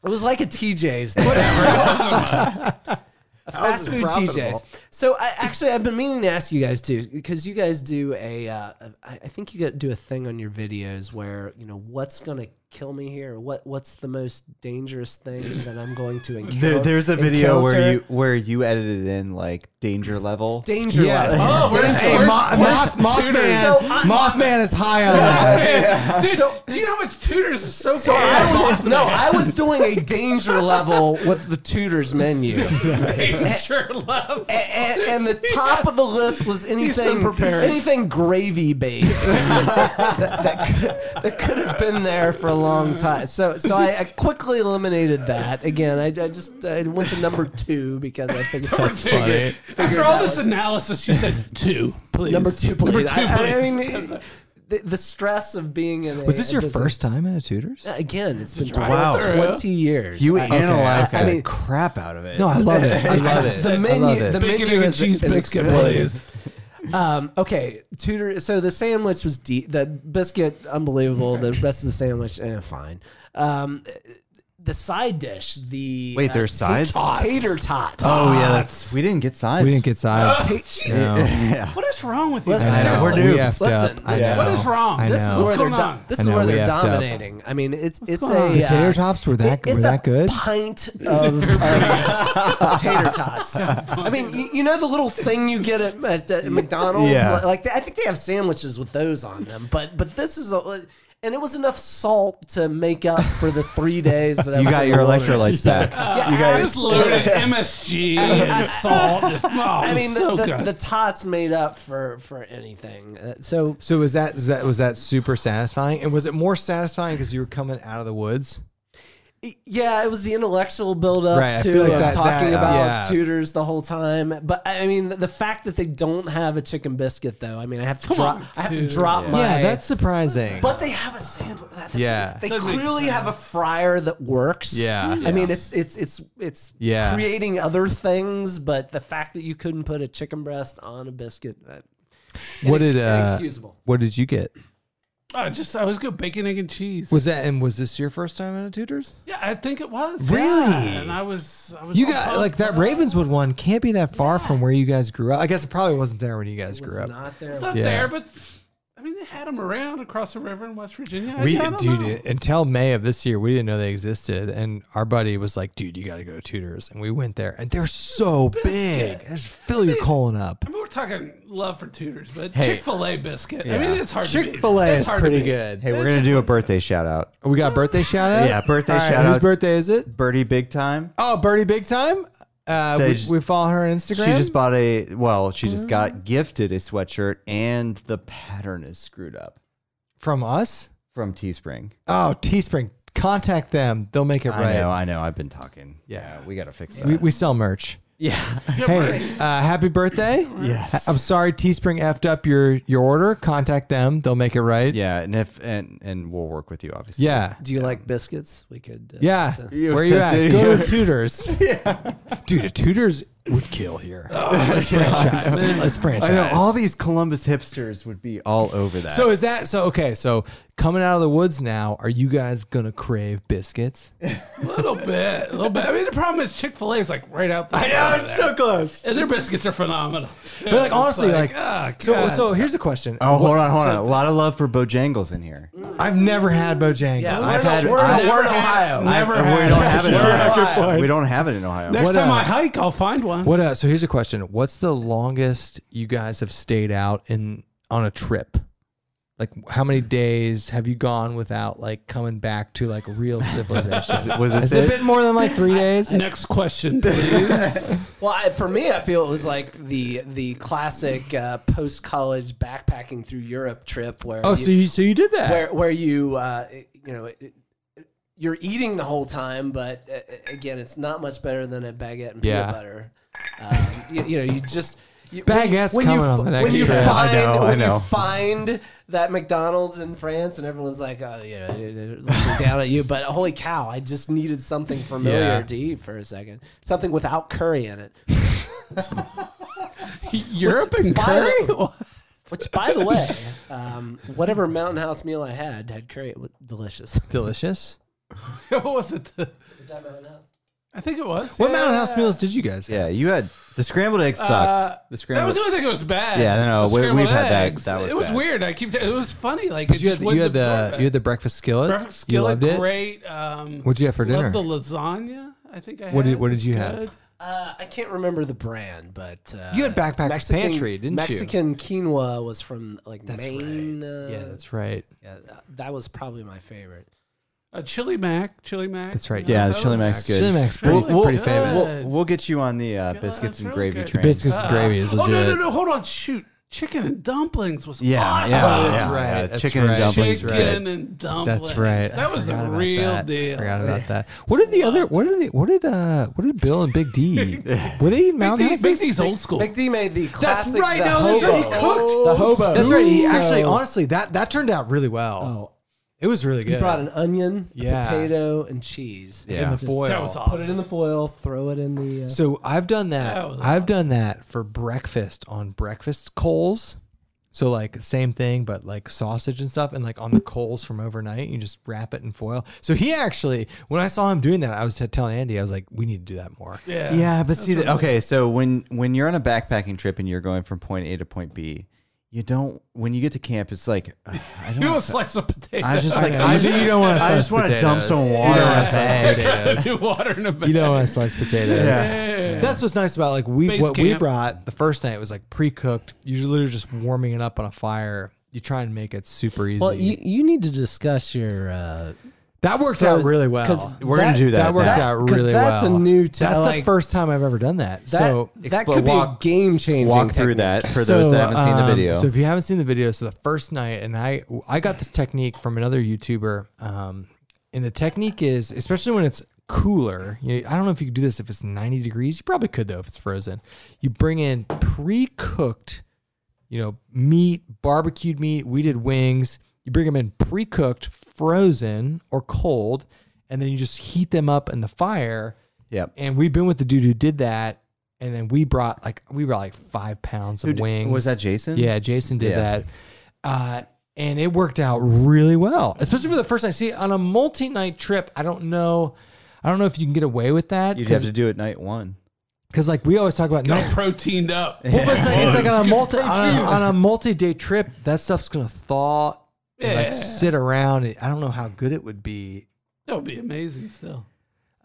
It was like
(laughs)
a TJ's. Whatever. a fast food TJ's. So I, actually, I've been meaning to ask you guys too, because you guys do a, uh, a- I I think you got do a thing on your videos where you know what's gonna kill me here. What what's the most dangerous thing that I'm going to encounter?
There, there's a video
encounter?
where you where you edited in like danger level.
danger.
Yes.
level.
Oh,
Danger level.
where's-
Hey,
Where's-
Mo-
where's
Moth- Mothman,
So I-
Mothman is high on that. (laughs)
Dude,
So-
do you know how much tutors is so far?
I was- no, I was doing a danger level with the
(laughs)
tutors menu.
sure love.
A- and, and the top of the list was anything
prepared.
anything gravy based
(laughs)
that, that, could, that could have been there for a long time. So so I, I quickly eliminated that. Again, I, I just I went to number two because I
(laughs)
think that's
Dude, After all this analysis, you said two, please.
number two. Please.
Number two, please.
I, I mean, the, the stress of being in. A,
Was this
a
your
business-
first time at a tutors?
Again, it's been
Wow.
20 years.
You
I-
analyzed
okay.
the
I mean-
crap out of it.
No, I love (laughs) it. I love it.
the menu,
I love it.
the
Bacon,
menu
egg, and
is,
cheese
is
biscuit,
exploding.
please.
Um, okay, Tudor. So the sandwich was deep. The biscuit, unbelievable. The rest of the sandwich, eh, fine. Um, the side dish, the
Wait, there's sides?
tater tots.
oh yeah, that's we didn't get sides.
we didn't get sides. No.
Yeah.
What is wrong with you?
Listen,
I know.
We're
We
noobs.
effed
Listen,
up. I
listen,
know.
what is wrong?
I
this is
know.
where
What's
they're
going
do-
on?
this
I
is
know,
where
we
they're
effed up.
dominating. I mean, it's it's
going
a
on?
The
uh,
tater tots were that
it's
were
a
that good?
pint of, of, of tater tots. I mean, you, you know the little thing you get at, at, uh, McDonald's.
Yeah.
Like, I think they have sandwiches with those on them, but but this is a, and it was enough salt to make up for the three days that I
You
was
got
in
your
the wilderness.
(laughs)
electrolytes back. you
I
guys,
just loaded MSG and salt. Just, oh,
I mean, the,
so
the,
good.
the tots made up for for anything. Uh, so
So was that, was that was that super satisfying? And was it more satisfying because you were coming out of the woods?
yeah, it was the intellectual buildup
Right, I
too
feel like
of
that-
talking
that-
about
yeah.
tutors the whole time. But I mean, the fact that they don't have a chicken biscuit though. I mean, I have to
Come
drop.
on,
I have to
dude.
drop my.
Yeah, that's surprising.
But they have a sandwich. That's the
Yeah.
thing. they
That makes
clearly have a fryer that works.
Yeah.
I mean, it's it's it's it's
Yeah.
creating other things, but the fact that you couldn't put a chicken breast on a biscuit, uh,
what did
inex-
uh,
inexcusable.
what did you get?
I just I was good bacon, egg, and cheese.
Was that and was this your first time at a tutors?
yeah, I think it was.
Really?
Yeah, And I was. I was
You
all
got
pumped
like that
up.
Ravenswood one can't be that far from where you guys grew up. I guess it probably wasn't there when you guys
was
grew up.
not
It's
there.
not
Yeah.
there, but I mean, they had them around across the river in West Virginia. I-
We,
I don't
dude,
know.
until May of this year, we didn't know they existed. And our buddy was like, dude, you got to go to Tutors. And we went there, and they're so big. Just fill your colon up.
I mean, we're talking love for tutors, but
Hey.
Chick Fil A biscuit. I mean, it's hard. to beat.
Chick fil A
It's
is
hard to
pretty
beat.
good.
hey, we're gonna do a birthday shout out.
Oh, we got a birthday shout out?
Yeah, birthday
All right,
shout
Whose
out.
birthday is it?
Birdie Big Time.
Oh, Birdie Big Time. Uh,
They
we,
just-
we follow her on Instagram.
She just bought a well. She just got gifted a sweatshirt, and the pattern is screwed up
from us.
from Teespring.
Oh, Teespring. Contact them. They'll make it
I know,
right.
I know. I've been talking.
Yeah.
we gotta fix that.
We, we sell merch.
yeah,
Hey, uh, happy birthday.
yes.
I'm sorry Teespring effed up your, your order. Contact them. They'll make it right.
(laughs) yeah, and if and and we'll work with you, obviously.
Yeah.
Do you like biscuits? We could. Uh,
Yeah.
so-
You
Where you
said
at?
to-
Go
(laughs)
to Tutors. yeah. Dude, a Tutors would kill
(laughs)
here. let's franchise. Let's franchise.
I know all these Columbus hipsters would be all over that.
so is that so okay, so coming out of the woods now, are you guys gonna crave biscuits?
A little bit, a little bit. I mean, the problem is Chick Fil A is like right out there.
so close.
and their biscuits are phenomenal.
But
(laughs)
like honestly, like,
ah,
so
God.
so here's a question.
Oh, hold on, hold on. A lot of love for Bojangles in here.
I've never had Bojangles.
Yeah,
I've
we're-
had
We're,
I-
in- we're in
Never had-
Ohio.
never
I-
had
we don't have it in
We're
Ohio.
at your point.
We don't have it in Ohio.
next
what,
time
uh,
I hike, I'll find one.
what uh so here's a question. What's the longest you guys have stayed out in on a trip? Like how many days have you gone without like coming back to like (laughs) real civilization?
Was this
Is it a
it?
bit more than like
(laughs)
three days?
Next
(laughs)
question, please.
Well, I, for me, I feel it was like the the classic uh, post college backpacking through Europe trip where
Oh,
you,
so you so you did that?
where where you uh, you know it, it- you're eating the whole time, but uh, again, it's not much better than a baguette and
Yeah.
peanut butter. Um, you, you know, you just. You,
Baguette's coming
fi-
on the next
when you
trip.
Find,
I know, I
when you
know.
find that McDonald's in France, and everyone's like, "Oh, you know, they're looking down at you." But holy cow, I just needed something familiar
Yeah.
to eat for a second, something without curry in it.
Europe and
By
curry.
the- Which, by the way, um, whatever Mountain House meal I had had curry. It was delicious.
Delicious.
(laughs) what was it?
Is that Mountain House?
I think it was.
What
yeah.
Mountain House meals did you guys? have?
Yeah, you had the scrambled egg sucked.
Uh,
the
That
scrambled.
was the only thing that was bad.
Yeah, no, no,
The
we-
scrambled
we've had that.
eggs.
That was
it was
bad.
weird. I keep. It was funny. Like
But
it
you had,
just
you had
wasn't
the
absorbent.
you had the breakfast skillet.
breakfast
you
skillet.
loved it.
Great. Um,
What'd you have for dinner?
loved the lasagna. I think I.
What did-
had.
what did you
Good.
have?
Uh, I can't remember the brand, but uh,
You had Backpack Pantry, didn't you?
Mexican quinoa was from like Maine. Uh,
Yeah, that's right.
yeah, th- that was probably my favorite.
A chili mac. Chili mac.
That's right.
yeah, the
that
chili
was-
mac's good.
Chili Mac's pretty,
Well,
pretty
well,
famous. Ah.
well,
We'll, we'll get you on the uh, biscuits
that's
and
really
gravy
good.
train.
Biscuits and gravy is
Oh
legit.
no no no! Hold on. Shoot. Chicken and dumplings was
Yeah,
awesome.
yeah,
Oh, that's
yeah,
right,
yeah.
that's
Chicken
right.
and dumplings is
Chicken
good.
and dumplings.
That's right. I
That was
forgot
the
about
real
that.
deal.
Forgot about that. What did the other? What did they? What did uh? What did Bill and Big D? were they eating Mountain
Big
House?
D's, Big D's
biscuits?
old school.
McD made the classic.
right,
the
no, that's
hobo.
right, he cooked.
the hobo.
That's right. He
So-
actually, honestly, that that turned out really well.
Oh,
It was really
he
good.
brought an onion, a
Yeah.
potato, and cheese.
Yeah.
in the
Just-
foil.
that was
Put it in
awesome.
the foil. Throw it in the. Uh,
So I've done that.
That was
I've done that for breakfast on breakfast coals. So like same thing, but like sausage and stuff, and like on the coals from overnight, you just wrap it in foil. So he actually, when I saw him doing that, I was telling Andy, I was like, we need to do that more.
Yeah.
Yeah, but see, the, okay, so when when you're on a backpacking trip and you're going from point A to point B, you don't. When you get to camp, it's like (sighs)
(laughs)
"Ugh, I
You want
don't.
a slice of potato?
I was
(laughs)
just like
know,
I
you
just,
don't wanna
I
slice
just want to dump
potatoes.
some
You
water
don't
in
wanna slice
a bag.
potatoes.
New water in a bag.
You uh, don't want to slice potatoes.
Yeah.
That's what's nice about like we
Base
what we
camp.
brought the first night was like pre cooked. You're literally just warming it up on a fire. you try and make it super easy.
Well, you, you need to discuss your. Uh,
that worked
So-
out really well.
'cause
We're gonna
that-
do that.
That worked
now.
out
'cause
really
that's
well.
a new. T-
That's the
like,
first time I've ever done that.
That,
so
that could be a
walk-
game changing.
Walk through that for those that haven't seen the
um,
video.
So if you haven't seen the video, so the first night, and I I got this technique from another YouTuber, um, and the technique is especially when it's cooler. You I don't know if you could do this if it's ninety degrees. You probably could though if it's frozen. You bring in pre-cooked, you know, meat, barbecued meat. We did wings. You bring them in pre-cooked, frozen or cold, and then you just heat them up in the fire.
yep.
And we've been with the dude who did that, and then we brought like we brought like five pounds of
Who d-
wings.
Was that Jason?
Yeah, Jason did
Yeah.
that, uh, and it worked out really well, especially for the first night. See, on a multi-night trip, I don't know, I don't know if you can get away with that
You'd have to do it night one.
because like we always talk about
Got
night.
proteined up.
Well, but it's like, it's like on a multi on a, on a multi-day trip, that stuff's gonna thaw and
Yeah.
like sit around. I don't know how good it would be.
That would be amazing still.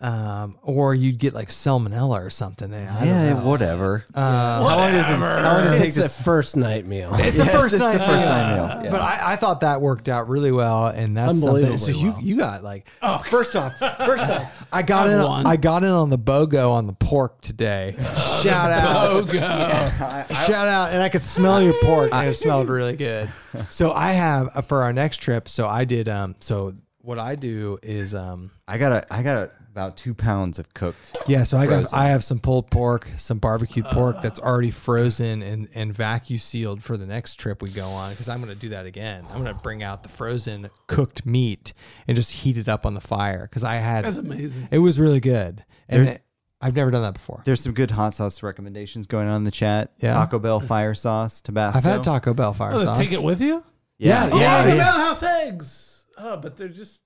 Um, or you'd get like salmonella or something. And I don't know.
whatever.
Uh,
How long does it, how long does it take
It's
to
a first night meal.
(laughs) It's a first
it's
night.
the first
meal.
time meal.
(laughs)
Yeah.
But I, I thought that worked out really well, and that's something. So
Unbelievably
you
well.
you got like
Oh.
first off, first off, I got
Not
in
one.
I got in on the bogo on the pork today. shout out,
Oh, God.
shout out, and I could smell your pork, and it smelled really good. So I have uh, for our next trip. So I did. Um, so what I do is um,
I got a, I got a, about two pounds of cooked.
Yeah, so I got
Frozen.
I have some pulled pork, some barbecued
Uh,
pork that's already frozen and and vacuum sealed for the next trip we go on because I'm gonna do that again. I'm gonna bring out the frozen cooked meat and just heat it up on the fire because I had
That's amazing.
it was really good and it, I've never done that before.
There's some good hot sauce recommendations going on in the chat.
Yeah.
Taco Bell fire sauce, Tabasco.
I've had Taco Bell fire
Oh,
sauce.
take it with you?
Yeah,
Yeah,
yeah.
oh, the
yeah.
Roundhouse eggs. Oh, but they're just.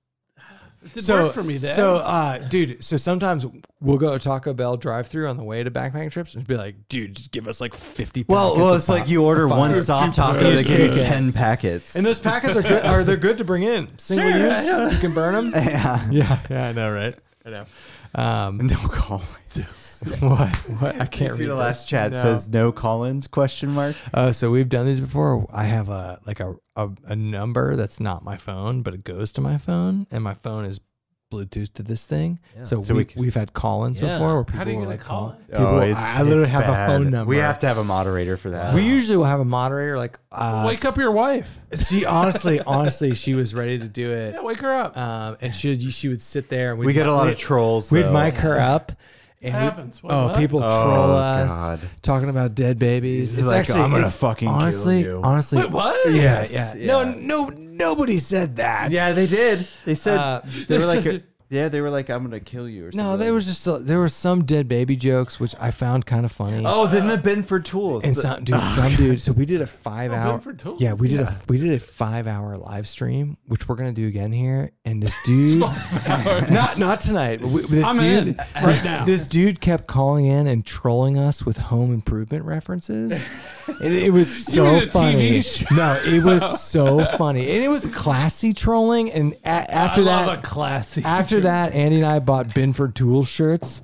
It didn't work for me then.
So, uh, dude, so sometimes we'll go to Taco Bell drive through on the way to backpacking trips and be like, dude, just give us like 50
Well,
packets
well,
of
it's
pop-
like you order
of fire.
one soft taco, they give you
Yeah.
ten packets.
And those packets are good. Are they're good to bring in? Single
Sure,
use.
yeah.
You can burn them.
(laughs) (laughs) yeah.
(laughs) Yeah, yeah, I know, right? I know. Um,
No Collins.
(laughs) what? What? I can't
See
read
the last
this.
chat
No.
says no Collins question mark.
Uh, so we've done these before. I have a like a, a a number that's not my phone, but it goes to my phone, and my phone is Bluetooth to this thing. So,
So
we,
we
we
can-
have had Collins
Yeah.
before, where people
How do you
were
get
like
a call?
calling. People,
Oh,
I literally have a phone number.
We have to have a moderator for that.
We usually will have a moderator like uh, (laughs)
wake up your wife.
She honestly, honestly, she was ready to do it.
Yeah, wake her up.
um, and she she would sit there. And we'd
we get a lot of
we'd-
trolls.
We'd
though.
mic her up. And
What
we-
happens? What-
oh,
what?
people
Oh,
troll us
God.
talking about dead babies.
It's like, "I'm gonna
it's-
fucking kill
honestly,
you."
honestly.
Wait, what?
Yeah,
Yes,
yeah,
yeah.
No, no, nobody said that.
Yeah, they did. They said
Uh,
they were like, yeah, they were like, I'm gonna kill you or something.
No, there was just uh, there were some dead baby jokes which I found kind of funny.
Oh, then the Ben for tools.
And some dude, some dude. So we did a five hour.
Benford Tools,
Yeah, we did a we did a five hour live stream, which we're gonna do again here. And this
(laughs)
dude, not not tonight. But we, this
I'm
dude,
in right now.
This dude kept calling in and trolling us with home improvement references. And it
(laughs)
was
mean a
so
TV
funny.
show?
No, it was so funny. And it was classy trolling. And a- after
I
that,
love a classy. (laughs)
after that, Andy and I bought Binford Tool shirts,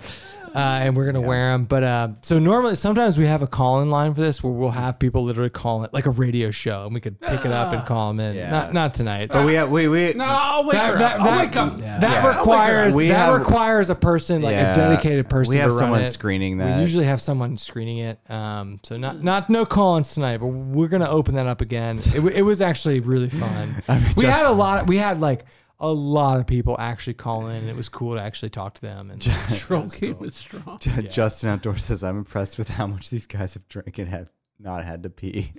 uh, and we're gonna wear them. But uh, so normally, sometimes we have a call-in line for this, where we'll have people literally call it like a radio show, and we could pick it up and call them in.
Yeah.
Not not tonight.
but we Oh, we we
no, I'll wake
That-
her
that-
up. I'll
that-
wake up.
that (laughs)
Yeah.
requires
We
that
have-
requires a person like
Yeah.
a dedicated person.
We have
to run
someone
it.
screening
We
that.
usually have someone screening it. Um, so not not no call-ins tonight, but we're gonna open that up again. It, w- it was actually really
(laughs)
fun. we had a lot. We had like a lot of people actually call in. And it was cool to actually talk to them.
(laughs)
And
Troll game is strong.
Justin outdoor says I'm impressed with how much these guys have drank and have not had to pee.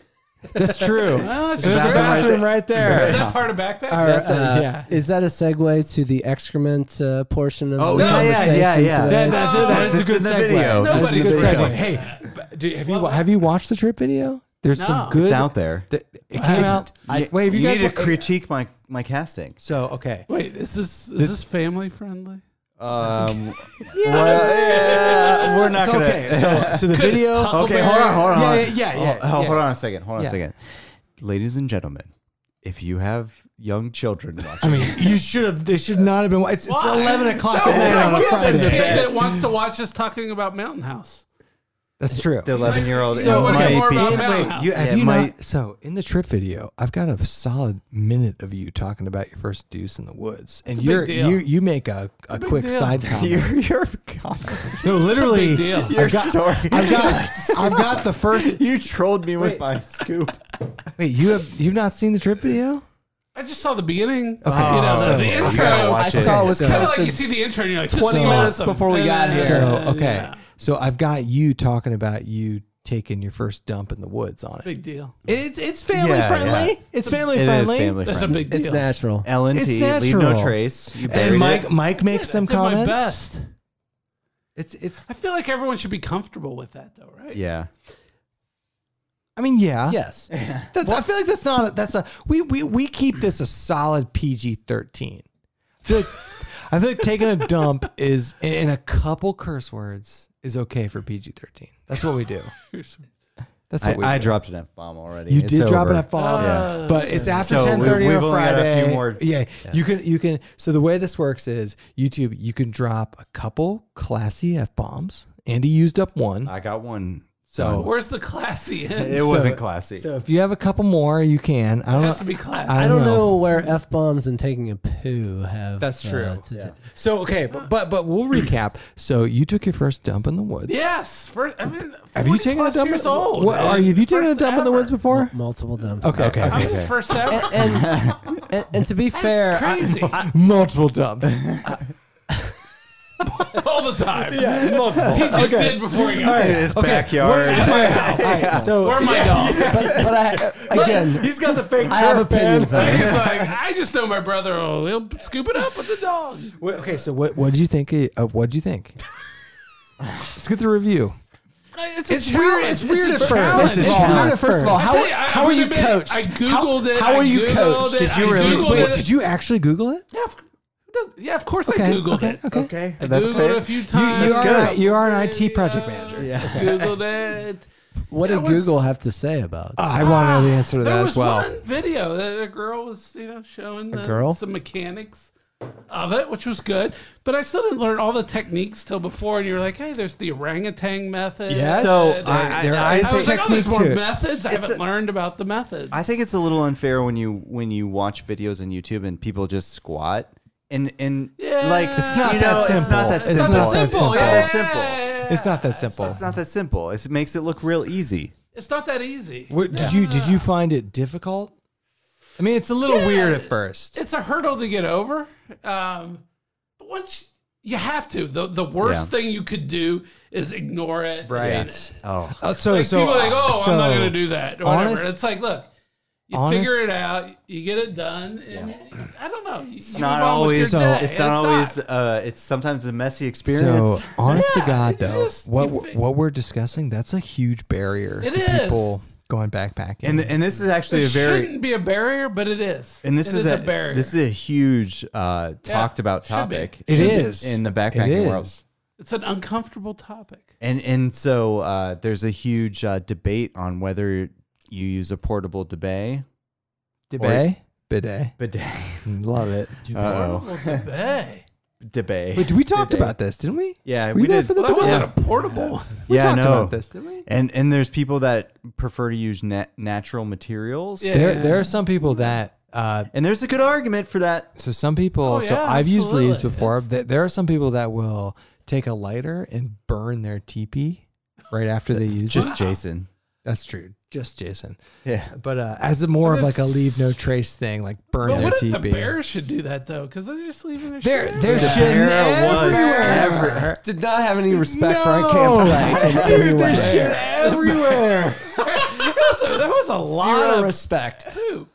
that's true.
Ah, it's
There's a
back-
bathroom right there.
Is that part of backpack?
Or,
That's a-
uh,
yeah.
Is that a segue to the excrement uh, portion of
Oh,
the
yeah, yeah,
conversation
yeah, yeah.
today?
That- that's it. That is
This
a good
is the
segue.
video.
That's a
Nobody's
good
video.
segue. Hey, but do, have you wa- have you watched the trip video? There's
No.
some good.
It's out there.
that- it came out. I, wait, have you, guys
need
wa-
to critique my my casting.
So okay.
Wait, is this is this family friendly?
(laughs)
Um, well, yeah, we're not
So,
gonna.
okay,
(laughs)
(laughs)
so so the video.
Okay, hold on, hold
Yeah,
on. hold
yeah,
on.
yeah, yeah,
Hold- Hold,
yeah.
hold on a second. Hold on
Yeah.
a second. Ladies and gentlemen, if you have
(laughs)
young children
I
watching,
mean, you should have. They should not have been. It's, it's eleven o'clock at
No,
night on a
yeah, the
Friday.
kid that wants to watch us talking about Mountain House.
That's true.
The 11 year old.
So,
wanna
okay,
hear more about
wait,
Madhouse?
you, have
Yeah,
you
my-
not- so in the trip video, I've got a solid minute of you talking about your first deuce in the woods, and
a big
you're
deal.
you you make a, a
big
quick
deal. (laughs)
side comment.
Your, your, comment-
no, literally,
Big deal.
your story.
I've
(laughs)
got I've got the first.
(laughs) you trolled me with my scoop.
Wait, you have you've not seen the trip video?
I just saw the beginning.
Okay.
You know, the-
so-
the,
You
Oh, gotta
intro.
watch
I
it.
saw it was
So-
Kind of like you
posted.
see the intro, and you're like, this
20
is
minutes
awesome.
before we got
Uh,
here.
So okay,
yeah.
so I've got you talking about you taking your first dump in the woods on it.
Big deal.
It's it's family
Yeah,
friendly.
yeah.
It's family
It is
friendly.
family
That's a
friendly.
big deal.
It's natural.
L and
It's
T, leave no
natural.
trace. You buried
And Mike
it.
Mike makes
Yeah,
some
I did my
comments.
best.
It's it's.
I feel like everyone should be comfortable with that, though, right?
Yeah.
I mean, yeah.
(laughs)
Yes.
That's, I feel like that's not a, that's a we, we we keep this a solid PG thirteen. I feel like I feel like taking a dump is in, in a couple curse words is okay for PG thirteen. That's what we do. That's what
I,
we
I
do.
dropped an F bomb already.
You
It's
did drop
over.
an F bomb,
Oh.
Yeah.
but it's after
So we-
ten thirty
we've
on a
only got a few
Friday.
more-
Yeah, you can you can. So the way this works is YouTube. You can drop a couple classy F bombs. Andy used up one,
I got one.
so
(laughs) Where's the classy? end?
It wasn't classy. (laughs)
so if you have a couple more, you can. I don't
It has to
know.
be classy.
uh, I
I
don't
don't
know.
know where f bombs and taking a poo have.
That's
uh,
true.
to do-
So okay, but but, but we'll recap. So you took your first dump in the woods.
Yes. First, I mean,
Have you
40
taken a
plus
dump?
Years old.
What, are you, have you taken a
First
dump in the
ever.
woods before?
Multiple dumps.
Okay, okay.
I'm
Okay.
the first ever.
(laughs)
And and, and to be fair,
That's
I-
crazy.
Multiple
(laughs)
dumps. All
(laughs) All the time. Yeah, multiple. He just did before he got
in
there.
his backyard.
right, so
Where my dog?
(laughs) but, but I again,
he's got the fake
I have opinions on it.
He's like, I just know my brother. will he'll scoop it up with the dog.
okay, so what what do you think? Uh, what do you think?
(laughs)
Let's get the review.
It's, a
It's
challenge.
weird- it's weird
a
at first.
challenge.
It's weird at first.
I
how,
tell you, I-
how
I'm
are you
admitting,
coached?
I googled it.
How
I
are you
Googled
coached?
It,
Did you
I
really-
Googled
Wait,
it.
did you actually Google it?
Yeah, of, who does- yeah, of course I
Okay,
googled
okay,
it.
okay.
Okay.
I
That's
googled
fair.
it a few times.
you are
good.
you are an IT project manager.
Yeah. Googled it.
what
Yeah,
did
what's-
Google have to say about? it?
I want to know the answer to
There
that
was
as well.
one video that a girl was, you know, showing the,
girl?
some mechanics of it, which was good. But I still didn't learn all the techniques till before. And you were like, hey, there's the orangutan method.
Yes.
So,
And
I-
there
I-
is
I was like, oh, there's
technique
more
to it.
methods. I
It's
haven't
a-
learned about the methods.
I think it's a little unfair when you when you watch videos on YouTube and people just squat and and
Yeah.
like
It's
not
you
that
know, It's
simple.
not that
It's
it's
simple.
not that simple.
It's
Yeah,
not
that
yeah,
simple.
yeah, yeah, yeah.
It's not that simple.
It's not that simple. It's- It makes it look real easy.
It's not that easy.
What, Did you did you find it difficult? I mean, it's a little
Yeah.
weird at first.
it's a hurdle to get over. Um, but once you have to, the the worst
Yeah.
thing you could do is ignore it. And,
Oh,
Uh, so
like,
so
people are like,
uh,
oh, I'm not
so-
gonna do that. Or whatever.
honest-
it's like, look, you
honest-
figure it out, you get it done, and I don't know. You,
It's not always.
your day.
It's, not always. Uh, it's sometimes a messy
So
experience.
honest to
Yeah,
God,
it
though,
is.
what
You fi-
what we're discussing that's a huge barrier
It
to
is.
people going backpacking.
and and this is actually
It
a very
shouldn't be a barrier, but it is.
and this
It
is, a,
barrier.
this is a huge uh, talked about
should be.
topic.
It
Should be
is.
in the
It
backpacking
is.
world.
it's an
(laughs)
uncomfortable topic.
And and so uh, there's a huge uh, debate on whether you use a portable debay.
bidet, bidet,
Bidet.
love it.
Uh-oh.
Well, debate.
Debay.
Uh, (laughs) Wait, did we talked
Bidet.
about this, didn't we?
Yeah,
Were
we
you there
did.
for the
Well, that
bidet?
wasn't a portable.
We
yeah,
talked
no.
about this, didn't we?
And and there's people that prefer to use nat- natural materials.
Yeah.
There there are some people that. Uh,
And there's a good argument for that.
so some people,
Oh,
so
yeah,
I've used leaves
absolutely.
before. Th- there are some people that will take a lighter and burn their teepee right after they use it.
Just Jason.
That's true. Just Jason.
Yeah.
But uh, as a more
But
of like a
it's-
leave no trace thing, like burn
But
their
what if the
teepee.
bears should do that though? Because they're just leaving their
There,
shit
there's
everywhere.
shit
There was
everywhere.
Did not have any respect for
No.
our campsite. in
(laughs)
any
Dude,
way.
there's shit everywhere.
There was a- there was a lot
Zero
of
respect.
poop.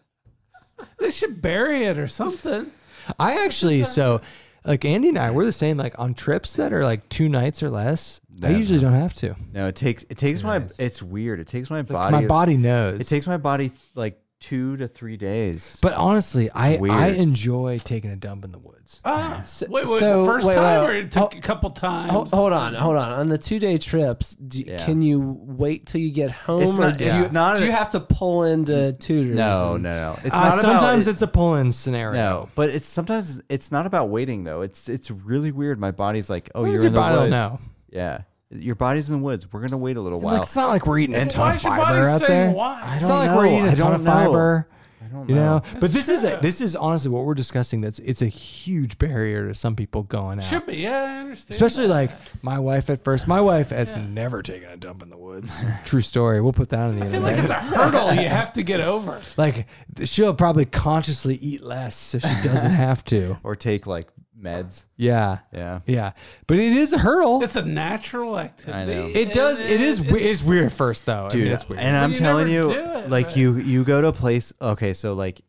They should bury it
(sighs)
or something.
I actually, so like Andy and I, we're the same. Like on trips that are like two nights or less, I usually don't have to.
No, it takes it takes my it's weird. It takes my body
My body knows.
it takes my body like 2 to 3 days.
but honestly, I,
weird.
I enjoy taking a dump in the woods.
Ah, wait, wait,
so-
the first
wait,
time
wait,
or it took a couple times?
Ho- hold on, hold on. On the two day trips, do,
Yeah.
can you wait till you get home,
It's
or
not-
do,
it's
you,
not
do
a-
you have to pull into tutors?
no, no,
and-
no. It's
Uh,
not
sometimes
about
it's a pull-in scenario.
no, but it's sometimes it's not about waiting though. It's it's really weird. My body's like, oh,
Where's
you're
your
in the
body will
woods.
know?
Yeah, Your body's in the woods. We're gonna wait a little while.
It's not like we're eating a ton
Why
of
should bodies
fiber out
say
there.
why?
It's not like
know.
we're eating
I
a ton
don't
of
know.
fiber.
I don't
You know,
know.
but this is a, this is honestly what we're discussing. That's it's a huge barrier to some people going out,
Should be, yeah, I understand.
especially like my wife. At first, my wife has never taken a dump in the woods. (laughs) True story. We'll put that on the
I feel like
internet.
it's a hurdle you have to get over.
Like she'll probably consciously eat less so she (laughs) doesn't have to.
Or take like meds.
Yeah,
Yeah.
yeah. But it is a hurdle.
It's
(laughs)
a natural activity.
I know.
it does. It is.
And
we- It's weird at first though. I
dude
mean, it's weird.
and i'm
you
telling
never
you
do it,
like
but-
you you go to a place okay so like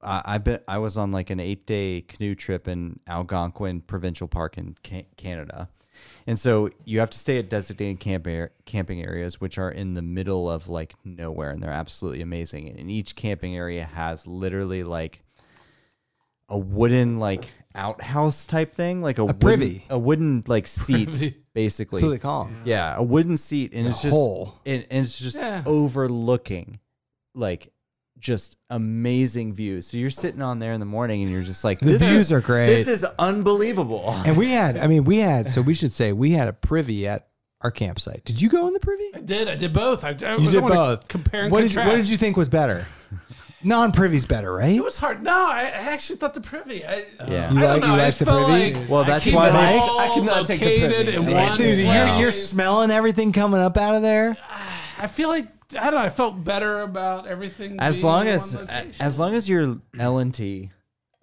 I, I bet i was on like an eight day canoe trip in algonquin provincial park in Ca- canada and so you have to stay at designated camp air, camping areas which are in the middle of like nowhere and they're absolutely amazing and each camping area has literally like a wooden like outhouse type thing like a, wooden-
privy.
a wooden
(laughs)
like seat basically
That's what they call 'em.
yeah, a wooden seat, and
A
it's just
hole.
And, and it's just
Yeah.
overlooking, like just amazing views. So you're sitting on there in the morning, and you're just like,
The
this
views
is-
are great.
This is unbelievable."
And we had, I mean, we had, so we should say we had a privy at our campsite. Did you go in the privy?
I did. I did both. I, I
You
don't
did
wanna
both.
Compare and
what did you,
contrast.
what did you think was better? Non privy's better, right?
It was hard. No, I, I actually thought the privy. I,
Yeah.
yeah.
You
I
like-
don't know.
you
I
like
just
the
felt
privy?
like
Well,
I
that's
keep
why
it
they-
all
I could not take the
located
privy.
in
Yeah,
(laughs)
one
Dude,
place.
you're, you're smelling everything coming up out of there.
I feel like I don't know. I felt better about everything.
as
being
long
in
as
uh,
one location.
as long as you're L and T,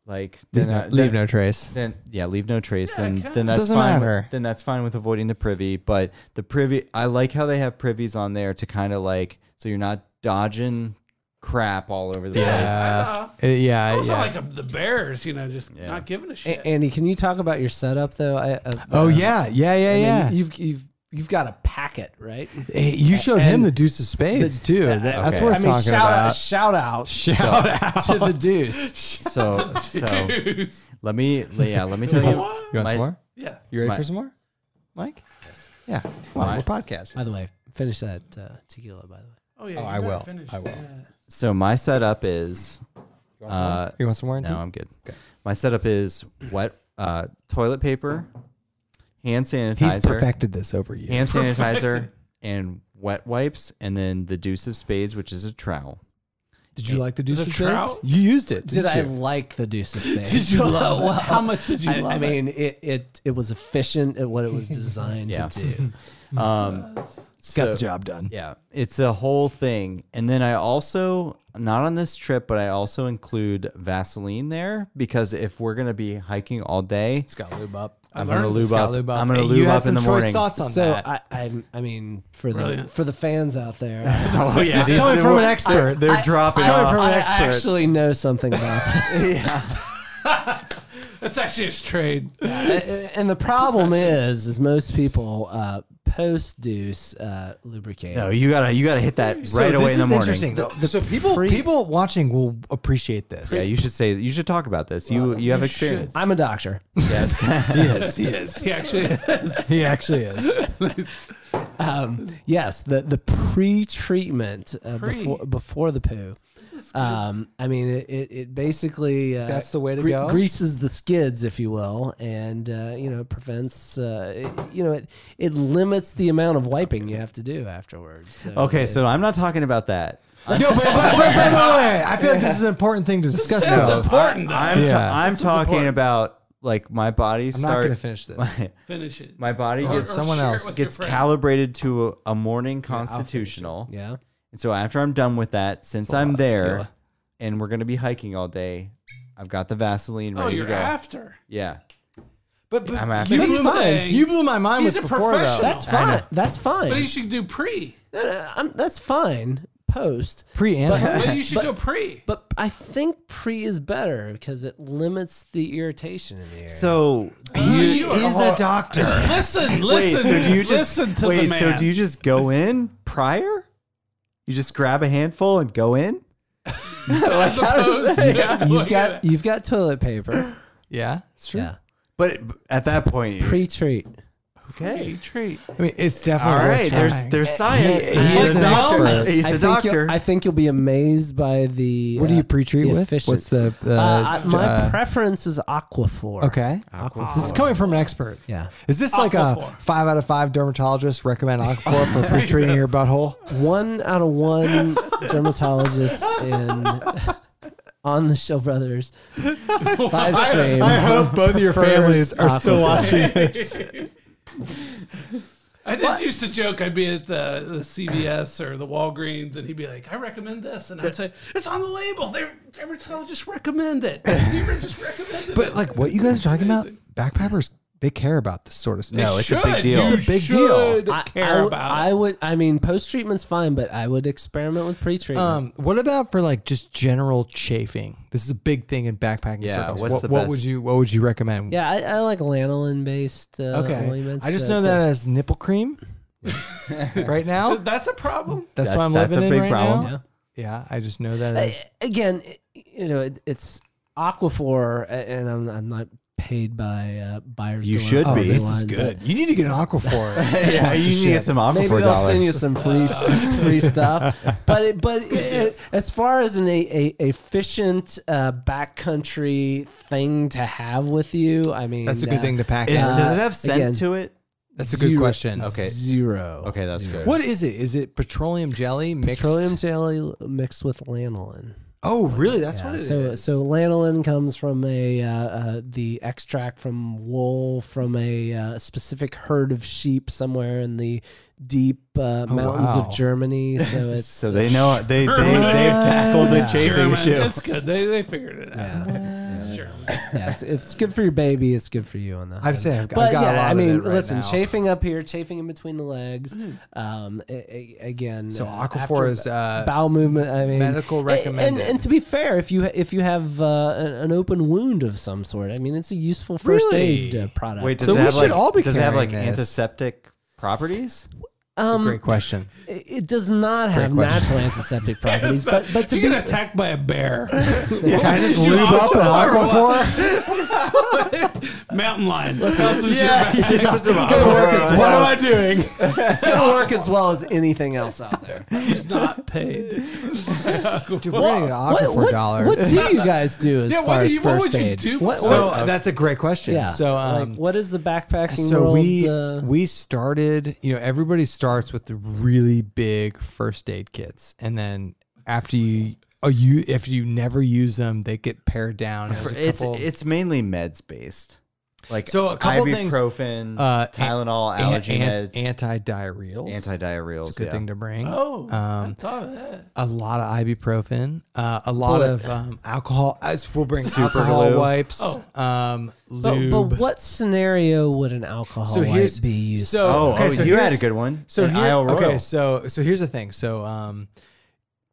like
Leave
then
no,
I-
leave
then-
no trace.
Then yeah, leave no trace.
Yeah,
then
okay.
then that's
Doesn't
fine.
matter.
Then that's fine with avoiding the privy. But the privy, I like how they have privies on there to kind of like so you're not dodging crap all over the place.
Yeah. Uh,
Yeah.
yeah.
also
yeah.
like um, the Bears, you know, just
Yeah.
not giving a
A-
shit.
Andy, can you talk about your setup though? I, uh,
oh,
uh,
yeah. Yeah. Yeah.
I mean,
Yeah.
You've you've you've got a packet, right?
Hey, you showed him
and
the deuce of spades, too. That- That's what
okay.
we're
I mean,
talking
shout out,
about.
shout out,
Shout out.
to the deuce.
So
(laughs)
so
Dude.
let me yeah let me tell you.
What?
You want
my-
some more?
yeah.
You ready
my-
for some more, Mike? Yeah. Come on,
My-
we're podcasting.
By the way, finish that uh, tequila. By the way,
Oh yeah.
Oh,
you
I
better
will.
Finish.
I will.
Yeah.
So my setup is uh,
You want some more?
No, I'm good. My setup is wet uh, toilet paper, hand sanitizer,
He's perfected this over you.
(laughs)
hand sanitizer, and wet wipes, and then the deuce of spades, which is a trowel.
Did you like the deuce
it
of spades?
trout?
You used it.
did
didn't
I
you?
like the deuce of spades?
Did you love it?
Well,
How much did you
I,
love
I
it?
mean, it, it it was efficient at what it was designed
Yeah.
to
(laughs)
do.
Um,
Got
so-
the job done.
Yeah, it's a whole thing. And then I also, not on this trip, but I also include Vaseline there because if we're gonna be hiking all day,
It's got lube up.
I'm gonna
learned
lube
It's got
up.
lube up.
I'm gonna
Hey,
lube
you had
up in
some
the
choice
morning.
Thoughts on
So
that?
I, I'm- I mean, for
Brilliant.
the for the fans out
(laughs)
there,
(laughs) Oh, yeah.
It's coming from an expert.
They're dropping
I,
off.
I actually know something about (laughs) this.
That's actually his trade.
A- and the problem is, is most people uh, post deuce uh, lubricate.
No, you gotta you gotta hit that right away in the morning.
so people people watching will appreciate this.
Yeah, you should say you should talk about this. You you have experience.
I'm a doctor.
he is. He is.
He actually.
(laughs) He actually is.
Um, yes, the the pre-treatment uh,
Pre.
before before the poo. Um, I mean, it it, it basically uh,
That's the way to
gre-
go?
Greases the skids, if you will, and uh, you know prevents uh, it, you know it it limits the amount of wiping you have to do afterwards. So
Okay,
it-
so I'm not talking about that.
no, but, but, but, but, but, wait. I feel like this is an important thing to discuss.
That's
though.
important. though.
I'm
Yeah.
ta- I'm
This is
talking
important.
about like my body
I'm not going to
start
finish this.
Finish it.
my body
Or- or
gets
someone
share it
else
with your
gets
friend.
calibrated to a, a morning constitutional.
yeah,
And so after I'm done with that, since I'm there and we're gonna be hiking all day, I've got the Vaseline
Oh,
ready to
you're
go.
after.
yeah.
But, but
I'm after.
you,
He's
blew,
saying-
you blew my mind
He's
with
a
before though.
professional.
that's
I
fine. That's fine.
But you should do pre.
No, no, I'm, that's fine. Post.
pre and
But you should go pre.
But I think pre is better because it limits the irritation in the air.
So
Ah,
he, he's a (laughs) doctor.
Listen,
Wait,
listen,
so do you just
listen to
wait?
the man.
So do you just go in prior? You just grab a handful and go in?
(laughs) As
(laughs)
opposed to
(laughs) you've
look at
got
it.
you've got toilet paper.
yeah, it's true.
yeah.
But at that point, you-
Pre treat.
Okay.
treat. (laughs)
I mean, it's
All
definitely worth
right, there's
trying.
there's science.
he is
He's a
an
doctor.
expert.
He's
I
a
think you'll-
doctor.
I think you'll be amazed by the.
what do
uh,
you pre-treat
the
with?
efficient-
What's the uh,
Uh, I- my
uh,
preference is Aquaphor.
okay?
Aquaphor.
This is coming from an expert.
Yeah.
Is this like a
Aquaphor.
five out of five dermatologists recommend Aquaphor for pre-treating your butthole?
One out
(laughs)
of one dermatologist in on the
(laughs)
Show Brothers live stream.
I
(laughs)
hope both of your
Prefers
families are still
Aquaphor.
watching.
I did used to joke I'd be at the, the CVS or the Walgreens and he'd be like, I recommend this. And I'd say, It's on the label. They dermatologists recommend it. Dermatologists recommend it.
But like what you guys are talking about, backpackers they care about this sort of stuff.
No, it's a big
Should.
deal.
You
It's a big
should
I,
care
I w-
about it.
I would. I mean, post treatment's fine, but I would experiment with pre treatment.
Um, what about for like just general chafing? This is a big thing in backpacking
Yeah,
circles.
what's
what
the
what
best?
would you what would you recommend?
yeah, I, I like lanolin based uh,
Okay.
ointments.
I just
so-
know
so-
that as nipple
(laughs)
cream. right now,
That's a problem.
that's
That-
what I'm
that's
living
a
in
big
right
problem.
now. Yeah, I just know that
Uh,
as
again, it- you know, it, it's Aquaphor, a- and I'm, I'm not paid by uh, buyers.
You
Direct
should
or
be.
oh, this is
anyone,
good. You need to get an
(laughs)
aquaphor.
(laughs) yeah, you need some
but Maybe
Aquaphor
they'll send you
dollars.
some
(laughs)
free free stuff, but it, but it, as far as an a, a efficient uh, backcountry thing to have with you, I mean
That's a good
uh,
thing to pack.
Is,
up.
Uh,
does it have scent
again.
to it?
That's a good
zero-
question.
Okay.
zero.
Okay, that's good.
What is it? Is it petroleum jelly mixed?
Petroleum jelly mixed with lanolin.
Oh, really? That's
Yeah,
what it is.
so so lanolin comes from a uh, uh, the extract from wool from a uh, specific herd of sheep somewhere in the deep uh, mountains
Oh, wow. (laughs)
of Germany. So it's
So they know
(laughs)
they they they've tackled the chafing
German.
issue.
It's good. They, they figured it out. It's
(laughs)
German.
yeah, it's, if it's good for your baby, it's good for you on that.
I've said I've,
But
I've got
yeah,
a lot
I mean,
of it right
listen,
now. Mm.
chafing up here, chafing in between the legs. Um, a- a- again,
So
uh,
Aquaphor
after
is uh,
bowel movement. I mean,
medical
A- And,
recommended.
and to be fair, if you if you have uh, an, an open wound of some sort, I mean, it's a useful first
Really?
aid uh, product.
Wait, does
So
it
we
have
should
like
all be
does it have
carrying
like
this.
antiseptic properties?
That's
um,
a great question.
it it does not have
question.
natural
(laughs)
antiseptic properties, but but to be,
you get attacked by a bear.
Can I just
Did you
lube up
also
an
or
aquaphor?
Mountain lion.
(laughs)
Houses your back.
What am I doing?
(laughs) it's going to work as well as anything else out
(laughs)
there.
She's not paid.
Dude, we're gonna get an aquaphor
what, what,
dollars.
what do you guys do as
Yeah, what
far
do
as
you- what
first
would you
aid?
do?
What,
so
what-
uh, that's a great question.
yeah.
So um,
like, what is the backpacking
so
world?
we
uh,
we started you know everybody starts with the really big first aid kits and then after you oh you if you never use them they get pared down There's a
It's
couple-
it's mainly meds based, like
So a couple things-
ibuprofen,
uh,
Tylenol,
an-
allergy
an-
meds,
anti-diarrheals
antidiarrheals.
it's a good
yeah.
thing to bring
Oh,
Um,
I thought of that.
a lot of ibuprofen uh, a lot of um, alcohol as we'll bring
Super
alcohol
glue.
wipes um,
Oh. but,
lube
but what scenario would an alcohol
So here's-
wipe be used?
so-
Oh,
Okay,
oh, you
here's-
had a good one.
So
An
here,
Isle Royal.
okay, so so here's the thing. So um,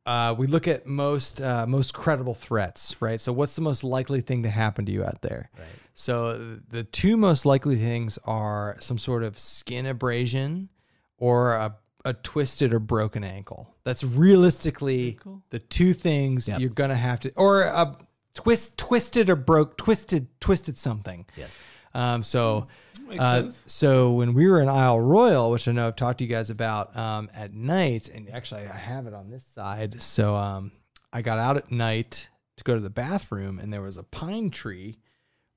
uh, we look at most uh, most credible threats, right? So what's the most likely thing to happen to you out there? Right. So th- the two most likely things are some sort of skin abrasion or a, a twisted or broken ankle. That's realistically the two things you're gonna have to, or a twist, twisted or broke, twisted, twisted something. Yes. Um, so.
Makes
Uh,
sense.
so when we were in Isle Royal, which I know I've talked to you guys about um, at night, and actually I have it on this side. So um, I got out at night to go to the bathroom, and there was a pine tree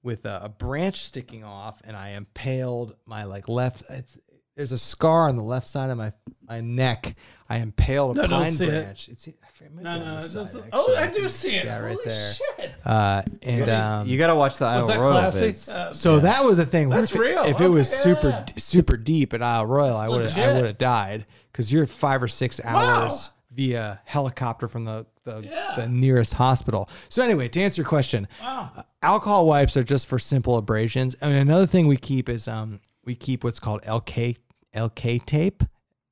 with a, a branch sticking off, and I impaled my like left. It's, there's a scar on the left side of my my neck. I impaled a
No, don't
pine
see it.
branch. It's it might
No,
be on
no,
this
it doesn't-
side,
oh, I
actually.
do see it.
Yeah, right
Holy
there.
shit!
Uh, and um,
you got to watch the Isle
Was that
Royal.
classy?
vids.
Uh,
So that was the thing.
That's
if it,
real.
If it was
Okay,
super
yeah.
d- super deep at Isle Royal, I would have I
legit.
would have died because you're five or six
Wow.
hours via helicopter from the the,
Yeah.
the nearest hospital. So anyway, to answer your question, uh, alcohol wipes are just for simple abrasions. And another thing we keep is um we keep what's called LK LK tape.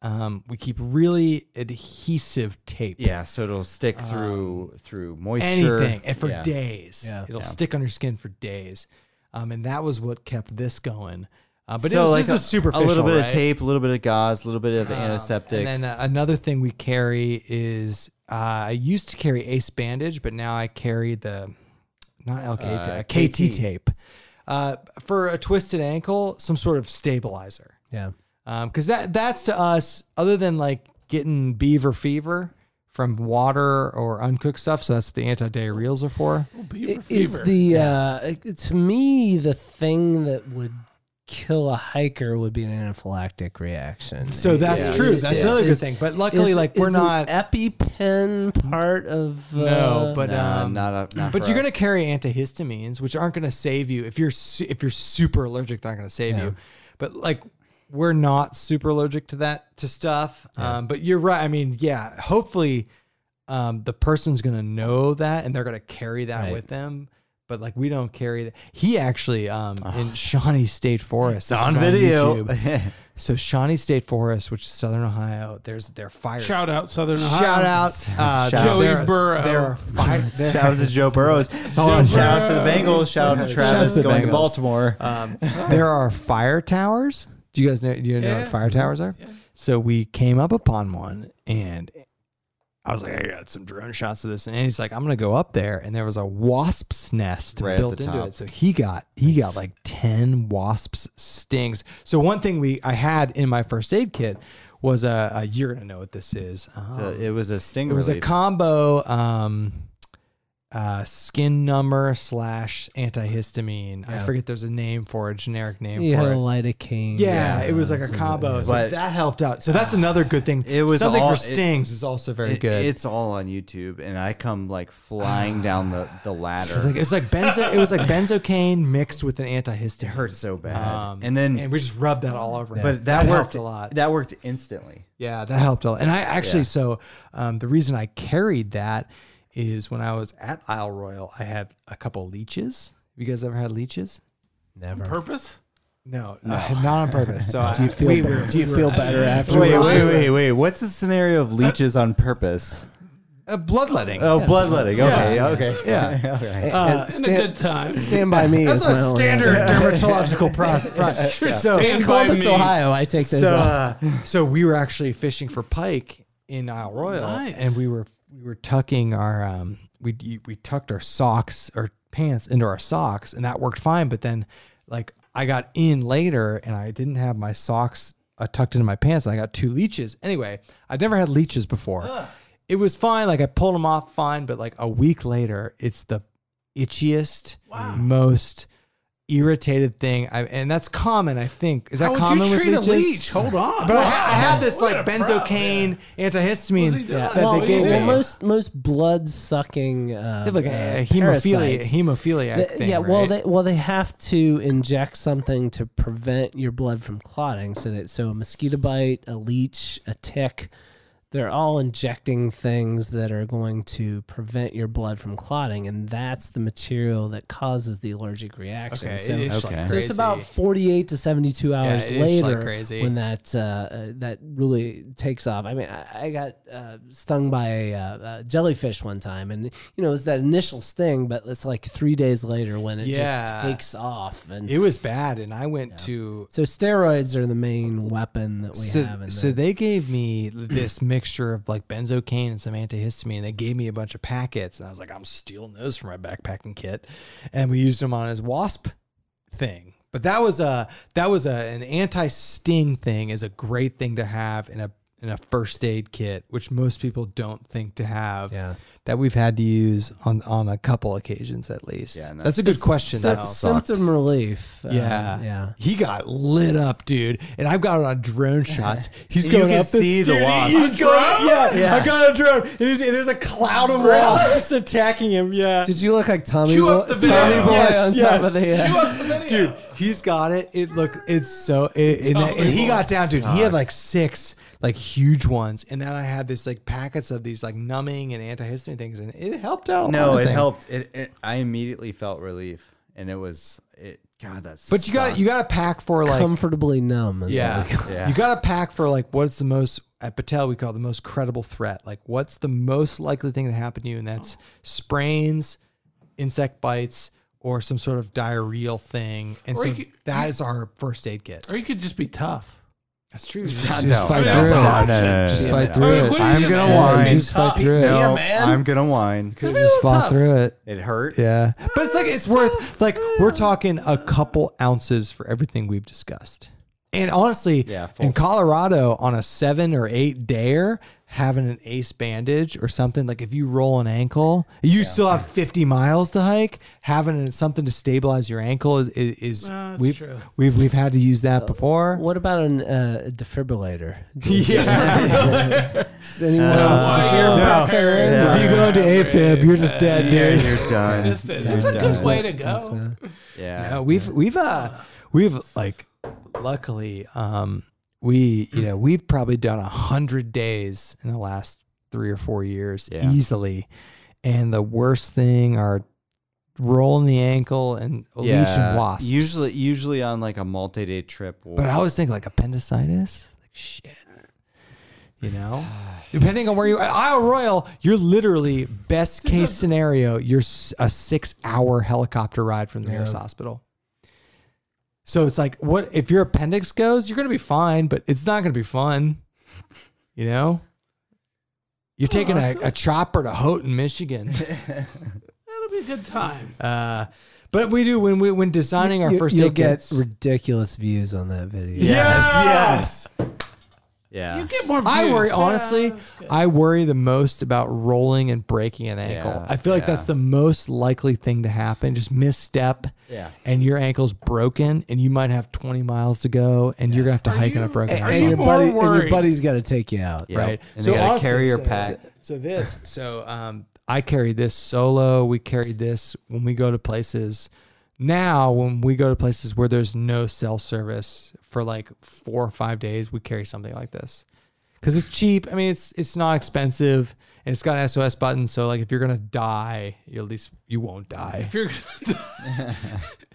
Um, we keep really adhesive tape.
Yeah, so it'll stick through through moisture.
Um, Anything and for
yeah.
days, it'll stick on your skin for days, um, and that was what kept this going. Uh, but
so
it was
like
just a, superficial,
a little bit
right? Um,
of tape, a little bit of gauze, a little bit of antiseptic.
And then uh, another thing we carry is uh, I used to carry Ace bandage, but now I carry the not LK
Uh,
tape, KT
KT.
tape uh, for a twisted ankle, some sort of stabilizer.
Yeah.
because that that's to us other than like getting beaver fever from water or uncooked stuff. So that's what the anti-diarrheals are for.
Beaver
Is
fever.
the uh, to me the thing that would kill a hiker would be an anaphylactic reaction.
So that's
Yeah.
true. That's
Yeah.
another good
Is-
thing. But luckily,
Is-
like we're
is
not.
an EpiPen part of uh,
no, but
Nah,
um,
not a,
But
not for
you're
us.
gonna carry antihistamines, which aren't gonna save you if you're su- if you're super allergic. They're not gonna save you. But like we're not super allergic to that to stuff. Um, but you're right. I mean, yeah. Hopefully, um, the person's gonna know that and they're gonna carry that with them. But like we don't carry that. He actually um, in Shawnee State Forest this
It's on
is
video.
YouTube.
(laughs)
So Shawnee State Forest, which is Southern Ohio, there's their fire.
shout out Southern Ohio.
Shout out, uh,
Uh-huh. Shout
there-
Joey's Burrow.
There are
(laughs)
fire.
shout out to Joe Burrows. Hold on, shout out to the Bengals. Shout out to Travis
to
going to
Bengals.
Baltimore.
Um, there are fire towers. Do you guys know? Do you know
Yeah.
what fire towers are? So we came up upon one, and I was like, I got some drone shots of this, and he's like, I'm gonna go up there, and there was a wasp's nest
Right at
built
the
into
top.
it. So he got he got like ten wasps stings. So one thing we I had in my first aid kit was a, a you're gonna know what this is. Um,
So it was a sting
it was a
relief.
combo um uh skin number slash antihistamine i forget there's a name for it, a generic name
You
for
had a
it
lidocaine.
yeah, it was like a combo, so
But-
that helped out. So that's another good thing.
It was
something
all-
for stings is also very
It-
good.
It's all on YouTube, and I come like flying down the, the ladder.
It's like, it's like benzo. it was like benzocaine mixed with an antihistamine. Um,
hurt so bad. and then,
and we just rubbed that all over. it.
but that worked
helped a lot.
That worked instantly.
Yeah, that helped a lot. And I actually,
Yeah.
so um, the reason I carried that is when I was at Isle Royal, I had a couple leeches. You guys ever had leeches?
never.
Purpose?
No, uh, not on purpose. So I,
(laughs) Do you feel?
we
better?
were-
do you feel better after?
Wait,
all
wait, wait, wait. What's the scenario of leeches on purpose?
uh, bloodletting.
Oh, bloodletting. Okay, (laughs) okay,
Yeah. (laughs)
okay.
that?
In a good time.
Stand by me.
Uh, That's
is my
a
only (laughs)
standard
other-
dermatological
(laughs)
process. So,
Stand by
Columbus,
me.
Ohio. I take those
so,
off.
uh, so we were actually fishing for pike in Isle Royal,
Nice.
and we were we were tucking our um we we tucked our socks or pants into our socks, and that worked fine. But then, like I got in later, and I didn't have my socks uh, tucked into my pants, and I got two leeches. Anyway, I'd never had leeches before. It was fine. Like I pulled them off fine, but like a week later, it's the itchiest, most irritated thing. I, and that's common, I think. Is that
How would
common
Oh, you
with
treat a
leeches?
leech? Hold on.
But I, ha- I had this
What
like
a problem.
benzocaine
What's he
antihistamine
doing?
that
Well,
they
you
gave
do.
me.
Well, most most blood sucking. Uh,
They have, like
uh,
a, a hemophilia,
parasites.
hemophiliac
Th-
thing.
yeah, well,
right?
they well they have to inject something to prevent your blood from clotting. So that so a mosquito bite, a leech, a tick, they're all injecting things that are going to prevent your blood from clotting, and that's the material that causes the allergic reaction.
okay,
so,
it's
Okay.
like
so
crazy.
it's about forty-eight to seventy-two hours
it is, like,
later
crazy.
when that uh, uh, that really takes off. I mean, I, I got uh, stung by a, uh, uh jellyfish one time, and you know it was that initial sting, but it's like three days later when it
Yeah.
just takes off. And
It was bad, and I went to
so steroids are the main weapon that we have.
so,
In
so
the,
they gave me this mixture of like benzocaine and some antihistamine. and They gave me a bunch of packets, and I was like, I'm stealing those from my backpacking kit. And we used them on his wasp thing. But that was a that was a an anti sting thing is a great thing to have in a in a first aid kit, which most people don't think to have.
Yeah.
That we've had to use on on a couple occasions at least.
Yeah, and
that's, a good question.
So
though.
it's symptom relief. Uh,
Yeah.
yeah.
He got lit up, dude. And I've got it on drone shots. He's
uh, You
going
can
up this-
see the
dude,
wasp.
He's
A
going, yeah,
Yeah.
I got a drone. And he's- and there's a cloud of wasps just attacking him. Yeah.
Did you look like Tommy?
Chew up
Boy-
the video.
Tommy Boy
Yes,
on
yes.
top of the. uh,
Chew up the video.
(laughs) Dude, he's got it. It look it's so it, and, and he got down, dude. He had like six like huge ones, and then I had this like packets of these like numbing and antihistamine things, and it helped out. a
No,
lot of
it
things.
helped. It, it. I immediately felt relief, and it was it. God, that's.
But you got you got to pack for like
comfortably numb. Is what
Yeah.
we call
Yeah.
You got to pack for like what's the most at Patel we call the most credible threat. Like what's the most likely thing to happen to you and that's sprains, insect bites or some sort of diarrheal thing. And
Or
so
you could-
that is our first aid kit.
Or you could just be tough.
That's true.
no,
fight
no,
through
no,
it.
no, no, no,
Just
no,
fight
no.
through
I mean,
it.
what do you
I'm
just
gonna
say?
whine.
Just fight through it.
No,
Yeah, man.
I'm gonna whine.
You just fought through it.
It hurt.
Yeah. But it's like it's worth like we're talking a couple ounces for everything we've discussed. And honestly,
Yeah, full.
in Colorado on a seven or eight dare, having an ace bandage or something, like if you roll an ankle, you still have 50 miles to hike. Having something to stabilize your ankle is, is, is
that's
we've,
true.
we've, we've had to use
Uh,
that before.
What about an uh, defibrillator?
(laughs)
Does
Yeah. (laughs)
anyone
Oh
Why you're
no.
prepared.
Yeah.
If you go into AFib, you're just dead, dude.
you're (laughs) done.
It's the- it's a
That's
good way to go.
yeah.
No, we've we've uh we've like luckily um we
Hmm.
you know we've probably done a hundred days in the last three or four years
Yeah.
easily, and the worst thing are rolling the ankle and leech and wasps.
Usually, usually on like a multi-day trip. we'll-
but I always think like appendicitis, like shit. You
(sighs)
know, depending on where you at Isle Royal, you're literally best case scenario, you're s- a six hour helicopter ride from the nearest hospital. So it's like, what if your appendix goes? You're gonna be fine, but it's not gonna be fun. You know, you're taking a, a chopper to Houghton,
(laughs)
Michigan.
That'll be a good time.
Uh, but we do when we when designing our
You,
first
you'll
aid
get
kits.
ridiculous views on that video.
yes.
yeah,
You get more. Views.
I worry
Yeah,
honestly.
that's good.
I worry the most about rolling and breaking an ankle.
Yeah,
I feel like that's
yeah.
the most likely thing to happen. Just misstep,
Yeah.
and your ankle's broken, and you might have 20 miles to go, and you're gonna have to
Are
hike on a
you-
broken
are
ankle.
you
And your,
more
buddy, and your
worried?
buddy's got to take you out.
Yep.
Right.
And
So
they got
honestly,
a carrier
so-
pack.
So this, so um, I carried this solo. We carried this when we go to places. Now, when we go to places where there's no cell service for like four or five days, we carry something like this because it's cheap. I mean, it's it's not expensive, and it's got an SOS button. So like, if you're gonna die, you at least you won't die.
If you're
(laughs)
(laughs)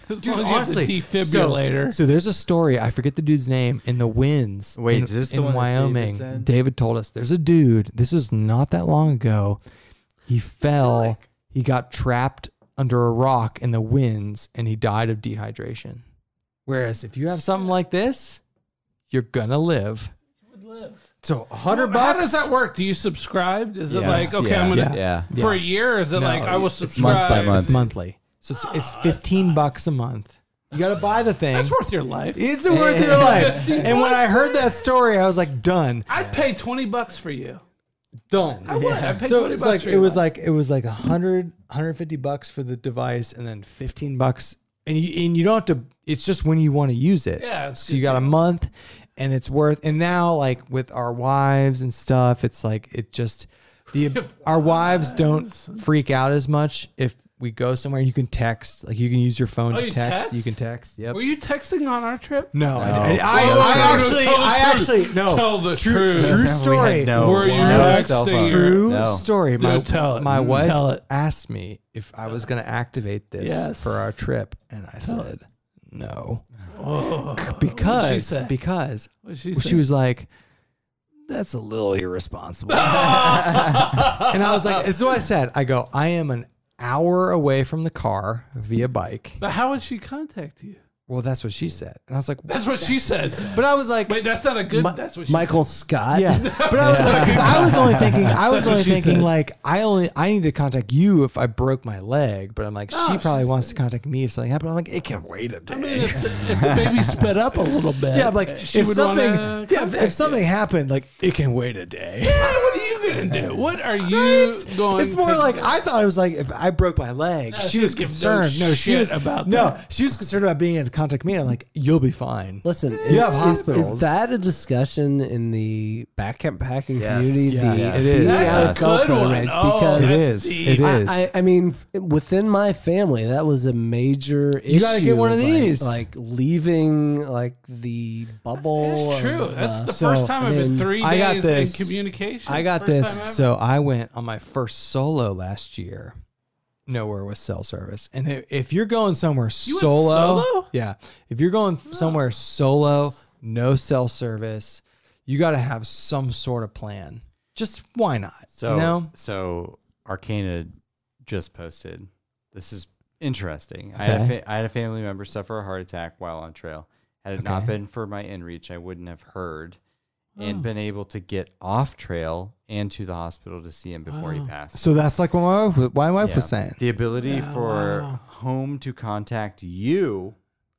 as long as you have the
so-
defibrillator.
So, there's a story. I forget the dude's name in the winds.
Wait,
in,
is this the
in
one that David
Wyoming?
said?
told us there's a dude. This is not that long ago. He fell. he got trapped under a rock in the winds, and he died of dehydration. Whereas if you have something like this, you're gonna live.
would live.
So a hundred
How
bucks.
does that work? Do you subscribe? Is it
Yes.
like okay,
Yeah.
I'm gonna
Yeah. Yeah.
for a year? Or is it
No,
like I will
it's month
subscribe?
by month.
It's monthly, so it's, it's fifteen bucks a month. You gotta buy the thing.
That's worth your life.
It's worth your life. (laughs) And when I heard that story, I was like, done,
I'd pay twenty bucks for you.
done.
I would. I'd pay
So
twenty
it's
bucks
like
for
it
you.
was like it was like 100 150 bucks for the device and then 15 bucks and you and you don't have to it's just when you want to use it.
Yeah, it's
So you got a month and it's worth and now like with our wives and stuff it's like it just
(laughs)
the our wives don't freak out as much if we go somewhere you can text like you can use your phone
Oh,
to
you
text.
text?
you can text yep
Were you texting on our trip?
no, I, I, I,
Oh,
I
no, no,
actually
tell the
I
truth.
actually no
Tell the
true
truth.
true
We had
story
no,
Were you
no
texting
cell phone.
your-
True
No.
story. My,
Dude, tell it.
my
Mm.
wife
Tell it.
asked me if I was going to activate this
Yes.
for our trip, and I said no
Oh,
because
say?
because
what'd she,
well,
say?
she was like, "That's a little
(laughs)
irresponsible," (laughs) and I was like, "That's what I said." I go, "I am an hour away from the car via bike."
But how would she contact you?
Well, that's what she said, and I was like,
That's what she said.
"But I was like."
Wait, that's not a good. that's what she
Michael Scott.
(laughs) Yeah, but I was, like, 'cause I was only thinking, I was only
she
thinking,
said.
like, I only, I need to contact you if I broke my leg. But I'm like, she probably wants to contact me if something happened. I'm like, it can wait a day.
Oh, I mean, if, the- if the
(laughs)
baby sped up a little bit.
yeah, I'm like
she
if
would
something, yeah,
wanna
if,
contact
if something happened, like it can wait a day.
you. what are you gonna do? What are (laughs) you
(laughs)
going?
It's more
to
like
do?
I thought it was like if I broke my leg,
No,
she
she
was
would give no
concerned. No, she
shit
was
about
no,
that.
she was concerned about being able to contact me. And I'm like, you'll be fine.
Listen, is,
have
is-
hospitals.
Is that a discussion in the backcamp hacking
Yes.
community?
Yeah,
the
it is.
the
That's
out
a
of cell
good
phone
one.
rates,
Oh,
because
that's
It is.
deep.
It
I-
is.
I, I mean, f- within my family, that was a major issue.
You gotta get one of
like-
these.
Like leaving, like the bubble.
That's true.
of,
That's
uh,
the
so,
first time I've been
and
three
I
days
got this.
in communication.
I got
First time ever.
this. So I went on my first solo last year. Nowhere with cell service, and i- if you're going somewhere
went
solo,
solo?
yeah, if you're going somewhere solo, no cell service, you got to have some sort of plan. Just why not?
So,
you know,
so Arcana just posted. This is interesting. I, had a
Okay.
fa- I had a family member suffer a heart attack while on trail. Had it not
Okay. Oh.
been for my inReach, I wouldn't have heard and been able to get off trail and to the hospital to see him before he passed.
Oh. so that's like what my wife, what my wife
Yeah.
was saying.
The ability for home to contact you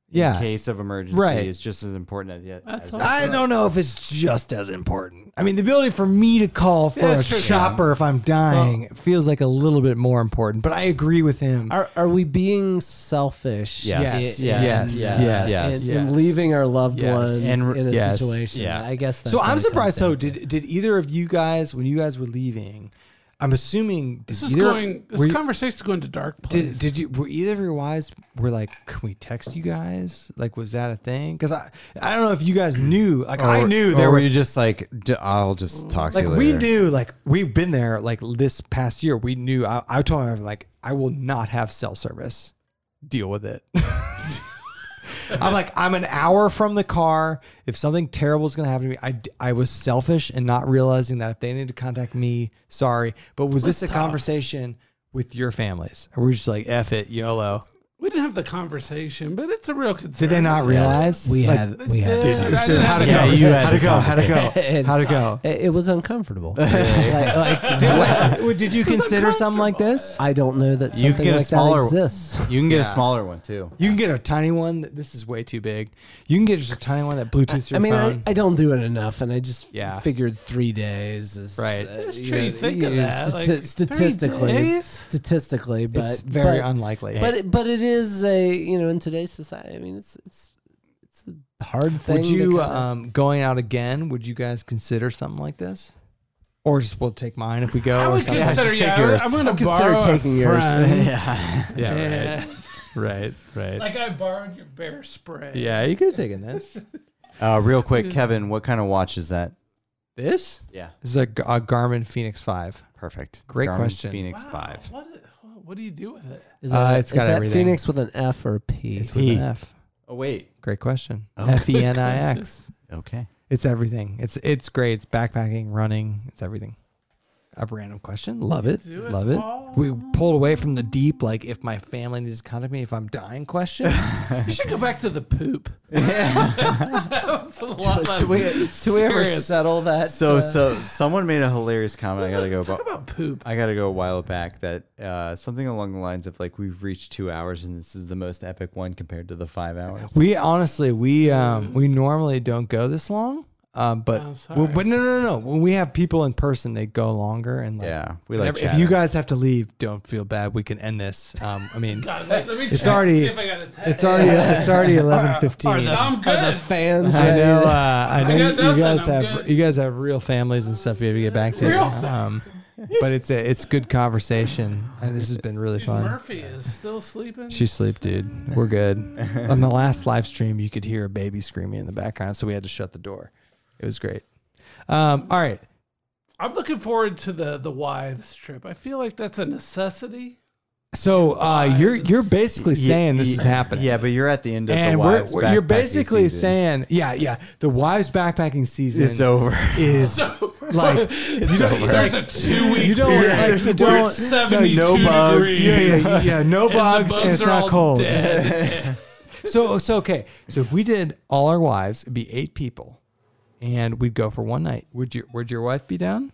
Yeah.
case of emergency
Right.
is just as important as yet.
That's
as
all.
I don't know if it's just as important. I mean, the ability for me to call for a chopper if I'm dying feels like a little bit more important. But I agree with him.
Are, are we being selfish?
Yes.
in-
Yes.
in-
Yes. Yes.
in-
Yes.
in leaving our loved
Yes.
ones
And-
in a
yes.
situation.
Yeah.
I guess. That's
so
what
I'm
it comes
surprised.
down
So
to.
did did either of you guys when you guys were leaving? I'm assuming did
This is
either,
going. This
were you-
conversation's going to dark
did,
places.
did you were either of your wives were like can we text you guys like was that a thing because I I don't know if you guys knew like I knew there
or
were
were you just like, D- I'll just talk
like
to you
we
later.
knew like we've been there like this past year we knew I, I told my wife like I will not have cell service deal with it (laughs) I'm like I'm an hour from the car if something terrible is gonna happen to me I, d- I was selfish and not realizing that if they needed to contact me sorry but was this a conversation with your families or were you just like F it YOLO
we didn't have the conversation, but it's a real
did
concern.
they not realize
we
Like,
had we had.
Did
so (laughs)
(laughs)
you?
how'd it go?
Yeah, you had
how'd it
the
go? How'd
(laughs)
it go?
conversation.
How'd it go?
It, it was uncomfortable. Like- like,
Did, (laughs) wait, did you consider something like this?
I don't know that
You
something
can get a
like
smaller-
that exists.
You can get
Yeah.
a smaller one too.
You can get a tiny one. that- This is way too big. You can get just a tiny one that Bluetooth your
I mean, I,
phone.
I don't do it enough, and I just
Yeah.
figured three days is
Right.
uh,
Just
you
sure you
know,
think of
you know,
that.
sti-
like, three
statistically,
days?
statistically, but
it's very
but,
unlikely.
but it, but it is a you know in today's society. I mean, it's it's it's a hard thing.
would
to
you
kinda-
um, going out again? Would you guys consider something like this? Or just we'll take mine if we go.
I
or
would
something.
consider.
just take
Yeah,
yours.
I'm going to
consider
borrow
taking
a
yours. (laughs)
friend's.
yeah,
Yeah.
right, right, right.
Like I borrowed your bear spray.
Yeah, you could have taken
(laughs)
this.
Uh, real quick, Kevin, what kind of watch is that?
This
Yeah,
this is a, G- a Garmin Phoenix Five.
perfect.
Great
Garmin
question.
Phoenix
Wow,
Five.
What, what do you do with it?
is
uh,
that,
it's
is
got
that
everything.
Phoenix with an F or a P?
It's with
P.
an
(laughs)
F.
Oh wait.
Great question. (laughs)
Oh.
F E N I X.
Okay.
It's everything. It's it's great. It's backpacking, running. It's everything. A random question. Love it.
Do it,
Love it.
Paul.
We pulled away from the deep, like if my family needs to contact me if I'm dying
(laughs)
question.
You should go back to the poop. that was a lot less.
do we, do we ever
serious.
settle that?
So
uh,
so someone made a hilarious comment. I gotta go.
Talk
bu-
about poop.
I gotta go a while back. That uh, something along the lines of like we've reached two hours and this is the most epic one compared to the five hours.
we honestly, we um we normally don't go this long. Um, but
Oh, sorry.
well, but no no no. When we have people in person, they go longer and like.
yeah, we like.
whenever- if you guys have to leave, don't feel bad. We can end this. Um, I
(laughs)
mean,
God, let, let me
It's
check,
already-
See if I got a ten.
it's already it's already eleven fifteen.
I'm good.
are the fans?
I
ready
know.
to-
Uh, I know
got
you, you
nothing.
guys
I'm
have
good.
you guys have real families and stuff you have to get back to.
Real
um, but it's a it's good conversation, and this has been really
Dude,
fun.
Murphy is still sleeping.
She sleep, dude. We're good. On the last live stream, you could hear a baby screaming in the background, so we had to shut the door. It was great. Um, all right,
I'm looking forward to the the wives trip. I feel like that's a necessity.
so uh, you're you're basically
Ye-
saying this
ye-
is happening.
Yeah, but you're at the end of the
and we're,
wives.
we're- you're
backpacking
basically
season.
saying, yeah, yeah, the wives backpacking season (laughs)
it's over.
is
So (laughs)
like you don't,
there's a two week.
You don't
period.
like you
where
don't
it's 72
no bugs.
degrees.
yeah, yeah, yeah, yeah. No
And the
bugs, and it's
are
not
all
cold. (laughs)
dead.
So, so okay. So if we did all our wives, it'd be eight people, and we'd go for one night. Would your Would your wife be down?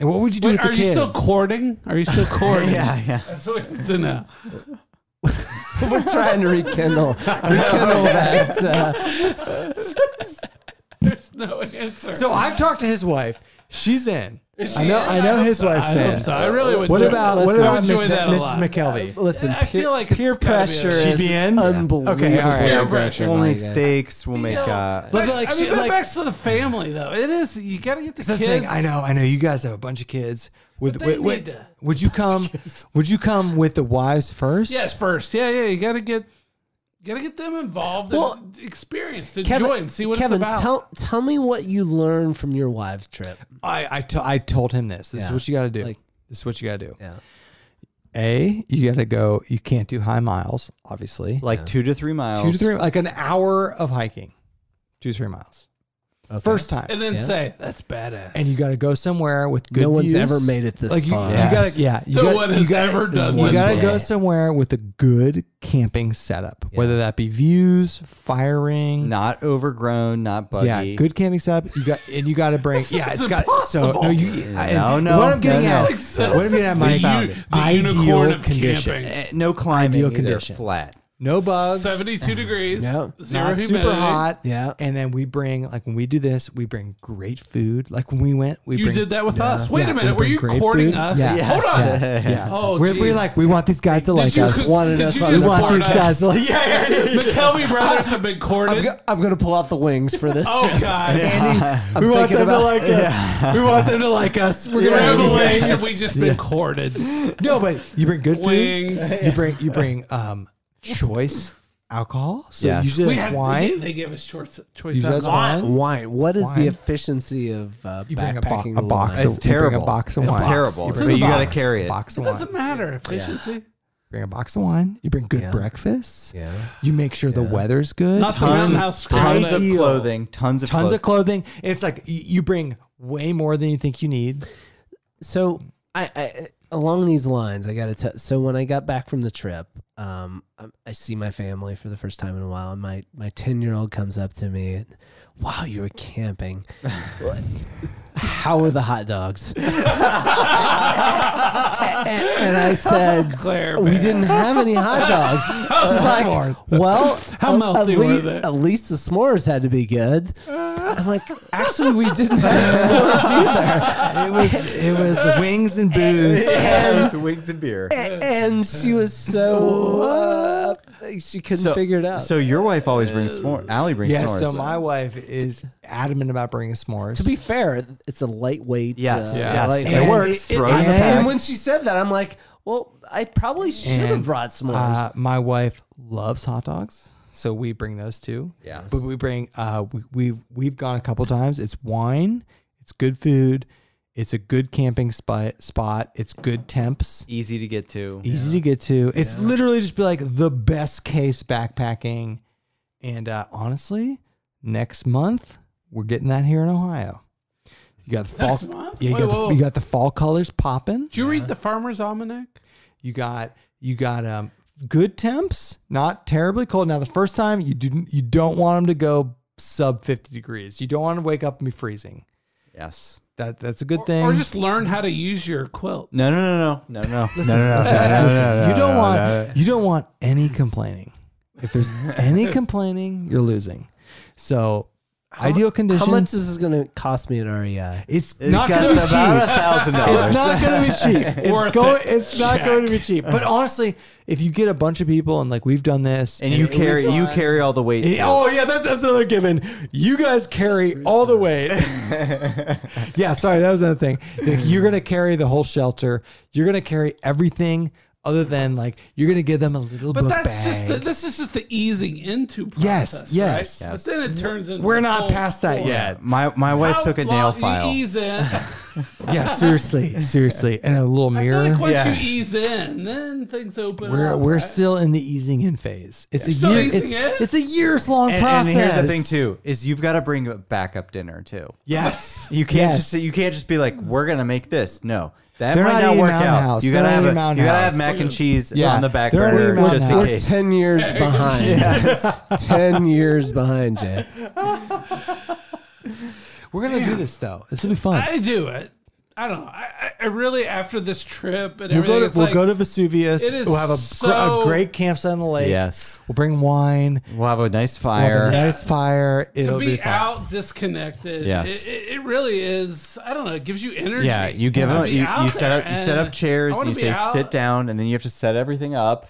And what would you do
Wait,
with the
are you
kids?
still courting? Are you
(laughs)
still courting?
yeah, yeah.
That's what I need to know.
(laughs) We're trying
(laughs)
to rekindle, rekindle that. Uh,
There's no answer.
so I've talked to his wife. She's in.
Is
I
she
know.
in?
I know
hope
his
so.
wife's
I hope
in.
so. I really would.
What
do-
about What
listen, I
about
would enjoy
Mrs.
that a lot.
McKelvey?
listen,
I
peer,
feel like it's
peer
gotta be a-
pressure
She'd
is
be in? Yeah.
unbelievable.
Okay, all right.
Peer
Peer
pressure.
We'll make
my God.
steaks. We'll make.
You know,
Uh,
But like
I mean,
she-
but
like-
back to the family though. It is you got to get the
That's
kids.
the thing. I know. I know. You guys have a bunch of kids. With,
But they
with, with
need to- (laughs)
would you come? Would you come with the wives first?
Yes, first. Yeah, yeah. You got to get got to get them involved
Well,
and experienced, enjoy,
Kevin,
and see what
Kevin,
it's about.
tell tell me what you learned from your wives trip.
I I, to- I told him this. This is
Yeah.
what you got to do.
Like-
this is what you got to do.
Yeah.
A, you got to go. You can't do high miles, obviously.
like two to three miles.
two to three, like an hour of hiking, two to three miles, first time.
and then
Yeah.
say that's badass.
And you got to go somewhere with good.
no one's
views.
ever made it this
like you,
far.
you gotta, yeah. You
No
gotta-
one
you
has
gotta-
ever done
You
this
gotta go
before.
somewhere with a good camping setup, whether that be views, firing,
Not overgrown. Not buggy.
Yeah, good camping setup. You got and you got to bring. yeah, it's got so no. You I,
No,
and
no,
What I'm
no,
getting
no.
at,
Success
what I'm getting at,
is
Mike,
the u- the unicorn
ideal
of
condition.
camping.
Eh, no climbing.
Ideal
either,
conditions.
Flat.
no bugs,
72 degrees.
Yeah.
Zero
not
humidity.
super
(laughs)
hot.
Yeah.
And then we bring like when we do this, we bring great food. Like when we went, we
You
bring,
did that with us. Wait
Yeah,
a minute.
we
Were
bring
you
great
courting
food.
us?
Yeah.
Hold
(laughs)
on.
Yeah.
Oh,
we're, we're
geez.
like we want these guys to like
(laughs) you
us.
cook-
Wanted
did
us
you
on
just
the-
court
want these
us?
guys to like.
The Kelby brothers have been courted.
(laughs) I'm gonna pull out the wings for this.
(laughs)
oh,
trip.
God.
I'm
we want them
thinking
to
about-
uh,
like us. We want them to like us. We're gonna have
Revelation. We just been courted.
No, but you bring good food.
Wings.
You bring you bring um choice alcohol. So
Yes.
usually
We
it's
had- They,
wine.
they gave us choice.
You
choice
just
alcohol.
wine?
Wine. What is
Wine.
the efficiency of uh,
You bring a, bo-
backpacking?
a box.
wine?
Of,
It's
you bring
terrible.
a box of
It's
wine.
terrible,
You
but
bring a
you gotta
box-
carry it.
Box of wine.
Doesn't matter. Efficiency.
(laughs)
(laughs)
Bring a box of wine. You bring good
Yeah.
breakfast.
Yeah.
You make sure the weather's good.
Not the
Tons-
roundhouse
tons
Tons
toilet.
of
of
Ideal.
clothing. Tons of
tons of
clothing.
clothing. It's like y- you bring way more than you think you need.
So I, I along these lines, I gotta tell. So when I got back from the trip, um, I, I see my family for the first time in a while, and my my ten year old comes up to me, and, "Wow, you were
(laughs)
camping. How are the hot dogs?" and, and I said,
Claire,
"We
man.
didn't have any hot
(laughs)
dogs." She's like,
S'mores.
"Well,
How
at-
melty
at
were
lea-
they?"
At least the s'mores had to be good." I'm like, "Actually, we didn't
(laughs)
have s'mores either."
It was it was
(laughs)
wings and booze.
Yeah, (laughs) it's wigs and beer.
A- and she was so uh, she couldn't figure it out.
So your wife always brings s'mores. Allie brings
Yeah,
s'mores.
so my wife is adamant about bringing s'mores.
to be fair, it's a lightweight.
Yes,
uh,
yes.
light-
And
it- Throw it in the
and,
pack.
when she said that, I'm like, well, I probably should have
And,
brought s'mores.
Uh, my wife loves hot dogs, so we bring those too.
Yes.
but we bring uh, we we've, we've gone a couple times. It's wine, it's good food, it's a good camping spot. Spot, it's good temps.
easy to get to.
Easy to get to. It's literally just be like the best case backpacking. And uh, honestly, next month we're getting that here in Ohio. You got the fall.
Next month?
Yeah, you,
Wait,
got
whoa,
the, you
whoa.
got the fall colors popping.
Did you read the Farmer's Almanac?
You got you got um good temps, not terribly cold. Now the first time you didn't you don't want them to go sub 50 degrees. You don't want to wake up and be freezing.
Yes.
That that's a good
Or-
thing.
Or, just learn how to use your quilt.
No, no, no, no, no, no.
listen, listen, listen. you don't want you don't want any complaining. If there's any complaining, you're losing. So ideal
How
conditions.
much is this going to cost me at E REI?
it's
It
not
costs
going to be
about a
cheap.
thousand
It's
dollars.
not going to be cheap.
Worth
It's going.
it.
It's not
Check.
going to be cheap. But honestly, if you get a bunch of people and like we've done this,
And you
it-
carry you carry all the weight.
Yeah,
too.
oh yeah, that, that's another given. You guys carry all the
(laughs)
weight. yeah, sorry, that was another thing. Like, you're gonna carry the whole shelter. You're gonna carry everything other than like you're gonna give them a little
But
book
that's
bag.
just the, this is just the easing into
Yes,
process.
yes.
Right? But then it turns into
We're
a
not
full
past that
force.
yet.
My my wife
How-
took a
well,
nail
you
file.
(laughs)
ease in.
Yeah,
(laughs)
seriously, seriously, and a little
I feel
mirror.
like once
Yeah.
you ease in, then things open.
we're
up,
we're
right?
still in the easing in phase. It's a
still
year.
easing
It's,
in?
it's a years long
and,
process.
and here's the thing too is you've got to bring a backup dinner too.
Yes,
You can't
Yes.
just you can't just be like we're gonna make this. No, that
They're
might
not
not,
eating
work
Mountain
out.
House.
You
They're
gotta
not
have
eating
a,
Mountain
you gotta
House.
have mac and cheese
Yeah.
on the back
They're not eating
burner
Mountain
just
House.
in
We're
case.
ten years
(laughs)
behind. (laughs) Ten years behind,
(laughs)
Jay.
We're gonna do this though. This will be fun.
I do it. I don't know. I, I I really after this trip and
We'll
everything.
go to
it's
we'll
like,
go to Vesuvius.
It is
We'll have a, gr-
so-
a great campsite on the lake.
Yes,
We'll bring wine.
we'll have a nice
We'll have a
fire.
nice fire.
to
It'll
be,
be, fun.
out disconnected.
Yes.
It, it, it really is. I don't know. It gives you energy.
Yeah, you give
I wanna
them.
be
You,
out
you set up.
there
You set
and
up chairs. And
I wanna
you
be
say
out.
sit down, and then you have to set everything up.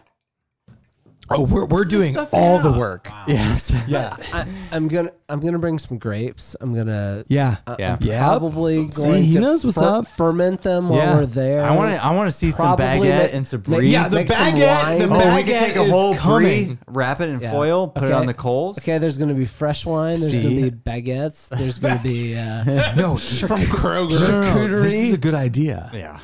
Oh, we're we're doing
stuff
all the
out.
work.
Yes.
Yeah.
I, I'm gonna I'm gonna bring some grapes. I'm gonna
Yeah.
Yeah.
Yep.
probably
See,
going
he
to
knows what's
fer-
up.
ferment them while
Yeah.
we're there.
I want to. I want to see some
Probably
baguette
ma-
and some
ma-
brie.
Yeah, the
Make some
baguette, the
wine.
oh,
baguette
we can take a
is
whole
coming.
brie, wrap it in
Yeah.
foil, put it
Okay.
on the coals.
Okay, there's gonna be fresh wine. There's
See?
gonna be baguettes. There's gonna
(laughs)
be uh, (laughs)
(laughs)
No,
from Kroger.
no, no, no, This is a good idea.
Yeah.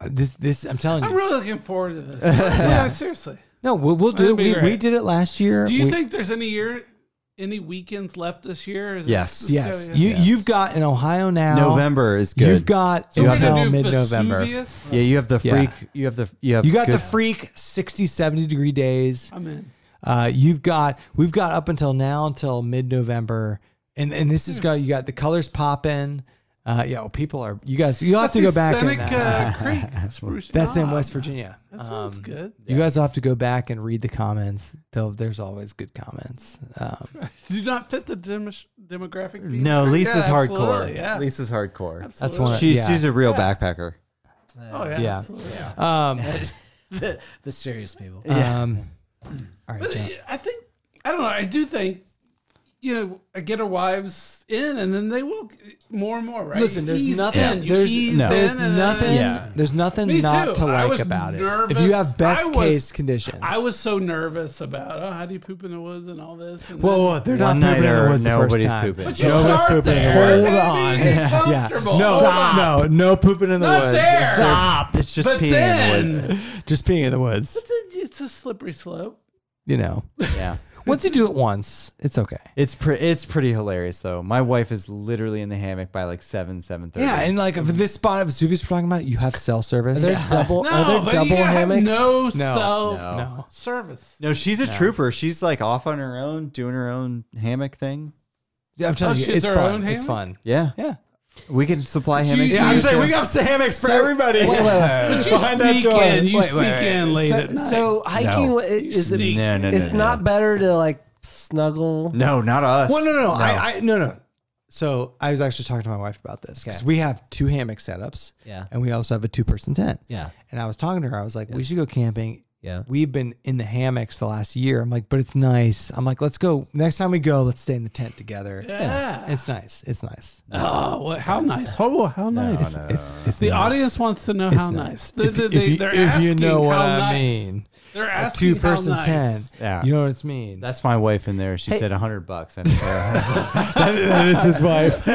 Uh, This, this I'm telling
I'm
you.
really looking forward to
(laughs)
this. Honestly, I- seriously.
No, we'll, we'll do
That'd
it.
be
We, we
great.
did it last year.
Do you
We-
think there's any year, any weekends left this year? Is it-
Yes.
Yes.
Yeah,
You
yeah.
you've got in Ohio now.
November is good.
You've got
So we're
We're gonna
until
do
mid November.
Vesuvius?
yeah, you have the
Yeah.
freak. You have the you have
You got
good-
the freak 60, 70 degree days.
I'm in.
Uh, you've got we've got up until now until mid November, and and this is got you got the colors popping. Uh, yeah, well, people are. You guys, you will have
That's
to go
the
back. And,
Seneca
uh,
(laughs) Creek.
(laughs)
Spruce
that's in
Knob.
West Virginia.
That sounds
Um,
good.
You guys will have to go back and read the comments. Though there's always good comments. Um,
Do not fit the dem- demographic. beat?
No, Lisa's
Yeah,
hardcore.
absolutely, Yeah.
Lisa's hardcore.
that's
Absolutely.
one.
She's
yeah.
she's a real backpacker.
Oh yeah.
Yeah.
absolutely.
um,
the, the serious people.
um, all right,
But
Jen.
I think I don't know. I do think you know I get our wives in, and then they will more and more. Right?
Listen, there's
Ease
nothing.
in, you
there's
ease
no.
in,
There's
and then-
nothing.
Yeah.
There's nothing
Me
not to
too. I
like
was
about it. If
nervous.
you have best
I was-
case conditions,
I was so nervous about oh, how do you poop in the woods and all this. And
Whoa,
then-
whoa, they're not
One
pooping in the
nighter,
woods the first
nobody's
time.
pooping.
But you
No one's
start
pooping in
there.
the woods.
Hold
Hold
on.
(laughs) Yeah. No, no, no pooping in the
Not
woods.
there.
Stop.
It's just
But
peeing
then,
in the woods.
Just peeing in the woods.
It's a, it's a slippery slope.
You know,
Yeah.
once you do it once, it's okay.
It's pre- it's pretty hilarious though. My wife is literally in the hammock by like seven seven thirty.
Yeah, and like if this spot of Vesuvius we're talking about, you have cell service.
Are there double?
No,
are there
but
double
you have
hammocks?
No, self
no.
no.
service.
no, she's a trooper. She's like off on her own, doing her own hammock thing.
Yeah, I'm telling
Oh,
you,
she has
it's
her
fun.
own
It's
hammock?
fun.
Yeah,
Yeah.
we can supply
She-
hammocks.
Yeah,
to
I'm
you,
saying,
too.
we
got hammocks for everybody.
Wait, wait, wait, wait, wait.
But you sneak in. You sneak in late
so,
at night.
so hiking
No.
wa- is it?
sneak.
no, no, no,
it's
no,
not
no.
better to like snuggle.
No, not us.
(laughs) Well, no, no, no. I, I, no, no. So I was actually talking to my wife about this because
Okay.
we have two hammock setups,
Yeah.
and we also have a two-person tent.
Yeah.
And I was talking to her. I was like, "We should go camping.
Yeah.
We've been in the hammocks the last year. I'm like, but it's nice. I'm like, let's go next time we go. Let's stay in the tent together.
Yeah.
It's nice. It's nice.
Oh, well, how nice. Oh, how nice.
It's it's
The
nice.
audience wants to know how nice. They,
If, you-
they-
if you,
they're
if you
asking
know what
how
I
nice.
mean,
They're
a
asking
two-person
how nice. (laughs)
tent.
Yeah.
You know what I mean.
That's my wife in there. She said "Oh." a hundred bucks. I
(laughs)
don't care.
that is
(laughs)
his wife.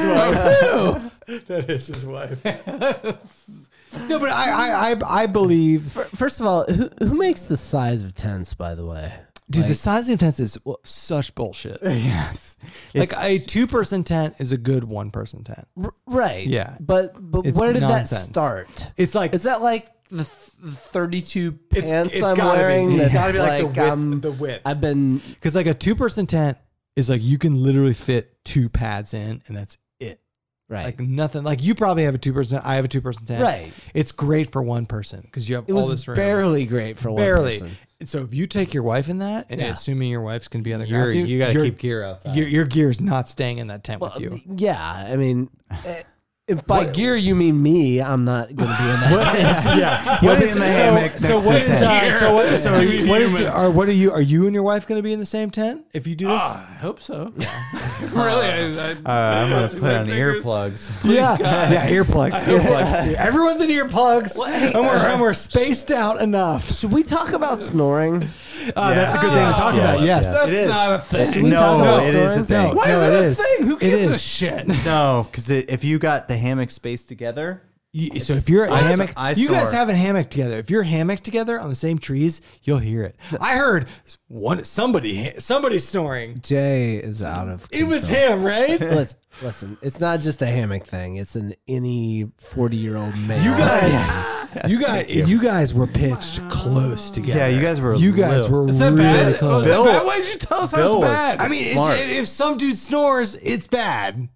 Oh,
That is his wife. no, but I, I, I, I believe,
Fir- First of all, who, who makes the size of tents? By the way,
dude, the size of tents is such bullshit.
(laughs) yes,
Like
It's-
a two-person tent is a good one-person tent.
R- right?
Yeah.
But but
It's
where did
nonsense.
that start?
It's like
Is that like the th- the 32
It's-
pants
it's
I'm
gotta be.
wearing?
It's
that's um,
gotta be like the width-
um,
I'm-
the width.
I've been
because like a two-person tent is like you can literally fit two pads in, and that's it.
right.
Like nothing. Like you probably have a two-person. I have a two-person tent.
Right.
It's great for one person because you have
it
all
was
this room.
barely great for one
barely.
person.
So if you take your wife in that, and
Yeah.
assuming your wife's gonna be on the
you're,
ground, with you,
you got to
your-
keep gear outside.
Your, your gear's not staying in that tent
Well,
with you.
yeah. I mean, eh, if by gear you mean me, I'm not going to be in that.
(laughs) yeah.
You'll be in the hammock
So,
next
what
to
is
the
uh,
tent.
so what, so are
Yeah.
you, what is
Human.
are what are you are you and your wife going to be in the same tent if you do this?
Ah.
I hope so. (laughs) really? I,
Uh, I'm
(laughs)
gonna
Crossing
put
my
on
fingers.
earplugs.
yeah, yeah, earplugs, (laughs) earplugs. Too. Everyone's in earplugs, and we're and we're spaced out enough.
(laughs) Should we talk about snoring?
Uh, That's a good thing to
yes,
talk
yes,
about. Yes,
yes.
that's
it is.
not a thing.
we talk
No,
about
it is a
snoring?
thing.
No,
Why is
no,
it,
it
a
is.
thing? Who
It
gives a
is.
shit?
No, because if you got the hammock spaced together,
You- so if you're a
I s-
hammock,
I
you guys
snore.
have a hammock together. If you're hammock together on the same trees, you'll hear it. I heard one somebody somebody snoring.
Jay is out of.
It was him, right?
Listen, listen, it's not just a hammock thing. It's an any 40 year old man.
You guys, you guys, you. guys were pitched close together.
Yeah, you guys were
You guys
little.
were
(laughs) Is that
really
bad? Oh,
close.
is that
Bill-
bad? Why did you tell us
Bill
how
was-
it's bad?
I mean,
Smart.
it's, if some dude snores, it's bad.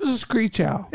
It was a screech owl. (laughs)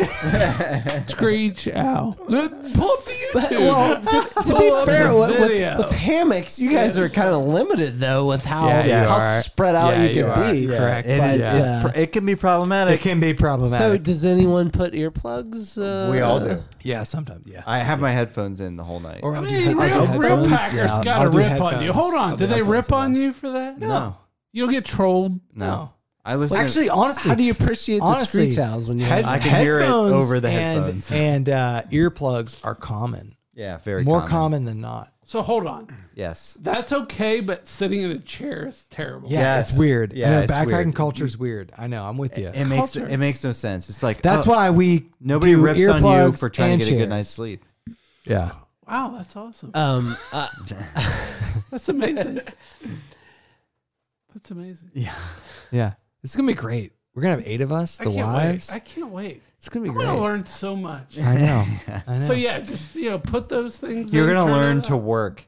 screech owl. Look, Pull up the (laughs) YouTube.
well, to, to
Pull
be
up
fair,
the
with, with,
video.
with hammocks, you guys are kind of limited though with how
Yeah, you
how
are.
spread out
Yeah,
you
you are.
can be.
Yeah. Correct.
It,
But,
is- it's
uh,
pr- it can be
It
problematic.
can be
So,
problematic.
does anyone put earplugs? Uh,
we all do.
yeah, sometimes. Yeah.
I have my headphones in the whole night.
Or
I
I'll do
mean,
head- I'll do
real, real
headphones.
packers
Yeah,
got to
I'll do
rip on
headphones.
you. Hold
I'll
on.
do
Did they rip
headphones
on
once.
you for that?
no,
You don't get trolled.
no. I listen.
Actually, honestly,
How do you appreciate
honestly,
the screech owls when you
head-
have
I can hear it
headphones
over the
and-
headphones.
And, uh, earplugs are common,
yeah, very
more common than not.
So hold on.
Yes.
That's okay, but sitting in a chair is terrible.
Yeah,
Yes.
it's weird.
Yeah,
I know
it's
backpacking
weird.
culture is weird. I know. I'm with you.
It makes
Culture.
it makes no sense. It's like
That's
oh,
why we
nobody
do
rips on you
earplugs
for trying
and
to get a
chairs.
good night's sleep.
Yeah.
Wow, that's awesome.
Um, uh,
That's
(laughs)
amazing. that's amazing.
Yeah. It's gonna be great. We're gonna have eight of us,
I
the
can't
wives.
wait. I can't wait.
it's gonna be
I'm
great.
gonna learn so much.
I
(laughs)
know. I know.
So yeah, just you know, put those things.
You're
in,
gonna
turn it
learn
up.
(laughs)
to work.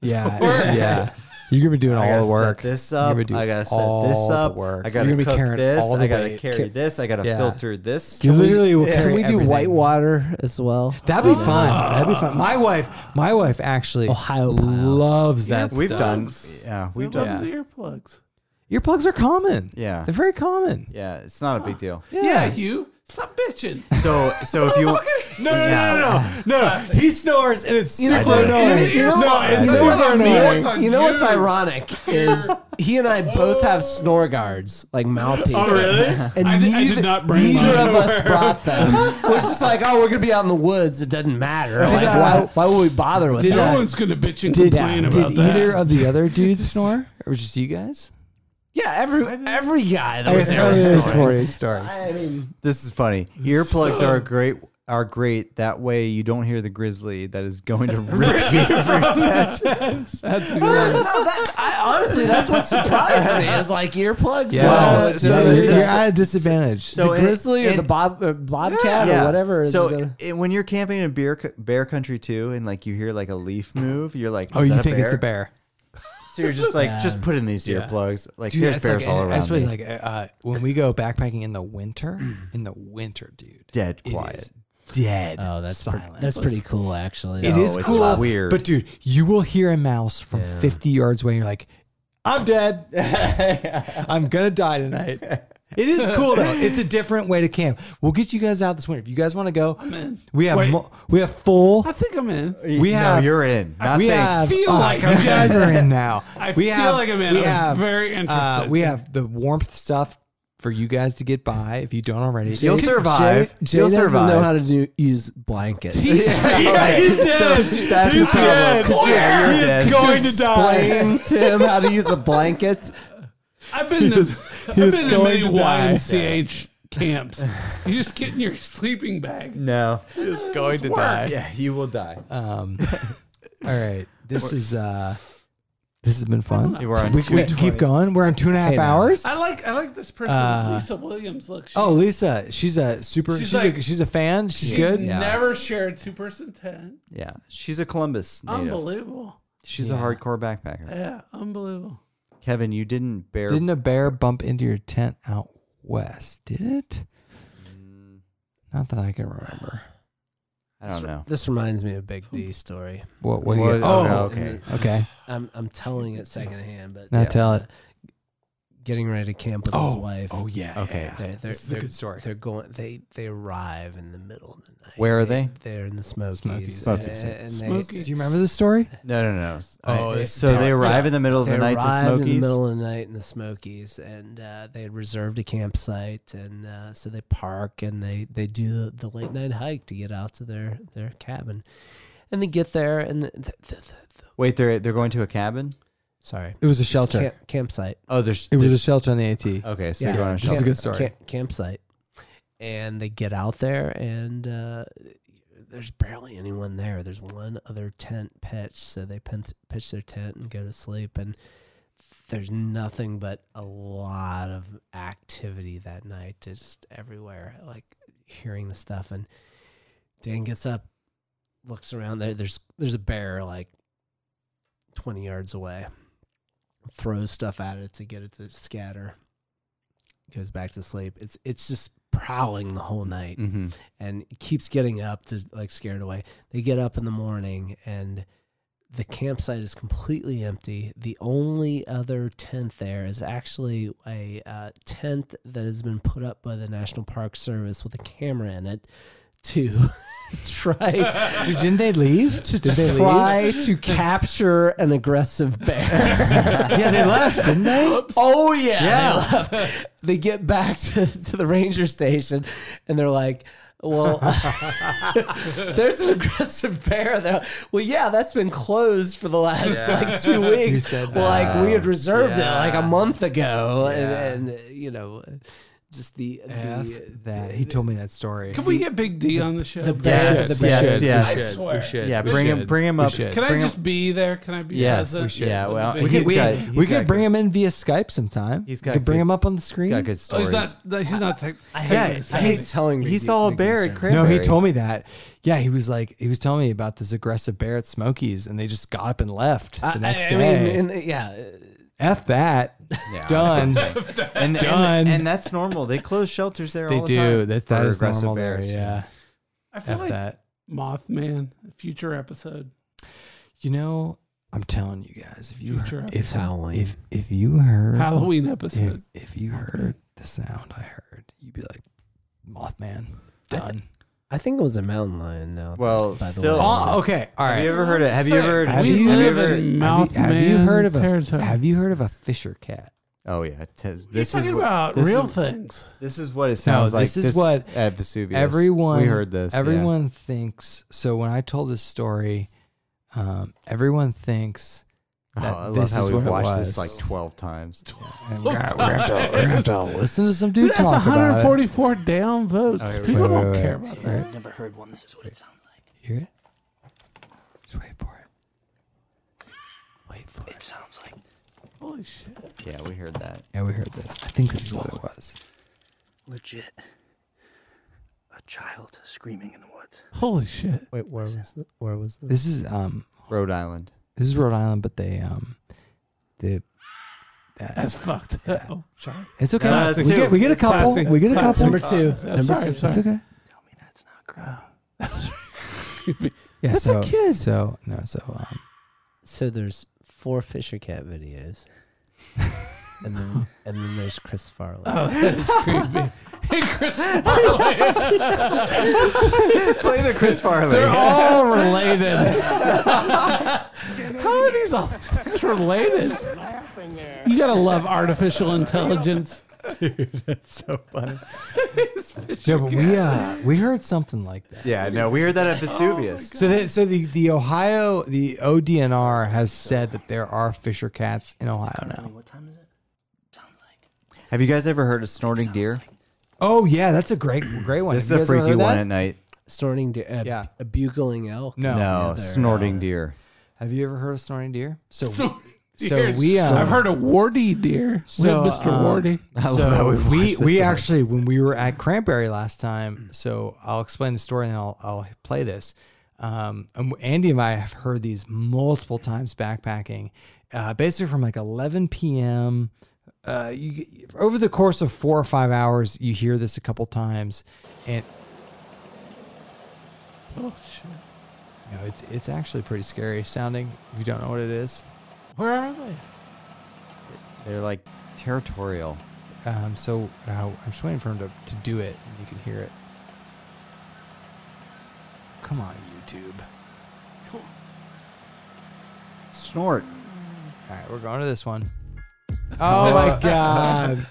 yeah.
Or-
Yeah. You're gonna be doing
I
all
gotta
the work.
Set this
You're
up.
gonna do
I gotta set
all
this
the
up.
work.
I
You're
gotta
gonna be
cook
carrying
this.
all the
I gotta
weight.
carry
Ca-
this. I gotta
Yeah.
filter this.
You literally will
Yeah.
carry
Can we do
everything.
whitewater as well?
That'd be fun. That'd be fun. My wife, my wife actually
Ohio pile.
loves that.
We've
stuff.
done. Yeah, we've
What about
done.
the earplugs?
Earplugs are common.
Yeah.
they're very common.
Yeah, it's not a big deal.
Yeah, Hugh, stop bitching.
So, so if
(laughs)
you
No, no, no, no, no, no. He snores and it's
know
super
what?
annoying.
You know
no,
what?
it's
You know what
super
I mean?
annoying.
It's on
You know what's
you.
ironic is he and I both have snore guards, like mouthpieces.
Oh, (laughs) really?
And
I did- I did not bring
neither
mine.
(laughs)
of us brought them. We're just like, oh, we're gonna be out in the woods. It doesn't matter. Like,
I-
why, why would we bother with
Did
no
I-
that?
one's gonna bitch and
Did,
complain
did
about that. (laughs)
either of the other
(laughs)
dudes snore, or was it just you guys?
yeah, every every guy that was there.
Oh,
was
yeah,
snoring.
snoring. Snoring.
I mean,
This is funny. Earplugs are great. Are great. That way you don't hear the grizzly that is going
(laughs)
to rip you.
I, honestly, that's what surprised me. Is like earplugs.
Yeah.
Well,
Well, so
you're,
it's-
you're at a disadvantage.
the
So it-
grizzly or
it-
the bob or bobcat (laughs) or whatever. is
So
gonna-
it- when you're camping in bear c- bear country too, and like you hear like a leaf move, you're like,
oh,
is
you
that
think it's a bear?
So you're
(laughs)
just like, just put in these earplugs. Like there's
that's
bears
like-
all
and
around.
Especially
me. Mm.
like uh, uh, when we go backpacking in the winter, in the winter, dude,
Dead
it
quiet.
is dead.
oh, that's pretty,
silence.
that's pretty cool, actually.
It
No,
is
it's
cool,
weird.
But dude, you will hear a mouse from 50 yards away. And you're like,
(laughs)
I'm dead. I'm gonna die tonight. It is cool though. It's a different way to camp. We'll get you guys out this winter if you guys want to go.
in.
We have
Wait.
mo- we have full.
I think I'm
(laughs)
in.
We
no,
have-
you're
(laughs)
in. Not
we
thanks. (laughs)
have.
feel
oh,
like
you
I'm in.
guys are in now.
(laughs) I
we
feel
have,
like I'm in.
We
I'm
have,
very
Uh,
interested.
we have the warmth stuff for you guys to get by if you don't already.
You'll survive.
Jay
You'll
doesn't
survive.
know how to do use blankets. (laughs)
yeah, (laughs) he's dead.
that's
he's
the problem.
dead.
Could you-
Yeah,
you're
he is
dead.
going to die.
Explain (laughs) to him how to use a blanket.
I've been to, I've
was
been to
going
many
to die.
YMCH camps. You just get in your
(laughs)
sleeping
(laughs)
bag.
No.
He's going to
work.
die.
Yeah, you will die.
Um, all right. This is uh, this has been fun.
You were on
We can keep going. We're on two and a half
Hey, man.
hours.
I like I like this person,
Uh,
Lisa Williams. Look, she,
Oh, Lisa, she's a super. She's,
She's
a,
like-
she's a fan. She's
she
good.
Never shared two person tent.
Yeah, she's a Columbus native.
Unbelievable. Uh,
She's a hardcore backpacker.
Yeah, unbelievable.
Kevin, you didn't bear.
Didn't a bear bump into your tent out west? Did it? Not that I can remember.
Mm, I don't know.
This reminds me of Big D story.
What? What?
Well,
do you,
oh,
oh,
okay.
And the-
okay.
I'm I'm telling it secondhand, but
Now tell it.
Getting ready to camp with his wife.
oh yeah.
Okay,
yeah.
they're, they're,
This is a
they're-
good story.
They're going. They they arrive in the middle of the night.
Where are they?
They're in the
Smokies.
Smokies.
Smokies, yeah.
And, and
Do
Smokies.
They,
you remember this story?
No, no, no.
Oh,
I-
they-
so they arrive in the middle of
they
the night to
arrived in
Smokies.
the middle of the night in the Smokies, and uh, they had reserved a campsite, and uh, so they park and they they do the, the late night hike to get out to their their cabin, and they get there and the, the, the, the,
Wait, they're they're going to a cabin.
sorry
It was a
It's
shelter.
camp, campsite.
Oh, there's.
It was a
there's-
shelter on the AT.
okay, so
Yeah.
you're going on a
This is a
shelter.
good story.
Camp, campsite. And they get out there, and uh, there's barely anyone there. There's one other tent pitch, so they pin- pitch their tent and go to sleep. And there's nothing but a lot of activity that night, just everywhere, like hearing the stuff. And Dan gets up, looks around. There, there's there's a bear like twenty yards away. Throws stuff at it to get it to scatter goes back to sleep. It's it's just prowling the whole night
Mm-hmm.
and keeps getting up to like scared away. They get up in the morning and the campsite is completely empty. The only other tent there is actually a uh, tent that has been put up by the National Park Service with a camera in it to (laughs) try
Dude, didn't they leave? Did they leave?
try to capture an aggressive bear.
(laughs) yeah, they left, didn't they?
Oh yeah, They, left. They get back to, to the ranger station, and they're like, "Well, (laughs) there's an aggressive bear there. Well, yeah, that's been closed for the last like two
(laughs)
weeks.
said
well, like we had reserved it like
Yeah.
a month ago,
Yeah.
and, and you know." just the,
F
the
that. He told me that story.
Can we get Big D on the show?
the
Yeah.
best-
Yes,
the
yes,
best.
yes.
I swear.
Yeah, bring him, bring him up.
should.
Can I
bring
just be there? Can I be?
Yes,
present?
we should. Yeah, well,
Big
we
D.
can-
we,
got-
we
he's
could
got
bring
good-
him in via Skype sometime.
He's
He's
got
got could bring
good-
him up on the
He's
screen.
got good
Oh,
stories.
he's not. He's not. Tech,
Yeah, I hate telling.
he
Big D-
saw a
Big
bear at
Concern.
Cranberry.
No, he told me that. Yeah, he was like, he was telling me about this aggressive bear at Smokies, and they just got up and left the
I-
next
I,
day.
I mean, and, yeah,
F (laughs) that. Done. Done.
and, And, and that's normal. They close shelters there.
they
all the
do.
Time
That that
for
is
aggressive
normal there.
bears.
Yeah.
I feel
F
like
that.
Mothman, future episode.
You know, I'm telling you guys, if you
Future
heard,
episode.
if,
it's Halloween.
if if you heard
Halloween
if,
episode.
if you heard the sound I heard, you'd be like, Mothman.
I
Done.
I think it was a mountain lion. Now,
Well,
by the
still-
way.
oh, okay. All
Have you
right.
ever heard of? Have you ever heard?
Have
you-
you,
have you
ever?
Have
Mouth
you, have you heard of a
territory.
Have you heard of a Fisher cat?
Oh yeah. T-
He's
this is
talking
what,
about
this is-
real things.
this is what it sounds like.
this is what
at Vesuvius.
everyone-
we heard this. yeah.
Everyone thinks so. When I told this story, um, everyone thinks that
Oh, I love
this
how
is
we've
what it
watched this
was.
like twelve times. (laughs)
And we're
(laughs)
gonna, we're gonna
(laughs)
have to, we're gonna have to (laughs) listen to some dude
Dude, that's
talk about it.
144 down votes.
wait,
People
wait,
don't
wait,
care
wait.
about
All
that.
right.
I've never heard one. This is what it sounds like.
Hear it? Just wait for it. Wait for it.
It sounds like.
Holy shit!
Yeah, we heard that.
Yeah, we heard this. I think this is what it was.
legit a child screaming in the woods.
Holy shit!
Wait, where was the, where was the
This is um,
Rhode Island.
this is Rhode Island, but they um, the
That's fucked. up. Oh, sorry.
it's okay.
Uh,
we
two.
get we get a
It's
couple.
classic.
We get a
It's
couple.
classic.
number two?
I'm
Number
sorry,
two.
I'm
It's
sorry.
okay.
Tell me that's not crap.
Yeah.
That's
so
a kid.
so no so um.
So there's four Fisher Cat
(laughs)
videos, and then and then there's Chris Farley.
(laughs)
Oh, that is creepy. Hey, Chris Farley.
Play the (laughs) Chris Farley.
They're all related. How are these all these things related? You gotta love artificial intelligence.
so funny.
No, but we uh we heard something like that.
Yeah, no, we heard that at Vesuvius.
So, the, so the, the Ohio, the ODNR has said that there are Fisher cats in Ohio now.
What time is it? Sounds like.
Have you guys ever heard of snorting deer?
Oh yeah, that's a great, great one.
This is
Have
a
you guys ever
freaky
heard that?
one at night.
Snorting deer, uh,
Yeah.
a bugling elk.
No. uh,
No,
they're,
snorting deer.
Have you ever heard of snorting deer? So,
So,
so we, uh,
I've heard of Wardy deer. we
so,
had Mr.
um, (laughs)
Wardy.
(laughs) I love how
so
we've
we
watched this Mm.
we
so much.
actually when we were at Cranberry last time. So I'll explain the story and then I'll I'll play this. Um, and Andy and I have heard these multiple times backpacking, uh, basically from like 11 p.m. Uh, you, over the course of four or five hours, you hear this a couple times, and
Oh, shit.
you know, it's it's actually pretty scary sounding. If you don't know what it is,
Where are they?
They're like territorial.
um, so uh, I'm just waiting for him to, to do it, and you can hear it. Come on, YouTube.
Snort.
All right, we're going to this one. (laughs) Oh (laughs) my god.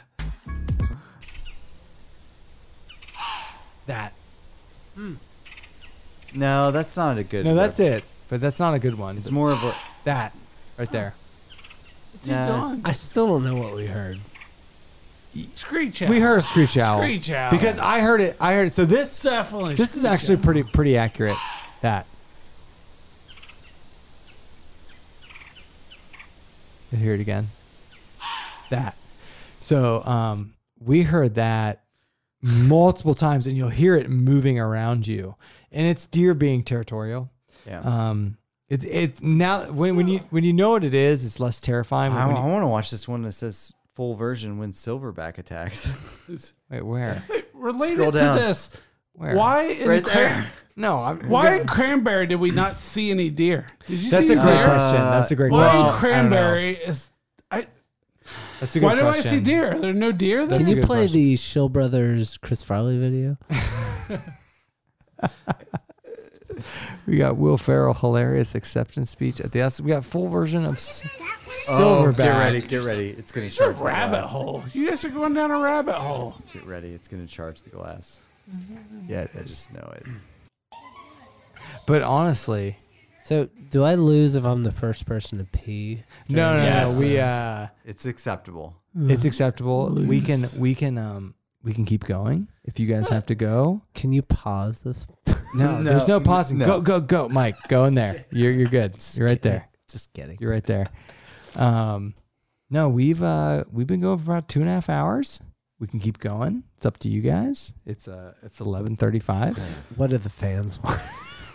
That.
No, that's not a good.
No, that's it. But that's not a good one.
It's more of a.
that right there.
What's he
Nah.
doing?
I still don't know what we heard.
Screech
We
owl.
heard a screech owl.
Screech owl.
Because I heard it. I heard it. So this
Definitely.
this is
screech
actually
owl.
pretty pretty accurate. That. I hear it again. That. So um, we heard that multiple times, and you'll hear it moving around you, and it's deer being territorial.
Yeah.
Um, it's it's now when when you when you know what it is, it's less terrifying.
I,
When you,
want to watch this one that says full version when silverback attacks.
wait, where?
Wait, related
Scroll down.
to this.
Where?
(laughs)
Why in
Right
Cran-
there.
No, I'm,
(laughs) Why in Cranberry did we not see any deer? Did you
That's
see
a
any
great
deer?
question. That's a great
Why
question. I
in
don't know.
Cranberry is I
That's a good
why do I
question.
see deer? Are there no deer there?
That's
Can
a
you
good
play
question.
the Shill Brothers Chris Farley video?
We got Will Ferrell hilarious acceptance speech at the S. We got full version of S- Silverback.
Oh, get ready, get ready. It's gonna
It's a
charge the
rabbit
glass.
hole. You guys are going down a rabbit hole.
Get ready, it's gonna charge the glass.
Mm-hmm.
Yeah, I just know it.
But honestly,
So do I lose if I'm the first person to pee?
no, no,
Yes.
no. We uh,
It's acceptable.
it's acceptable. We can we can um we can keep going if you guys have to go.
Can you pause this?
No, there's no
(laughs)
pausing.
no.
Go, go, go, Mike. Go in there. You're you're good. You're right there.
Just kidding.
You're right there. Um, no, we've uh we've been going for about two and a half hours. We can keep going. It's up to you guys. It's uh it's eleven thirty five.
What do the fans want?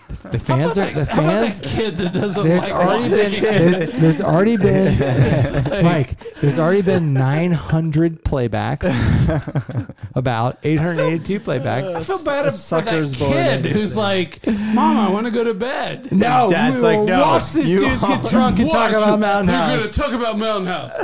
The fans are the
How about that
fans.
kid that doesn't
There's
like
already been there's,
(laughs)
there's already been Mike. There's already been 900 playbacks, about 882
I
(laughs) playbacks.
feel bad for that
sucker's born
kid
in
who's like, "Mom, I want to go to bed."
No,
Dad's
we
like,
will
no,
watch these
you
dudes get
all-
drunk and talk
Watch,
about Mountain
They're
House.
gonna talk about Mountain
(laughs)
House.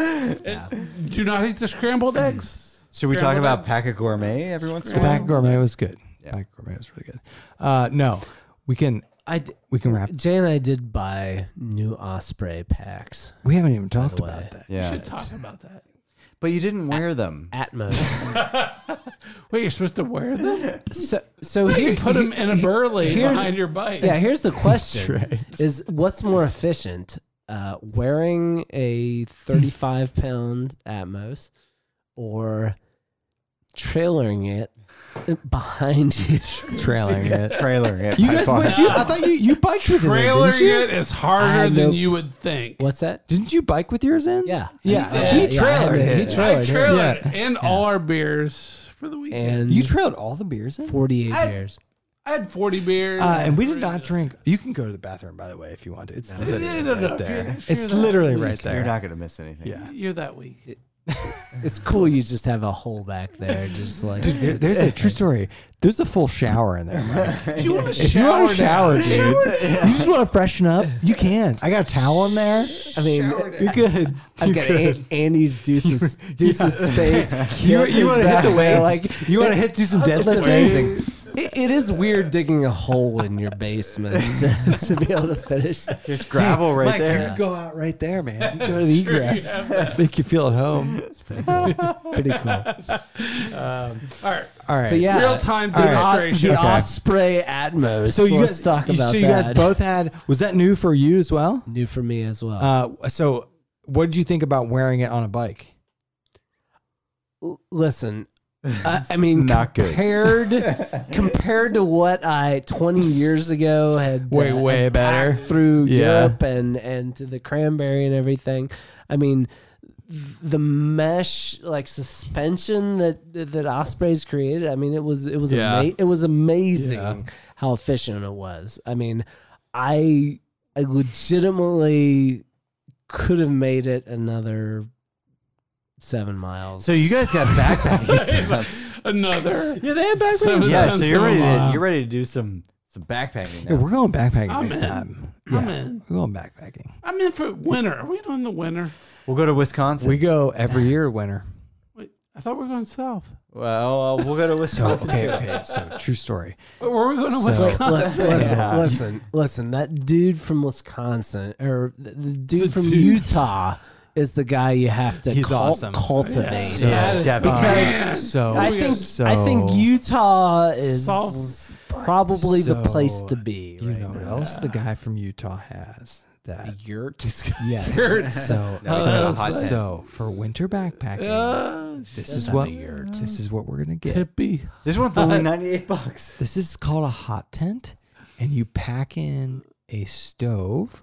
And Do not eat the scrambled eggs.
Should we talk
Scrambled
about
eggs.
pack of gourmet every once in a
The
while?
back gourmet was good. Back gourmet was really good. Uh, no, we can
I d-
we can wrap.
Jay and I did buy new Osprey packs.
We haven't even talked
the way.
about that.
Yeah.
Should talk about that.
But you didn't wear them.
(laughs) Atmos.
Wait, you're supposed to wear them?
so so
You
(laughs)
here,
put them in a burley
here's-
behind your bike.
yeah. Here's the question: Is what's more efficient, uh, wearing a 35 pound Atmos, or trailering it behind you?
Trailering it.
Trailer. Yeah,
You
by
guys,
far.
but you, I thought you you biked with it,
Trailering
didn't you?
it is harder
I
than
know-
you would think.
What's that?
Didn't you bike with yours in?
(laughs) Yeah. uh,
Yeah,
Yeah,
he
yeah,
trailered
I-
it.
He
I
trailered it.
trailered
Yeah.
it and all our beers for the weekend.
And
You trailed all the beers in.
48
I-
years.
I had 40 beers.
Uh, and we did not drink. You can go to the bathroom, by the way, if you want to. It's literally
No, no, no,
right
if you're-
there.
if you're
It's
that
literally right
You're
there.
not gonna miss anything.
Yeah.
You're that weak.
It's cool you just have a hole back there, just like (laughs)
Dude, there- there's a true story. There's a full shower in there. Mike.
(laughs) If you want to
If you
shower,
want to shower,
now-
dude, you just want to freshen up, you can. I got a towel in there.
I mean,
You're good.
I've got An- Andy's (laughs) deuces, deuces (laughs) spades.
You,
Kip is
you want to hit
back
the
there,
weights?
(laughs)
Like, you want to hit do some
it's
deadlifting?
amazing. It, it is weird digging a hole in your basement (laughs) to, to be able to (laughs) finish.
There's gravel right
Mike,
there.
you can go out right there, man. You can go to the (laughs)
(laughs)
egress. Make you feel at home.
Pretty cool.
All right.
Um, All right.
But yeah,
Real time
the, o-
demonstration.
the
Okay.
Osprey Atmos.
So you
let's
guys
talk about
So you guys
that.
both had. Was that new for you as well?
new for me as well.
Uh, so what did you think about wearing it on a bike?
L-
(laughs)
listen I, I mean
not good.
compared compared to what i 20 years ago had
Way, way
had
better.
packed through
Yeah.
europe and and to the cranberry and everything i mean th- the mesh like suspension that that that osprey's created i mean it was it was
Yeah.
ama- it was amazing
Yeah.
how efficient it was i mean i i legitimately could have made it another seven miles
So you guys
(laughs)
got
Uh,
(laughs)
backpacking.
Another.
yeah, they had backpacking.
Seven
yeah,
times
so you're
so
ready. To,
long.
you're ready to do some some backpacking.
Yeah,
Now.
we're going backpacking
I'm
next
in.
time.
I'm
Yeah,
in.
We're going backpacking.
I'm in for winter. Are we doing the winter?
We'll go to Wisconsin.
We go every year
(laughs)
winter.
Wait, I thought we were going south.
well, uh, we'll go to
So
Wisconsin.
Oh, okay, okay. So true story.
Were we going to
So-
Wisconsin?
Let's- (laughs) listen,
Yeah.
listen, listen. That dude from Wisconsin or the, the dude from
dude.
Utah is the guy you have to
He's
cul-
awesome.
cultivate.
Yeah.
That is-
definitely.
Man.
So
(laughs) I think
so,
I think Utah is
Salt.
probably the
So,
place to be.
You
right
know what
now.
else the guy from Utah has that (laughs)
yurt. (laughs)
yes. So
Oh,
so,
hot
so,
tent.
for winter backpacking,
Uh,
this is what this is what we're gonna get.
tippy.
This one's
Uh,
only 98 bucks.
This is called a hot tent, and you pack in a stove,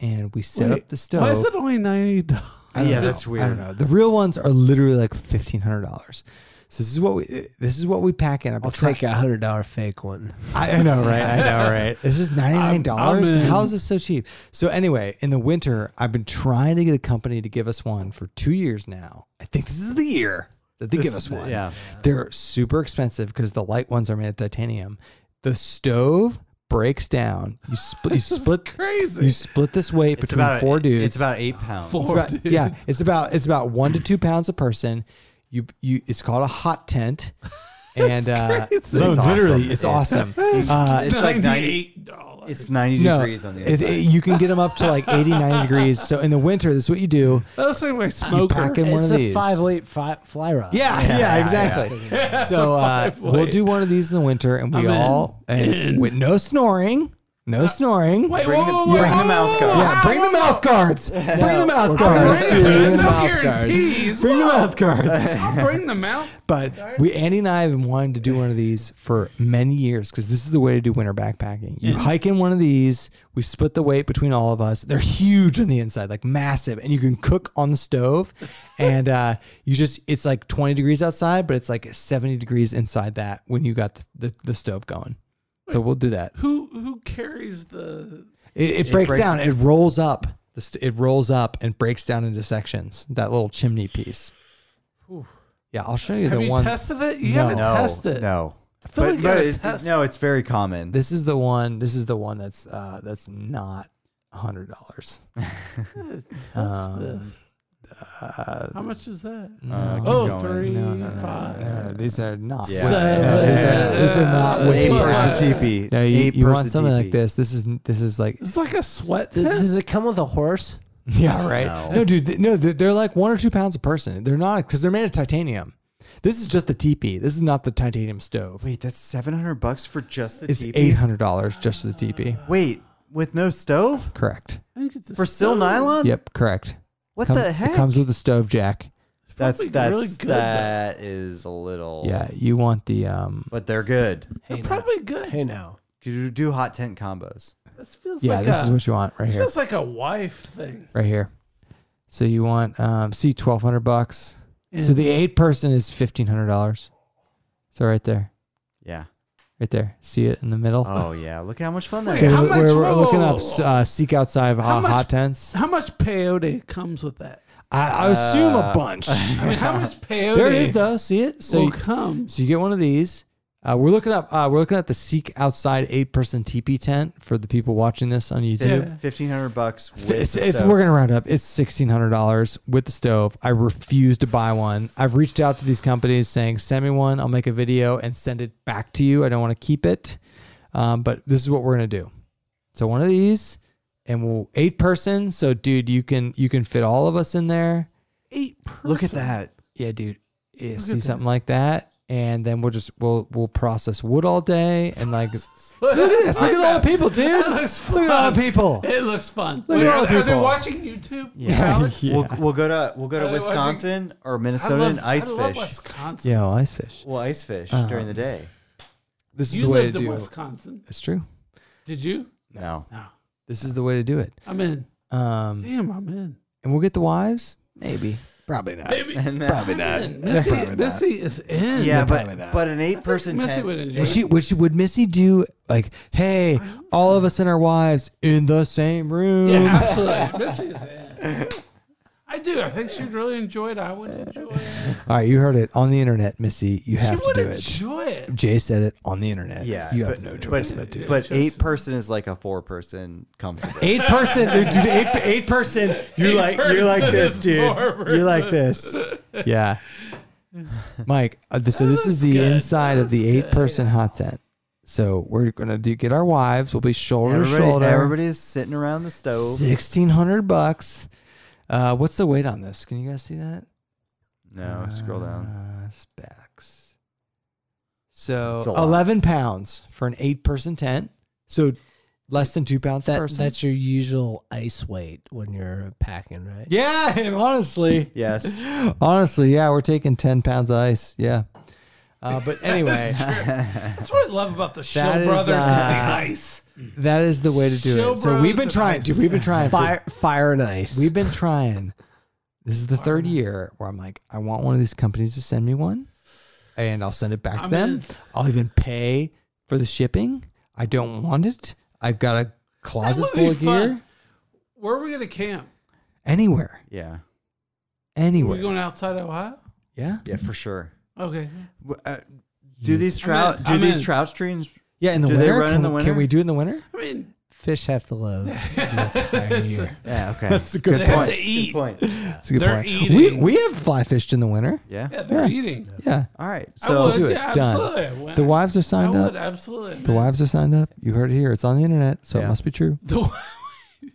and we set
Wait,
up the stove.
Why is it only ninety dollars?
I don't
Yeah,
know.
that's weird.
I don't know. The real ones are literally like fifteen hundred dollars. So this is what we this is what we pack in. I've been
I'll
try-
take a hundred dollar
(laughs)
fake one.
I I know, right? I know, right?
(laughs)
This is ninety nine dollars.
I'm in.
How is this so cheap? So anyway, in the winter, I've been trying to get a company to give us one for two years now. I think this is the year that they give us one.
Yeah.
They're super expensive because the light ones are made of titanium. The stove breaks down. You
(laughs)
split. You split.
Crazy.
You split this weight
It's
between
about
four dudes.
It's about eight pounds.
It's
Four.
about- yeah, it's about it's about one to two pounds a person. You you, it's called a hot tent, and uh,
crazy.
no,
It's
literally,
awesome.
it's
Yeah.
(laughs) awesome.
(laughs)
Uh,
It's like 90.
Ninety-eight dollars.
It's 90
no,
degrees on the
it-
inside.
it- you can get them up to like 80, 90 degrees. So in the winter, this is what you do.
That's like my
You
smoker.
pack in one
it's
of
a
these.
five weight fi- fly rod.
yeah, yeah, exactly. (laughs) So uh,
five
we'll
weight.
do one of these in the winter, and we
I'm in.
all and
In.
with no snoring. No snoring.
Wait,
Bring
whoa,
the-
whoa, whoa,
bring the
whoa,
mouth
whoa,
guard.
whoa,
yeah,
whoa,
bring the
whoa,
mouth guards. Bring the mouth
whoa.
guards.
Bring
do it.
it,
Mouth
No
guards.
guarantees.
Bring the
Whoa.
mouth
(laughs)
guards.
I'll bring the mouth.
But we Andy and I have been wanting to do one of these for many years because this is the way to do winter backpacking. You hike in one of these, we split the weight between all of us. They're huge on the inside, like massive, and you can cook on the (laughs) stove. and uh, you just it's like 20 degrees outside, but it's like 70 degrees inside that when you got the, the, the stove going. So we'll do that.
Who who carries the?
It, it, breaks, down. It rolls up. The st- It rolls up and breaks down into sections. That little chimney piece. Yeah, I'll show you
Have
the
you
one.
tested it? You
No.
haven't
No,
tested.
No.
I feel like
But,
you
but
gotta
it-
test.
no, it's very common.
This is the one. This is the one that's uh, that's not a hundred dollars.
Test
Um,
this.
Uh,
How much is that?
Uh, keep
Oh,
going.
three,
no, no, no,
five.
no, no, these are not.
Yeah.
Seven.
No, these, are, these are not.
Uh,
with
Eight
Eight
the-
person
person teepee.
No, you, you want something like this. This is this is like (laughs)
It's like a sweat
Th-
test.
does it come with a horse?
yeah right. No,
No.
dude, th- no, they're, they're like one or two pounds a person. They're not because they're made of titanium. This is just the teepee. This is not the titanium stove.
Wait, that's seven hundred bucks for just the
It's
teepee.
eight hundred dollars just for the teepee.
Wait, with no stove
Correct.
I think it's a
for still
stone.
nylon?
Yep. Correct.
Um, What
Comes-
the heck?
It comes with a stove jack.
that's
probably
that's
really good, though.
that is a little.
Yeah, you want the um.
but they're good.
Hey, now.
Probably good.
Hey now.
Could you do hot tent combos?
This feels
Yeah,
like
this
a,
is what you want right
this
here.
feels like a wife thing.
right here. So you want um see twelve hundred bucks. So the eight person is fifteen hundred dollars. So right there,
Yeah.
right there. See it in the middle.
Oh yeah. Look how much fun that
so
Wait,
is.
how
we're,
much-
we're
whoa,
looking
whoa,
up
whoa.
uh, seek outside
How
hot,
much-
hot tents.
How much peyote comes with that?
I, I assume a (laughs) bunch.
I mean, how much peyote?
there it is though. See it. So
will
you, (laughs)
come. (laughs)
so you get one of these. Uh, we're looking up. Uh, we're looking at the seek outside eight person teepee tent for the people watching this on YouTube.
Yeah.
Fifteen hundred bucks. With
It's,
the
it's
stove.
we're gonna round up. It's sixteen hundred dollars with the stove. I refuse to buy one. I've reached out to these companies saying, "Send me one. I'll make a video and send it back to you. I don't want to keep it, um, but this is what we're gonna do. So one of these, and we'll eight person. So dude, you can you can fit all of us in there.
Eight person.
Look at that.
Yeah, dude. Yeah,
Look at
see
that.
something like that, and then we'll just we'll we'll process wood all day and
(laughs)
like look at this. Look at all the people, dude.
That looks
Look at all the
fun.
people.
It looks fun.
Look at
Wait,
all
are,
the
are they
people.
watching YouTube? Alex?
Yeah. (laughs)
We'll, we'll go to we'll go to
I- I think-
Wisconsin or
I
Minnesota
love,
and ice
I love
fish.
Wisconsin.
Yeah, well, ice fish.
Well, ice fish
Uh-huh.
during the day.
This is
You
the way to
lived in
do it.
Wisconsin.
It's true.
Did you?
No.
This is the way to do it.
I'm in.
Um,
Damn,
(laughs)
I'm in.
and we'll get the wives, maybe, probably not.
Baby.
And then,
I'm in. Missy, Missy is in.
yeah,
probably
but
not.
but an eight person
Missy
tent.
would enjoy
Would she, would she? Would Missy do like, hey, all of us and our wives in the same room?
Yeah, absolutely.
(laughs)
Missy is in. I do. I think she'd really enjoy it. I would enjoy it.
All right, you heard it on the internet, Missy. You have
she
to
would
do it.
enjoy
(laughs)
it.
Jay said it on the internet.
Yeah,
you
but-
have no choice but, to.
But eight person is like a four person comfortable.
Eight person, dude. dude, Eight, eight person. You're
Eight
like you're like
person
this,
is
dude.
more
You're like this. Yeah. Mike, uh, th- so this is the
good.
inside of the
That's
eight person hot tent. So we're gonna do get our wives. We'll be shoulder to
Everybody,
shoulder.
everybody's sitting around the stove.
Sixteen hundred bucks. Uh, what's the weight on this? Can you guys see that?
No, scroll down.
Uh, specs. So
That's a lot.
eleven pounds for an eight person tent. So less than two pounds
That,
per person.
that's your usual ice weight when you're packing, right?
yeah, (laughs) honestly.
Yes.
Honestly, yeah, we're taking ten pounds of ice. Yeah. Uh,
(laughs)
but anyway,
That's what I love about the Show
That is,
Brothers is
uh,
the ice.
that is the way to do
Show
it. So
bros
we've been
and
trying,
ice.
dude. We've been trying. for-
Fire, fire and ice.
we've been trying. This is the third year where I'm like, I want one of these companies to send me one, and I'll send it back to
I'm
them.
in.
I'll even pay for the shipping. I don't want it. I've got a closet
would
full
be
of
fun.
gear.
Where are we going to camp?
Anywhere,
Yeah.
Are we
anywhere.
going outside Ohio?
yeah,
Yeah, for sure.
Okay.
W- Uh, do these trout?
in.
Do
I'm
these
in.
trout streams?
yeah. In the
Do they
winter,
run in
can,
the
we-
winter?
can we do it in the
(laughs)
winter?
I mean,
Fish have
(laughs)
to load. the entire year.
(laughs) Yeah. Okay.
That's a good
they
point.
have to
Good
eat.
point.
That's a good
They're
point. We
eating.
we have fly fished in the winter.
Yeah.
Yeah, they're
Yeah.
eating.
Yeah.
All right.
I
So
would,
do it.
Yeah,
Done.
Absolutely. I would.
The wives are
I
signed
would,
up.
absolutely.
The wives are signed up. You heard it here. It's on the internet, so it
Yeah.
must be true.
The wi-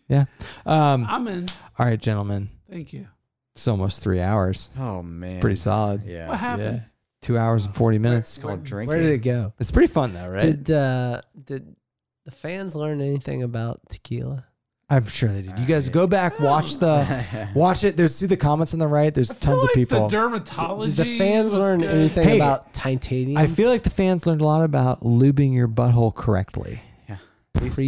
Yeah. Um,
I'm in.
all right, gentlemen.
Thank you.
It's almost three hours.
Oh man.
Pretty solid.
What
Yeah.
happened?
Two hours and forty minutes.
It's called
Where
drinking.
did it go?
It's pretty fun though, right?
Did uh, did the fans learn anything about tequila?
I'm sure they did. You guys go back, watch the,
(laughs)
watch it. There's see the comments on the right. There's tons of
like
people.
The
Did
dermatology.
the fans
was
learn
good.
anything
Hey,
about titanium?
I feel like the fans learned a lot about lubing your butthole correctly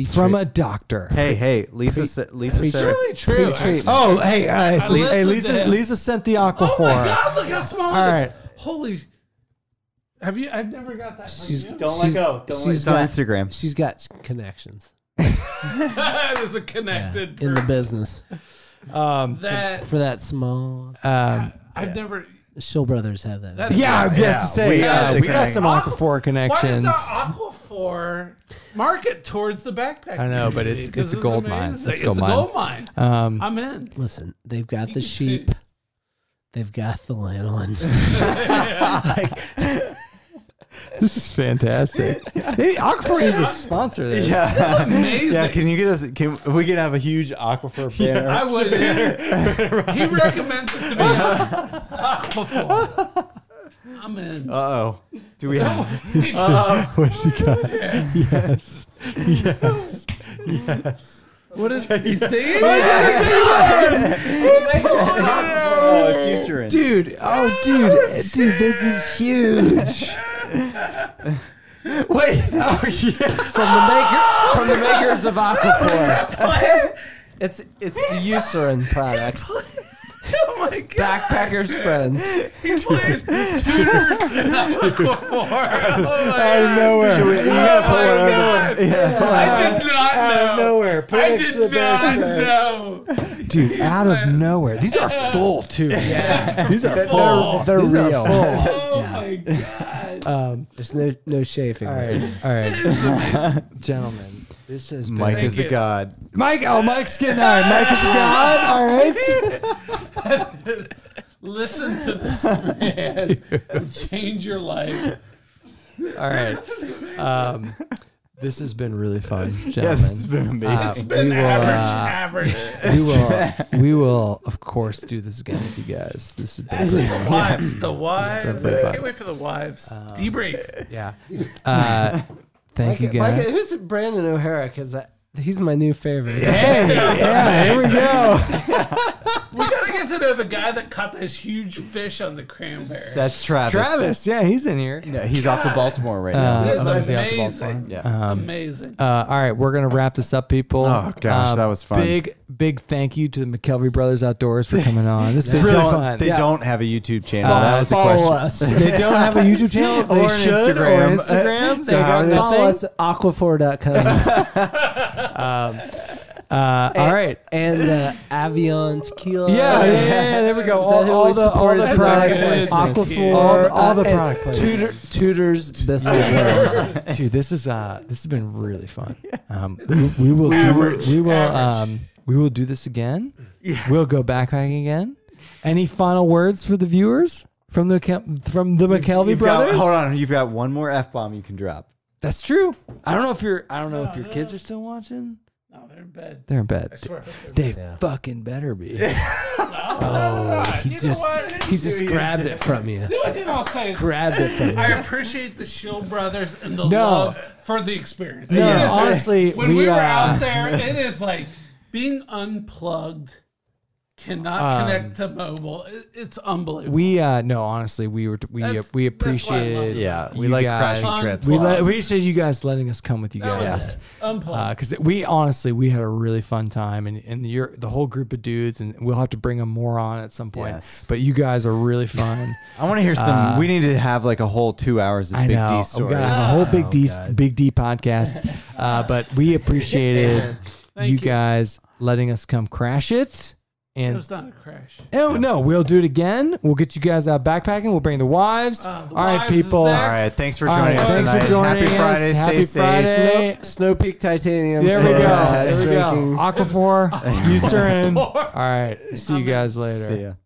from a doctor.
Hey, hey, Lisa, sa- Lisa
It's
said.
really true. actually.
Oh, hey, uh, so-
listened
hey,
to
Lisa,
him.
Lisa sent the aquaphor.
Oh my god! Look how small
All
it is.
right.
Holy. Have you? I've never got that. from
She's-
you. (laughs)
Don't let
She's-
go. Don't
she's
let go.
got-
It's on Instagram.
(laughs) She's got s- connections
that is a
yeah,
connected.
in the
person.
business
Um,
that
for that small.
um,
I've never.
The Show Brothers have that.
That's-
yeah, I was
Yeah,
to say
we
yeah,
got
we
the
got
thing.
some
Aqua-
aquaphor
Why does
connections.
the Aquaphor market towards the backpack?
I know, but
community?
it's-
'Cause
it's a gold mine.
amazing.
It's
It's
a gold
a
mine.
gold mine.
Um, (laughs)
I'm in.
Listen, they've got
You
the
can see-
sheep. They've got the lanolin.
this is fantastic. Maybe aquaphor needs to sponsor this.
It's amazing.
Yeah, can you get us? Can we could have a huge (laughs) aquifer banner?
I would. (laughs) he recommends it to me. Aquaphor. I'm in.
Uh oh. Do (laughs) we have? Oh. (laughs)
Where's he got? Yes. (laughs)
What is he's dating? Aquaphor.
Oh, it's Eucerin.
Dude, oh dude, dude, this is huge. (laughs) Wait, oh yeah.
from the maker from the makers of Aquaphor. It's it's the Eucerin products.
(laughs) Oh my god!
Backpackers friends.
He
(laughs)
played tutors in Aquaphor. Oh my
Out of
god!
nowhere.
You gotta put
Oh my
one over.
god! I did not
Out of
know.
nowhere. Put it
I
next to the
did not
bear spread.
know.
Dude, out of nowhere. These are full too. Yeah. (laughs) These are full.
They're, they're
These are
real.
full.
Oh my god!
Um,
There's no no chafing.
all right, all right, (laughs) gentlemen. This is
Mike
Thank
is a
you.
god.
Mike. Oh, Mike's getting all right. Mike is a god. All right.
Listen to this
(laughs)
man. Change your life.
All right. Um, this has been really fun, gentlemen.
Yeah, this has been amazing.
Uh,
Been
we will, uh,
average,
(laughs)
average.
we will, we will, of course, do this again with you guys. This has been Um, really fun.
Wives, the wives.
Yeah.
I can't wait for the wives. Debrief.
Yeah. Uh, thank you guys.
who's Brandon O'Hara? Because he's my new favorite.
(laughs)
(laughs)
Hey, yeah, (laughs) here we go.
We gotta get to know the guy that caught this huge fish on the cranberry.
That's Travis.
Travis, yeah, he's in here.
No, he's off to Baltimore right now.
Uh,
That's
I'm gonna say off the ball
amazing.
fine.
Yeah.
Amazing.
Uh, all right, we're gonna wrap this up, people. Um,
Oh, gosh, that was fun.
Big, big thank you to the McKelvey Brothers Outdoors for coming on.
(laughs)
This is
they
really
don't,
fun.
They
Yeah.
don't have a YouTube channel.
Uh,
that was the
follow
question.
us. They don't have a YouTube channel.
(laughs) They
or an
should, or
Instagram.
Instagram.
Uh,
They got
this
Follow
thing.
us at aquaphor.com
Uh, all right.
(laughs) and uh, Avion Tequila.
Yeah, yeah,
(laughs)
yeah, yeah, there we go.
Is that
All-
who
all
we
the- all
support
the
at
product
time?
placement.
Aquaphor,
All- all the
uh, and
product placement.
Tudor, Tudor's biscuit.
(laughs) Dude, this is uh, this has been really (laughs) fun. Um, we, we will do, we will um, we will do this again. We'll go backpacking again. Any final words for the viewers from the Mc- from the McKelvey
You've got-
brothers?
hold on, you've got one more f bomb you can drop.
That's true. I don't know if your I don't know if your kids are still watching.
No, Oh, they're in bed.
They're in bed.
I swear. they're in bed.
They fucking better be.
You know what?
He Oh, just grabbed it from you.
The only thing I'll say is
Grabbed it from you.
I appreciate the Shield brothers and the
No.
love for the experience.
No,
It is-
honestly,
when
we,
we, were
uh,
out there, it is like being unplugged cannot connect to mobile. It- it's unbelievable.
Um, We uh no, honestly, we were we
That's-
we
that's why I love
appreciated
it.
Yeah, we
you
like
guys-
crashing trips.
we let, we appreciate you guys letting us come with you
That
guys.
was it. unplugged.
because we honestly we had a really fun time and and you're the whole group of dudes and we'll have to bring them more on at some point
Yes.
but you guys are
(laughs)
really fun
I want to hear some. we need to have like a whole two hours of
i
Big
know
D
we
stories. Oh,
got a whole big d big d podcast
(laughs)
uh, but we appreciated you,
you.
guys letting us come crash it
it
and
was not a crash.
oh no we'll do it again we'll get you guys out backpacking we'll bring the wives
Uh, the
all right
wives is
people
next.
All right, thanks for
All
joining
right,
us
thanks for
tonight. Happy
joining us.
Friday.
Happy
stay
Friday.
safe.
Snow-
Snow Peak Titanium.
there we go.
Uh,
Yeah,
There we go. Aquaphor, Eucerin. All right. See you guys later.
See ya.